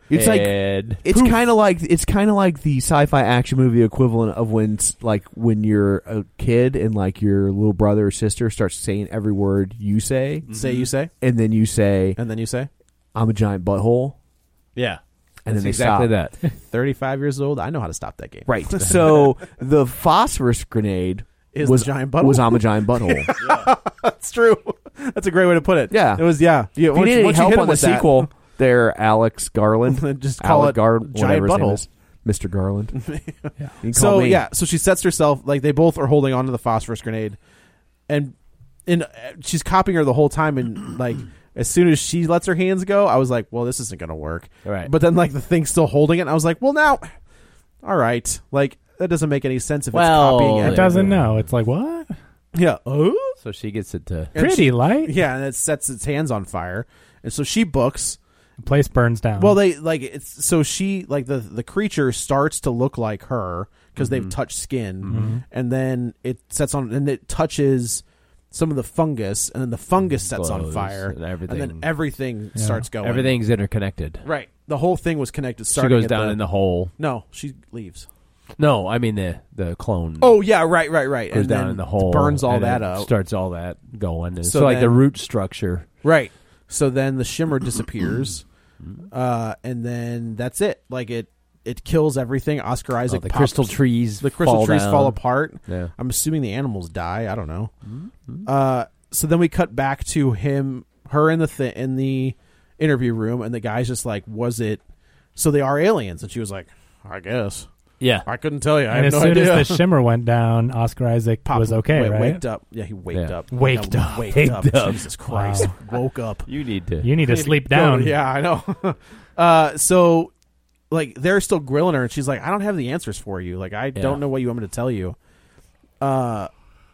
S4: It's like-
S9: and
S4: It's kind of like it's kind of like the sci-fi action movie equivalent of when s- like when you're a kid and like your little brother or sister starts saying every word you say,
S6: Say you say,
S4: and then you say,
S6: and then you say.
S4: "I'm a giant butthole,"
S9: yeah.
S4: and then
S9: That's
S4: they
S9: exactly
S4: stop.
S9: that.
S6: Thirty-five years old. I know how to stop that game.
S4: Right. So the phosphorus grenade
S6: Is
S4: was
S6: the giant butthole.
S4: Was I'm a giant butthole.
S6: <laughs> That's true. <laughs> That's a great way to put it.
S4: Yeah.
S6: it was. Yeah, yeah.
S4: If you
S6: Once,
S4: need any
S6: once you
S4: help
S6: hit him
S4: on the
S6: with that-
S4: sequel, <laughs> there, Alex <laughs> Garland.
S6: Just call
S4: Alec
S6: it
S4: Gar-
S6: Giant
S4: whatever his name
S6: Butthole.
S4: is. Mr. Garland. <laughs> You can
S6: So
S4: call me.
S6: yeah, so she sets herself like they both are holding onto the phosphorus grenade, and and uh, she's copying her the whole time. And like as soon as she lets her hands go, I was like, well, this isn't gonna work.
S9: Right.
S6: But then like the thing's still holding it, and I was like, well, now, all right, like that doesn't make any sense if
S9: Well,
S6: it's copying
S9: it
S6: it.
S7: It doesn't know. It's like what?
S6: Yeah. Oh.
S9: <laughs> So she gets it to.
S6: And
S7: Pretty
S6: she-
S7: light.
S6: Yeah, and it sets its hands on fire, and so she books.
S7: The place burns down.
S9: Um,
S6: Well, they like it's so she like the the creature starts to look like her because
S9: Mm-hmm.
S6: they've touched skin, and then it sets on and it touches some of the fungus, and then the fungus sets on
S9: Glows
S6: fire,
S9: and everything.
S6: and then everything starts going.
S9: Everything's interconnected.
S6: right? The whole thing was connected.
S9: She
S6: Starting
S9: goes
S6: at
S9: down in the Mm-hmm. hole.
S6: No, she leaves.
S9: No, I mean the the clone.
S6: Oh yeah, right, right, right.
S9: goes
S6: and
S9: down
S6: then
S9: in the hole,
S6: burns all
S9: and
S6: that
S9: it
S6: up.
S9: starts all that going. And
S6: So
S9: so, like the
S6: then-
S9: root structure.
S6: Right. So then
S9: <coughs>
S6: the shimmer disappears,
S9: Mm-hmm.
S6: uh, and then that's it. Like it, it kills everything. Oscar
S9: All
S6: Isaac
S9: Oh, the
S6: pops-
S9: crystal trees.
S6: The crystal
S9: fall
S6: trees
S9: down.
S6: fall apart.
S9: Yeah.
S6: I'm assuming the animals die. I don't know.
S9: Mm-hmm.
S6: Uh, so then we cut back to him, her in the th- in the interview room, and the guy's just like, "Was it?" So they are aliens, and she was like, "I guess
S9: Yeah.
S6: I couldn't tell you. I have
S7: and as
S6: no
S7: soon
S6: idea."
S7: as the shimmer went down,
S6: <laughs>
S7: Oscar Isaac
S6: Pop
S7: was okay,
S6: wa-
S7: right?
S6: Waked up. Yeah, he waked
S9: Yeah.
S6: up.
S7: Waked
S6: Yeah,
S7: up.
S6: Waked,
S7: Waked
S6: up.
S7: up.
S6: Jesus Christ. Woke up.
S9: You need to.
S7: You need to sleep
S6: Go-
S7: down.
S6: Yeah, I know. <laughs> uh, so, like, they're still grilling her, and she's like, "I don't have the answers for you. Like, I don't know what you want me to tell you." Uh,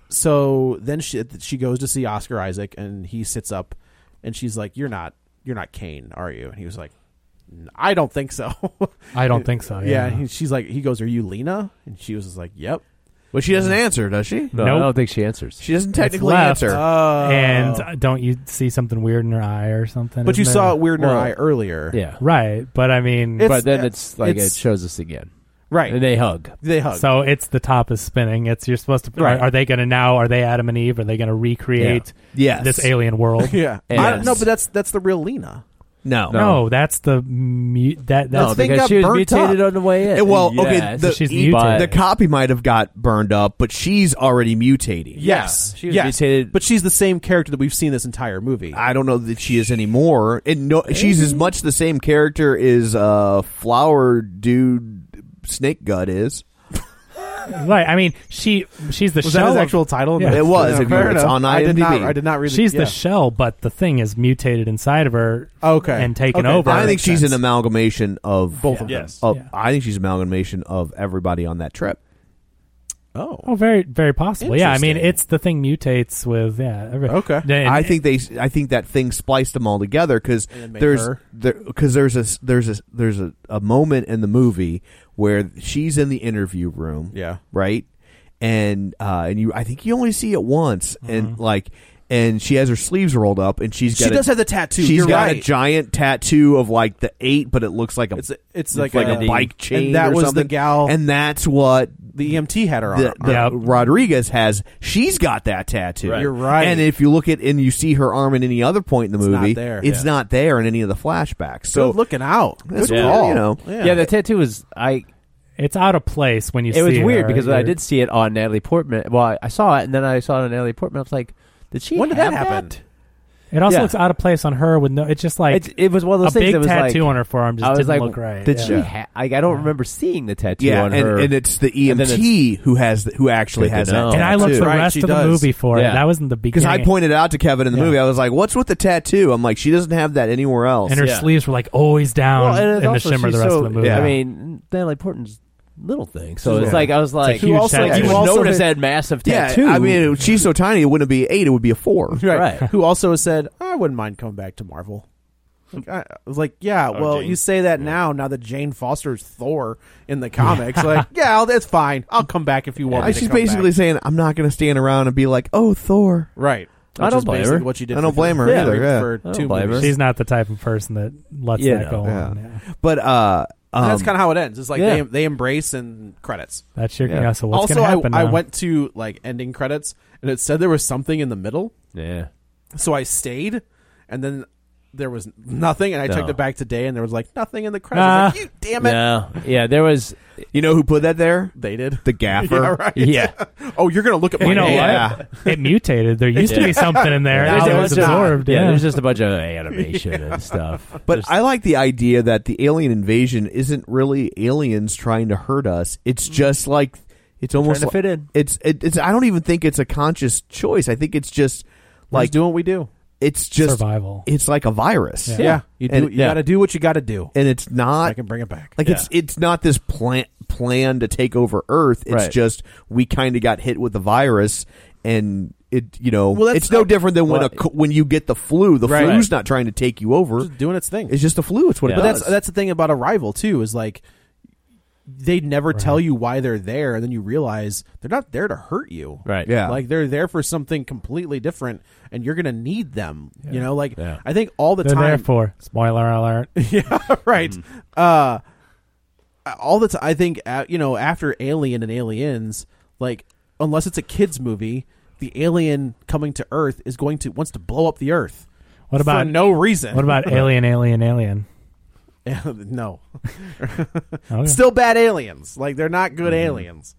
S6: so then she she goes to see Oscar Isaac, and he sits up, and she's like, "You're not you're not Kane, are you?" And he was like, "N- "I don't think so." <laughs>
S7: I don't think
S4: Oh,
S7: so.
S6: yeah,
S7: Yeah.
S6: and he, she's like, "He goes, are you Lena?" And she was just like, "Yep."
S4: Well, she doesn't answer, does she?
S9: no, I
S7: Nope.
S9: don't think she answers.
S4: She doesn't technically
S7: left.
S4: answer.
S6: Uh,
S7: and uh, don't you see something weird in her eye or something?
S6: but you
S7: Isn't
S6: saw
S7: there-
S6: it weird in her
S9: Well,
S6: eye earlier,
S9: yeah.
S7: right? But I mean,
S6: It's-
S9: But then it's like
S6: it's-
S9: it shows us again.
S6: right?
S9: And they hug.
S6: they hug.
S7: so it's the top is spinning. It's you're supposed to.
S9: Right.
S7: Are, are they going to now? Are they Adam and Eve? Are they going to recreate
S4: Yes.
S7: this
S9: <laughs>
S7: alien
S6: <laughs>
S7: world?
S6: yeah,
S9: And-
S6: I don't- no, but that's that's the real Lena.
S4: no.
S7: No, that's the mu- that
S9: No,
S7: that's
S6: thing
S9: Oh, because
S6: got
S9: she was
S6: burnt
S9: mutated
S6: up.
S9: on the way in.
S4: Eh, well, okay,
S9: Yes.
S4: the-
S9: So she's
S7: She's mutated.
S4: The copy might have got burned up, but she's already mutating.
S6: Yes,
S9: she was
S6: yes.
S9: mutated-
S6: But she's the same character that we've seen this entire movie.
S4: I don't know that she is anymore. And no, she's as much the same character as uh, Flower Dude Snake Gut is.
S7: right. I mean, she she's the
S6: was
S7: shell.
S6: that his
S7: of-
S6: actual title?
S7: Yeah.
S4: It was,
S6: Yeah,
S4: if you-
S6: fair
S4: it's
S6: enough.
S4: on
S6: I did not.
S4: IMDb.
S6: I did not read.
S7: she's
S6: yeah.
S7: the shell, but the thing is mutated inside of her.
S9: Oh.
S6: Okay.
S7: and taken
S6: Okay.
S7: over.
S6: That
S4: I think
S6: makes
S4: she's
S6: sense.
S4: an amalgamation of both
S7: of
S4: of
S7: them.
S4: them.
S7: Yes. Yeah.
S4: I think she's an amalgamation of everybody on that trip.
S6: Oh,
S7: Oh, very, very possible. Yeah, I mean,
S6: Interesting.
S7: it's the thing mutates with yeah. every-
S6: Okay.
S7: Then-
S4: I think they, I think that thing spliced them all together because
S6: And then made
S4: there's
S6: her.
S4: because there's a there's a there's a, a moment in the movie where she's in the interview room,
S6: yeah.
S4: right? And uh, and you, I think you only see it once, and like and she has her sleeves rolled up, and she's got
S6: She
S4: a-
S6: does have the tattoo.
S4: She's
S6: You're
S4: got a
S6: right.
S4: giant tattoo of like the eight, but it looks like a
S6: It's- it's
S4: like,
S6: like
S4: a,
S6: a-
S4: bike
S6: and
S4: chain.
S6: that
S4: or
S6: was the
S4: something.
S6: gal-
S4: and that's what
S6: The EMT had her on.
S4: the,
S6: her
S4: the
S6: arm.
S4: Rodriguez has. She's got that tattoo.
S6: Right. You're right.
S4: And if you look at and you see her arm in any other point in the
S6: It's not
S4: movie,
S6: there.
S4: it's
S6: Yeah.
S4: not there in any of the flashbacks. So
S6: Good looking out.
S4: that's
S6: Good
S4: what-
S6: call.
S4: you know.
S6: Yeah.
S9: yeah, the tattoo was I.
S7: It's out of place when you see
S9: It was weird
S7: her.
S9: because I
S7: You're-
S9: did see it on Natalie Portman. Well, I, I saw it and then I saw it on Natalie Portman. I was like, did she?
S6: When did
S9: have
S6: that happen?
S7: It also
S9: yeah.
S7: looks out of place on her with no. It's just like
S9: It's- it was one of those
S7: a
S9: things
S7: big
S9: that was
S7: tattoo
S9: like-
S7: on her forearm just
S9: I was
S7: didn't
S9: like,
S7: look right.
S9: Did
S7: yeah.
S9: she? Ha- I, I don't remember seeing the tattoo
S4: Yeah,
S9: on
S4: and,
S9: her.
S4: and it's the
S9: And then
S4: EMT who has the, who actually
S9: Good to
S4: has
S9: know.
S4: that.
S7: And I
S4: tattoo.
S7: looked the
S6: Right,
S7: rest
S6: she
S7: of
S6: does.
S7: the movie for
S9: Yeah.
S7: it. That wasn't the beginning.
S4: Because I pointed it out to Kevin in the
S7: Yeah.
S4: movie, I was like, "What's with the tattoo?" I'm like, "She doesn't have that anywhere else."
S7: and her
S9: Yeah.
S7: sleeves were like always down
S9: well, and it's
S7: um, in the
S9: also,
S7: shimmer the
S9: she's
S7: rest
S9: so,
S7: of the movie.
S4: yeah.
S9: I mean, Natalie Portman's little thing. So it's
S4: Yeah.
S9: like I was like,
S7: huge
S9: you also,
S7: tattoo.
S9: like, you
S7: She
S6: also
S9: notice
S6: had-
S9: that massive
S4: yeah,
S9: tattoo.
S4: I mean, it- she's so tiny, it wouldn't be eight; it would be a
S6: <laughs>
S4: four.
S9: Right.
S6: Who also has said, "Oh, I wouldn't mind coming back to Marvel. Like, I, I was like, yeah, well, you say that now, now that Jane Foster's Thor in the comics. like, yeah, I'll- that's fine. I'll come back if you want. me to
S4: She's
S6: come
S4: basically
S6: back.
S4: saying, "I'm not going to stand around and be like, oh, Thor."
S6: right.
S9: I
S6: Which
S9: don't
S6: is
S9: blame
S6: basically
S9: her.
S6: What she did
S4: I don't
S6: for
S4: blame her
S6: Thor
S4: either, yeah. I
S6: For
S9: don't
S6: two
S9: blame her.
S6: movies.
S7: She's not the type of person that lets
S9: Yeah,
S7: that
S9: no.
S7: go
S4: Yeah.
S7: on. Yeah.
S4: But uh, um,
S6: And that's kind of how it ends. It's like
S9: yeah.
S6: they they embrace and credits.
S7: That's your
S9: Yeah.
S7: yeah. So what's
S6: also,
S7: gonna
S6: I,
S7: happen?
S6: I
S7: now?
S6: went to like ending credits, and it said there was something in the middle,
S9: yeah.
S6: so I stayed, and then there was nothing, and I checked
S9: No.
S6: it back today, and there was like nothing in the credits. I was
S7: Ah.
S6: like, you damn it!
S9: No. Yeah, there was.
S4: you know who put that there?
S6: They did.
S4: The gaffer.
S6: <laughs> Yeah, right.
S7: <laughs>
S9: Yeah.
S6: Oh, you're gonna look at my
S7: You know
S6: name.
S4: Yeah.
S7: what? It mutated. There used to be something in there.
S9: There's
S7: Now
S9: a
S7: it was
S9: bunch of-
S7: absorbed.
S9: yeah,
S7: Yeah,
S9: there's just a bunch of animation and
S7: <laughs>
S9: stuff.
S4: But
S9: There's-
S4: I like the idea that the alien invasion isn't really aliens trying to hurt us. It's just like it's almost
S9: to
S4: like-
S9: fit in.
S4: It's it, it's. I don't even think it's a conscious choice. I think it's just like
S6: doing what we do.
S4: it's just
S7: survival.
S4: It's like a virus.
S7: Yeah.
S6: Yeah, you do.
S4: And-
S6: you
S9: yeah.
S6: gotta do what you gotta do.
S4: and it's
S6: I
S4: not
S6: can bring it back.
S4: like it's it's not this plan plan to take over Earth. It's
S9: Right.
S4: just we kind of got hit with the virus, and it you know
S6: Well, that's-
S4: it's no different than when a
S9: Well,
S4: co- when you get the flu. The
S6: Right.
S4: flu's not trying to take you over.
S6: Just doing its thing.
S4: It's just the flu. It's what
S9: Yeah.
S4: it
S6: But
S4: does.
S6: that's that's the thing about Arrival too is like they never tell you why they're there, and then you realize they're not there to hurt you.
S9: Right.
S4: Yeah.
S6: Like they're there for something completely different, and you're gonna need them. You know, like
S9: Yeah.
S6: I think all the
S7: They're there
S6: time. <laughs>
S7: for spoiler alert.
S6: right. Uh, all the time. I think uh, you know after Alien and Aliens, like unless it's a kids movie, the alien coming to Earth is going to wants to blow up the Earth.
S7: What about
S6: for no reason?
S7: What about Alien, Alien, Alien?
S6: <laughs> no?
S7: Okay.
S6: Still bad aliens. Like they're not good
S4: Mm-hmm.
S6: aliens.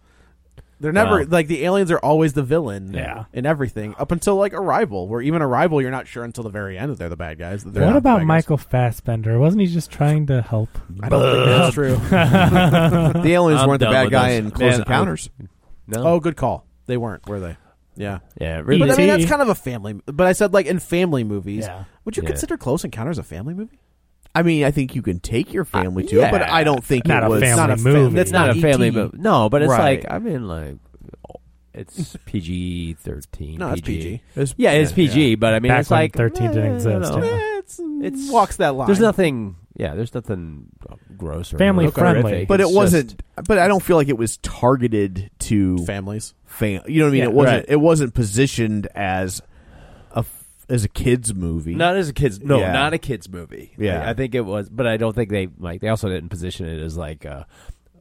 S6: They're never
S9: Well.
S6: like the aliens are always the villain
S7: Yeah.
S6: in everything up until like Arrival, where even Arrival you're not sure until the very end that they're the bad guys. that they're
S7: What
S6: not the
S7: about
S6: bad guys.
S7: Michael Fassbender? Wasn't he just trying to help?
S6: I don't think that's true. <laughs>
S4: the aliens
S9: I'm
S4: weren't the
S9: done
S4: bad
S9: with
S4: guy
S9: this.
S4: in Close
S9: Man,
S4: Encounters.
S9: no.
S6: oh, good call. They weren't, were they? Yeah.
S9: yeah, really.
S6: But I mean,
S7: E.T..
S6: that's kind of a family. But I said like in family movies,
S7: Yeah.
S6: would you
S9: Yeah.
S6: consider Close Encounters a family movie?
S4: I mean, I think you can take your family to it, but
S9: yeah.
S4: I don't think
S7: Not
S4: it
S7: a
S4: was. E
S7: family
S6: not a fam-
S7: movie.
S6: that's
S9: not a
S6: E.T..
S7: E
S9: family movie. No, but it's
S4: Right.
S9: like I mean, like oh, it's PG thirteen.
S6: No, it's PG.
S9: Yeah, it's PG, but I mean,
S7: Back
S9: it's
S7: when
S9: like
S7: 13 didn't
S9: eh,
S7: exist,
S9: you know,
S7: yeah.
S6: Eh, it's,
S9: It's-
S6: walks that line.
S9: There's nothing. Yeah, there's nothing gross or
S7: Family friendly.
S9: horrific.
S4: but it
S9: It's
S4: wasn't.
S9: just-
S4: but I don't feel like it was targeted to
S6: families.
S4: fam. You know what I mean?
S9: Yeah.
S4: it wasn't.
S9: Right.
S4: It wasn't positioned as a f- as a kids movie.
S9: not as a kids. No,
S4: Yeah.
S9: not a kids movie.
S4: Yeah.
S9: Like, I think it was, but I don't think they like. They also didn't position it as like a,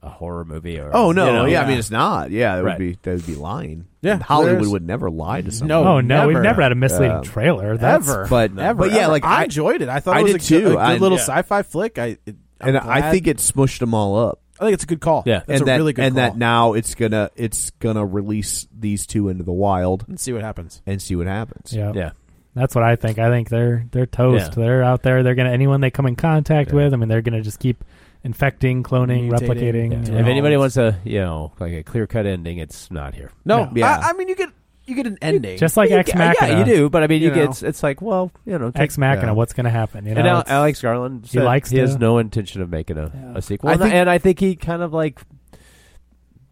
S9: a horror movie or.
S4: Oh no!
S9: you know,
S4: yeah, I mean it's not. Yeah, that
S9: Right.
S4: would be that would be lying.
S6: Yeah,
S4: Hollywood
S6: there's-
S4: would never lie to someone.
S6: No,
S7: Oh no, we've
S6: never.
S7: never had a misleading
S4: Um,
S7: trailer. That's,
S6: <laughs> ever,
S4: but-
S6: ever,
S4: but yeah,
S6: ever.
S4: like, I-
S6: I enjoyed it. I thought
S4: I
S6: it was
S4: did
S6: a, good-
S4: too.
S6: a good
S4: I-
S6: little
S4: yeah.
S6: sci-fi flick. I it, I'm
S4: and I
S6: glad-
S4: think it smushed them all up.
S6: I think it's a good call.
S9: Yeah.
S6: that's
S4: and
S6: a
S4: that
S6: really good
S4: and
S6: call.
S4: that now it's gonna it's gonna release these two into the wild
S6: Let's see what happens.
S4: and see what happens.
S7: Yeah.
S9: Yeah.
S7: That's what I think. I think they're they're toast.
S9: Yeah.
S7: They're out there. They're gonna anyone they come in contact with. I mean, they're gonna just keep infecting, cloning,
S6: Mutating.
S7: replicating.
S6: Yeah.
S7: you
S9: If
S7: know.
S9: anybody wants a you know like a clear cut ending, it's not here.
S6: No,
S4: Yeah.
S6: I, I mean you get you get an ending.
S7: just like
S9: You
S7: Ex
S9: get-
S7: Machina,
S9: Yeah, you do. But I mean, you,
S6: You
S9: get
S6: know.
S9: it's, it's like well, you know, take-
S7: Ex Machina.
S4: Yeah.
S7: What's gonna happen? You know,
S9: and Al-
S7: it's-
S9: Alex Garland, said
S7: likes
S9: he has
S7: to-
S9: no intention of making a, a sequel,
S4: I
S9: and,
S4: think-
S9: I, and I think he kind of like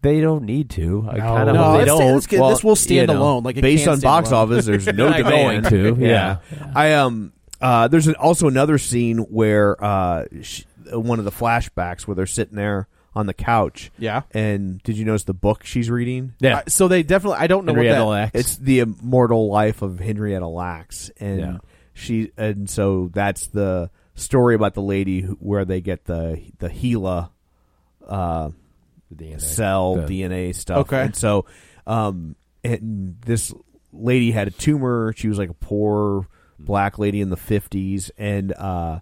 S9: they don't need to. I
S7: No.
S9: kind of
S7: No,
S9: hope they
S6: let's say
S9: don't.
S6: this can-
S9: Well,
S6: this will stand
S9: you know,
S6: alone. Like it
S4: Based
S6: can
S4: on
S6: stand
S4: box
S6: alone.
S4: office,
S6: <laughs>
S4: there's no
S9: Not
S4: demand.
S9: going to, yeah.
S4: I um uh there's an, also another scene where uh sh- one of the flashbacks where they're sitting there on the couch.
S6: Yeah.
S4: And did you notice the book she's reading?
S6: Yeah. so they definitely. I don't know
S4: Henrietta
S6: what that.
S4: Lacks. It's the immortal life of Henrietta Lacks, and
S6: Yeah.
S4: she, and so that's the story about the lady who, where they get the the Gila, uh, cell
S9: The-
S4: DNA stuff.
S6: Okay.
S4: and so, um, and this lady had a tumor. She was like a poor black lady in the fifties, and uh,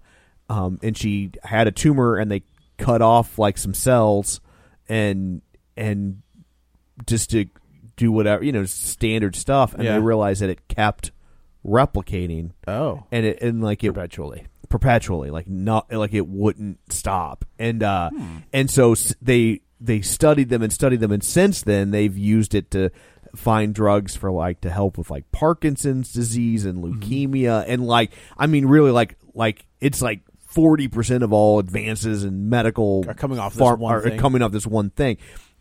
S4: um, and she had a tumor, and they cut off like some cells, and and just to do whatever you know standard stuff and
S6: Yeah.
S4: they realized that it kept replicating
S6: Oh.
S4: and it and like it perpetually perpetually like not like it wouldn't stop and uh
S6: Hmm.
S4: and so s- they they studied them and studied them and since then they've used it to find drugs for like to help with like parkinson's disease and
S6: Mm-hmm.
S4: leukemia and like i mean really like like it's like 40% of all advances in medical
S6: Are coming off this
S4: phar-
S6: one
S4: are
S6: thing.
S4: coming off this one thing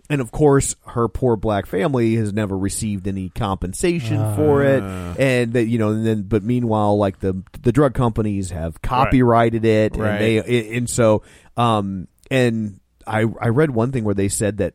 S4: and of course her poor black family has never received any compensation for it
S6: Uh.
S4: and that you know and then but meanwhile like the the drug companies have copyrighted it
S6: Right.
S4: and they and- and so um and i i read one thing where they said that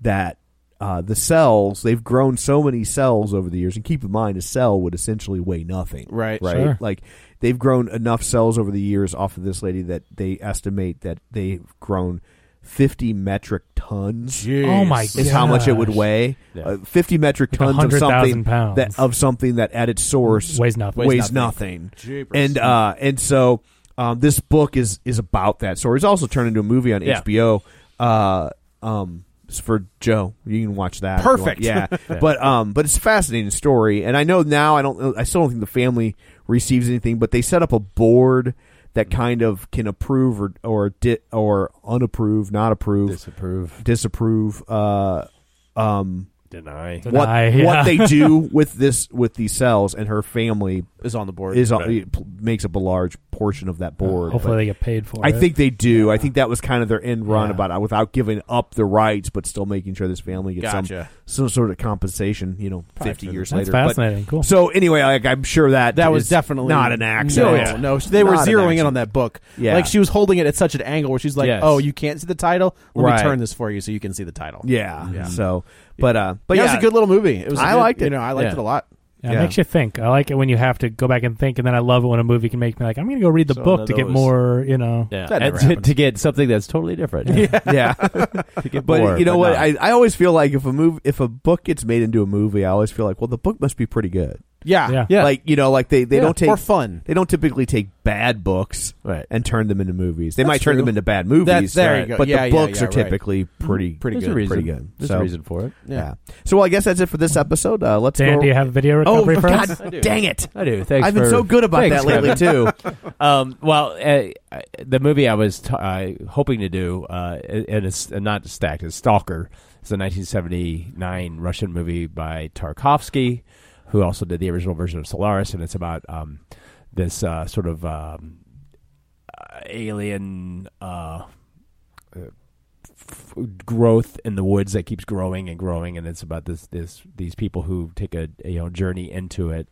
S4: that uh, the cells they've grown so many cells over the years and keep in mind a cell would essentially weigh nothing
S6: Right.
S4: right
S7: Sure.
S4: like they've grown enough cells over the years off of this lady that they estimate that they've grown 50 metric tons
S7: Oh my god!
S4: is how much it would weigh. Uh, Fifty metric tons of
S7: 100,000
S4: something
S7: pounds.
S4: that of something that at its source
S7: Weighs nothing.
S4: Weighs nothing. And uh, and so um, this book is is about that story. It's also turned into a movie on
S6: Yeah.
S4: HBO. Uh, um, it's for Joe, you can watch that. if you want.
S6: Perfect.
S4: Yeah, but um, but it's a fascinating story, and I know now I don't. I still don't think the family receives anything, but they set up a board. That kind of can approve or or di- or unapprove, not approve,
S9: disapprove,
S4: disapprove uh um
S9: deny.
S4: what
S7: Deny, yeah.
S4: what
S7: <laughs>
S4: they do with this with these cells and her family
S6: Is on the board.
S4: is p makes up a large portion of that board.
S7: Oh, Hopefully
S4: But
S7: they get paid for
S4: I
S7: it.
S4: think they do. I think that was kind of their end run
S7: Yeah.
S4: about it, without giving up the rights, but still making sure this family gets
S6: Gotcha.
S4: some some sort of compensation. You know, fifty years
S7: That's
S4: later. But-
S7: fascinating. Cool.
S4: So anyway, like I'm sure that
S6: That was
S4: is
S6: definitely
S4: not an accident.
S6: No, no, they were
S4: Not an
S6: zeroing in
S4: accident.
S6: on that book.
S4: Yeah.
S6: like she was holding it at such an angle where she's like,
S9: Yes.
S6: "Oh, you can't see the title. Let
S4: Right.
S6: me turn this for you so you can see the title."
S4: Yeah. So, but uh, but
S6: But
S4: yeah,
S6: yeah, it was a good little movie. It was. a
S4: I
S6: good-
S4: liked it.
S6: You know, I liked
S9: Yeah.
S6: it a lot.
S7: Yeah,
S4: Yeah.
S7: It makes you think. I like it when you have to go back and think, and then I love it when a movie can make me like, I'm going to go read the
S9: So
S7: book
S9: none
S7: to
S9: of
S7: get
S9: those-
S7: more, you know.
S9: Yeah,
S6: That never
S9: and to,
S6: happens.
S9: to get something that's totally different. <laughs> Yeah,
S6: <laughs>
S4: yeah.
S9: to get
S4: But
S9: bored,
S4: you know what?
S9: not.
S4: I, I always feel like if a move if a book gets made into a movie, I always feel like well the book must be pretty good.
S6: Yeah,
S7: Yeah.
S9: Yeah.
S4: Like you know, like they, they
S6: Yeah,
S4: don't take
S6: or fun.
S4: They don't typically take bad books
S9: Right.
S4: and turn them into movies. They
S6: That's
S4: might turn
S6: true.
S4: them into bad movies.
S6: That's- there you
S4: right,
S6: go.
S4: But
S6: Yeah,
S4: the
S6: yeah,
S4: books
S6: yeah,
S4: are
S6: right.
S4: typically pretty
S9: Pretty
S4: good.
S9: good. reason.
S4: Pretty good.
S9: There's
S4: so,
S9: a reason for it.
S4: Yeah. So well, I guess that's it for this episode. Uh, let's
S7: Dan,
S4: go.
S7: do you have video
S4: oh
S7: recovery for
S4: God,
S7: us?
S4: dang it!
S9: I do. Thanks.
S4: I've been
S9: for-
S4: so good about
S9: Thanks,
S4: that lately
S9: Kevin.
S4: too.
S9: <laughs> um, well, uh, the movie I was t- uh, hoping to do, uh, and it's not stacked. It's Stalker. It's a 1979 Russian movie by Tarkovsky, who also did the original version of Solaris, and it's about um, this uh, sort of um, uh, alien. Uh, growth in the woods that keeps growing and growing, and it's about this this these people who take a you know journey into it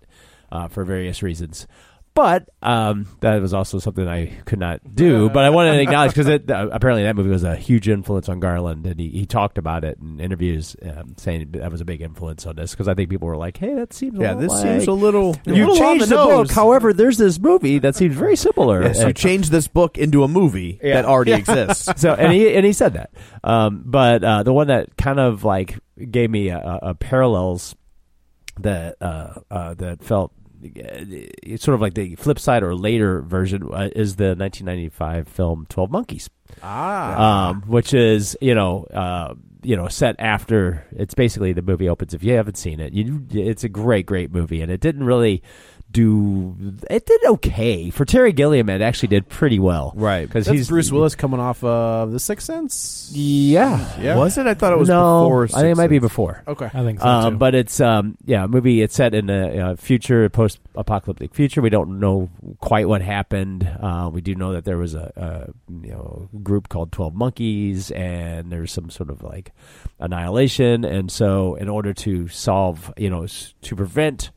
S9: uh, for various reasons. But um, that was also something I could not do. But I wanted to acknowledge
S4: <laughs>
S9: because uh, apparently that movie was a huge influence on Garland, and he, he talked about it in interviews, um, saying that was a big influence on this because I think people were like, "Hey, that seems a
S4: Yeah,
S9: lot
S4: this
S9: like-
S4: seems a little.
S9: you
S4: little on
S9: changed the,
S4: nose.
S9: book. However, there's this movie that seems very similar.
S4: Yes, you
S9: And-
S4: changed this book into a movie
S9: Yeah.
S4: that already exists.
S9: so and he and he said that. Um, but uh, the one that kind of like gave me a, a a parallels that uh, uh, that felt uh, it's sort of like the flip side or later version uh, is the 1995 film Twelve Monkeys, ah, um, which is you know. Uh, you know, set after it's basically the movie opens. If you haven't seen it, you it's a great, great movie, and it didn't really do. It did okay for Terry Gilliam. It actually did pretty well,
S4: Right.
S9: Because
S6: That's
S9: he's
S6: Bruce Willis coming off of The Sixth Sense.
S9: yeah.
S6: Yeah.
S4: Was it? I thought it was
S9: no,
S4: before.
S9: I think it
S4: Sixth
S9: might be
S4: Sense.
S9: before.
S6: Okay.
S7: I think so.
S9: Um,
S7: too.
S9: but it's um, yeah, a movie. It's set in a, uh future, post-apocalyptic future. We don't know quite what happened. Uh, we do know that there was a, a you know group called Twelve Monkeys, and there's some sort of like annihilation. And so, in order to solve, you know, s- to prevent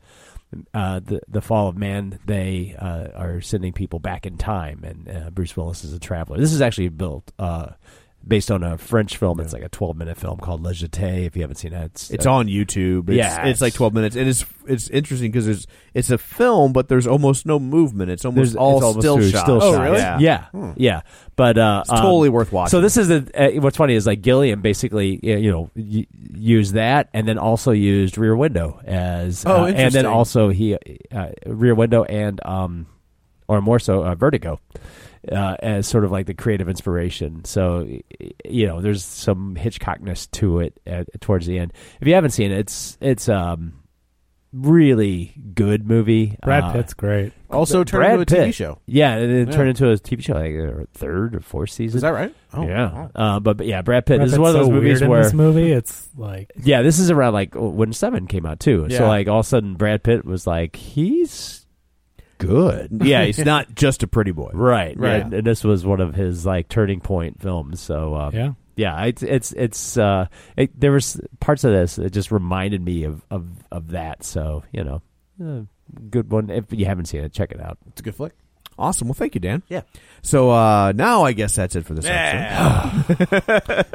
S9: uh, the the fall of man, they uh, are sending people back in time, and uh, Bruce Willis is a traveler. This is actually built. Uh, based on a French film. It's like a 12 minute film called Le Jeté. If you haven't seen it, it's,
S4: It's
S9: uh,
S4: on YouTube. It's,
S9: Yeah,
S4: it's like
S9: it's-
S4: twelve minutes, and it's it's interesting because it's it's a film, but there's almost no movement. It's almost
S9: There's-
S4: all
S9: it's almost
S4: still
S9: through
S4: shots.
S9: still shots.
S4: Yeah.
S9: Yeah, yeah.
S7: Hmm.
S9: yeah. But uh,
S4: It's totally worth watching.
S9: So this is the uh, what's funny is like Gilliam basically y- you know y- used that and then also used Rear Window as uh,
S6: Oh,
S9: and
S6: interesting.
S9: then also he uh, Rear Window and um or more so uh, Vertigo. Uh, as sort of like the creative inspiration, so y- y- you know, there's some Hitchcockness to it at, towards the end. If you haven't seen it, it's it's um really good movie.
S7: Brad
S9: Uh,
S7: Pitt's great.
S6: Also turned
S9: Brad
S6: into a TV
S9: Pitt.
S6: show.
S9: Yeah, it, it
S6: Yeah.
S9: turned into a TV show, like uh, third or fourth season.
S6: Is that right? Oh,
S9: yeah,
S6: wow.
S9: uh, but, but yeah, Brad Pitt.
S7: Brad
S9: this is
S7: Pitt's
S9: one of those
S7: so
S9: movies
S7: weird in
S9: where
S7: this movie it's
S9: <laughs>
S7: like
S9: yeah, this is around like when Seven came out too. So
S6: Yeah.
S9: like all of a sudden, Brad Pitt was like he's
S6: <laughs>
S9: good,
S4: yeah, it's not just a pretty boy.
S9: right?
S6: Right.
S9: And, and this was one of his like turning point films. So um,
S7: yeah.
S9: yeah, it's it's it's uh, it, there was parts of this that just reminded me of of of that. So you know, uh, good one. If you haven't seen it, check it out.
S6: It's a good flick.
S4: Awesome. Well, thank you, Dan.
S6: Yeah.
S4: So uh, now I guess that's it for this episode.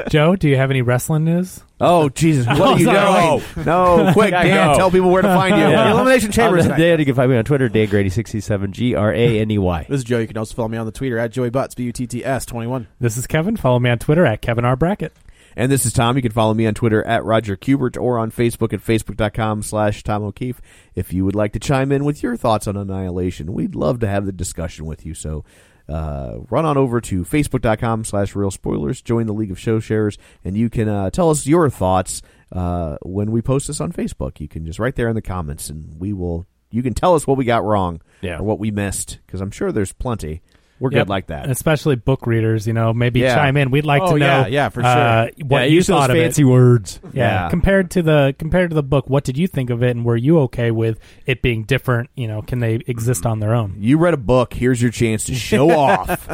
S7: Joe, do you have any wrestling news?
S4: Oh Jesus!
S9: <laughs>
S4: What are you
S9: No. <laughs>
S4: doing? No, quick,
S9: I
S4: Dan,
S9: know.
S4: tell people where to find you.
S9: <laughs> Yeah.
S4: The Elimination Chamber is
S9: Um,
S4: next.
S9: Dan, you can find me on Twitter, Dan Grady sixty seven G R A N E Y.
S6: This is Joe. You can also follow me on the Twitter at Joey Butts, B U T T S 21.
S7: This is Kevin. Follow me on Twitter at Kevin R. Brackett.
S4: And this is Tom. You can follow me on Twitter at Roger Kubert or on Facebook at facebook.com slash Tom O'Keefe. If you would like to chime in with your thoughts on Annihilation, we'd love to have the discussion with you. So uh, run on over to facebook.com slash real spoilers, join the League of Show Sharers, and you can uh, tell us your thoughts uh, when we post this on Facebook. You can just right there in the comments, and we will. You can tell us what we got wrong
S9: Yeah.
S4: or what we missed because I'm sure there's plenty. We're
S7: Yep.
S4: good like that.
S7: Especially book readers, you know, maybe
S4: Yeah.
S7: chime in. We'd like
S6: Oh,
S7: to know
S6: yeah, yeah, for sure.
S7: uh, what
S9: Yeah,
S7: you
S9: use those
S7: thought of
S9: fancy
S7: it.
S9: words.
S7: Yeah.
S4: Yeah.
S7: Compared to the compared to the book, what did you think of it and were you okay with it being different, you know, can they exist on their own?
S4: You read a book. Here's your chance to show off.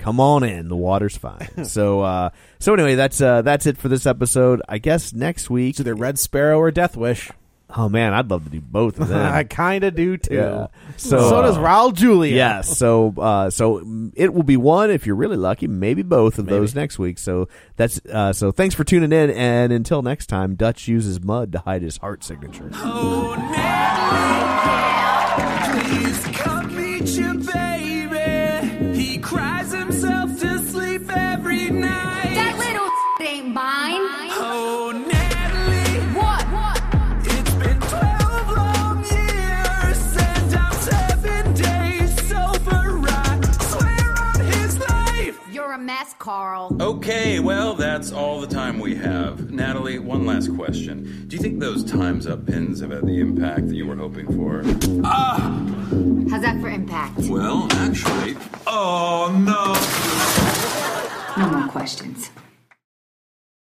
S4: Come on in. The water's fine. So, uh, so anyway, that's uh, that's it for this episode. I guess next week.
S6: It's either Red Sparrow or Death Wish.
S4: Oh man, I'd love to do both of
S6: <laughs> I
S4: them.
S6: kind of do too.
S4: Yeah.
S6: So, does Raul Julia.
S4: Yes. So, uh, so mm, it will be one if you're really lucky. Maybe both of those next week. So that's uh, so. Thanks for tuning in, and until next time, Dutch uses mud to hide his heart signature.
S3: Please come meet your baby. He cries himself to sleep every night.
S11: That little ain't mine.
S3: Oh, Natalie,
S11: What? What?
S3: it's been 12 long years, and I'm seven days sober. I swear on his life.
S11: You're a mess, Carl.
S3: Okay, well, that's all the time we have. Natalie, one last question. Do you think those Time's Up pins have had the impact that you were hoping for?
S11: How's that for impact?
S3: <laughs> Well, actually. Oh, no.
S11: No more questions.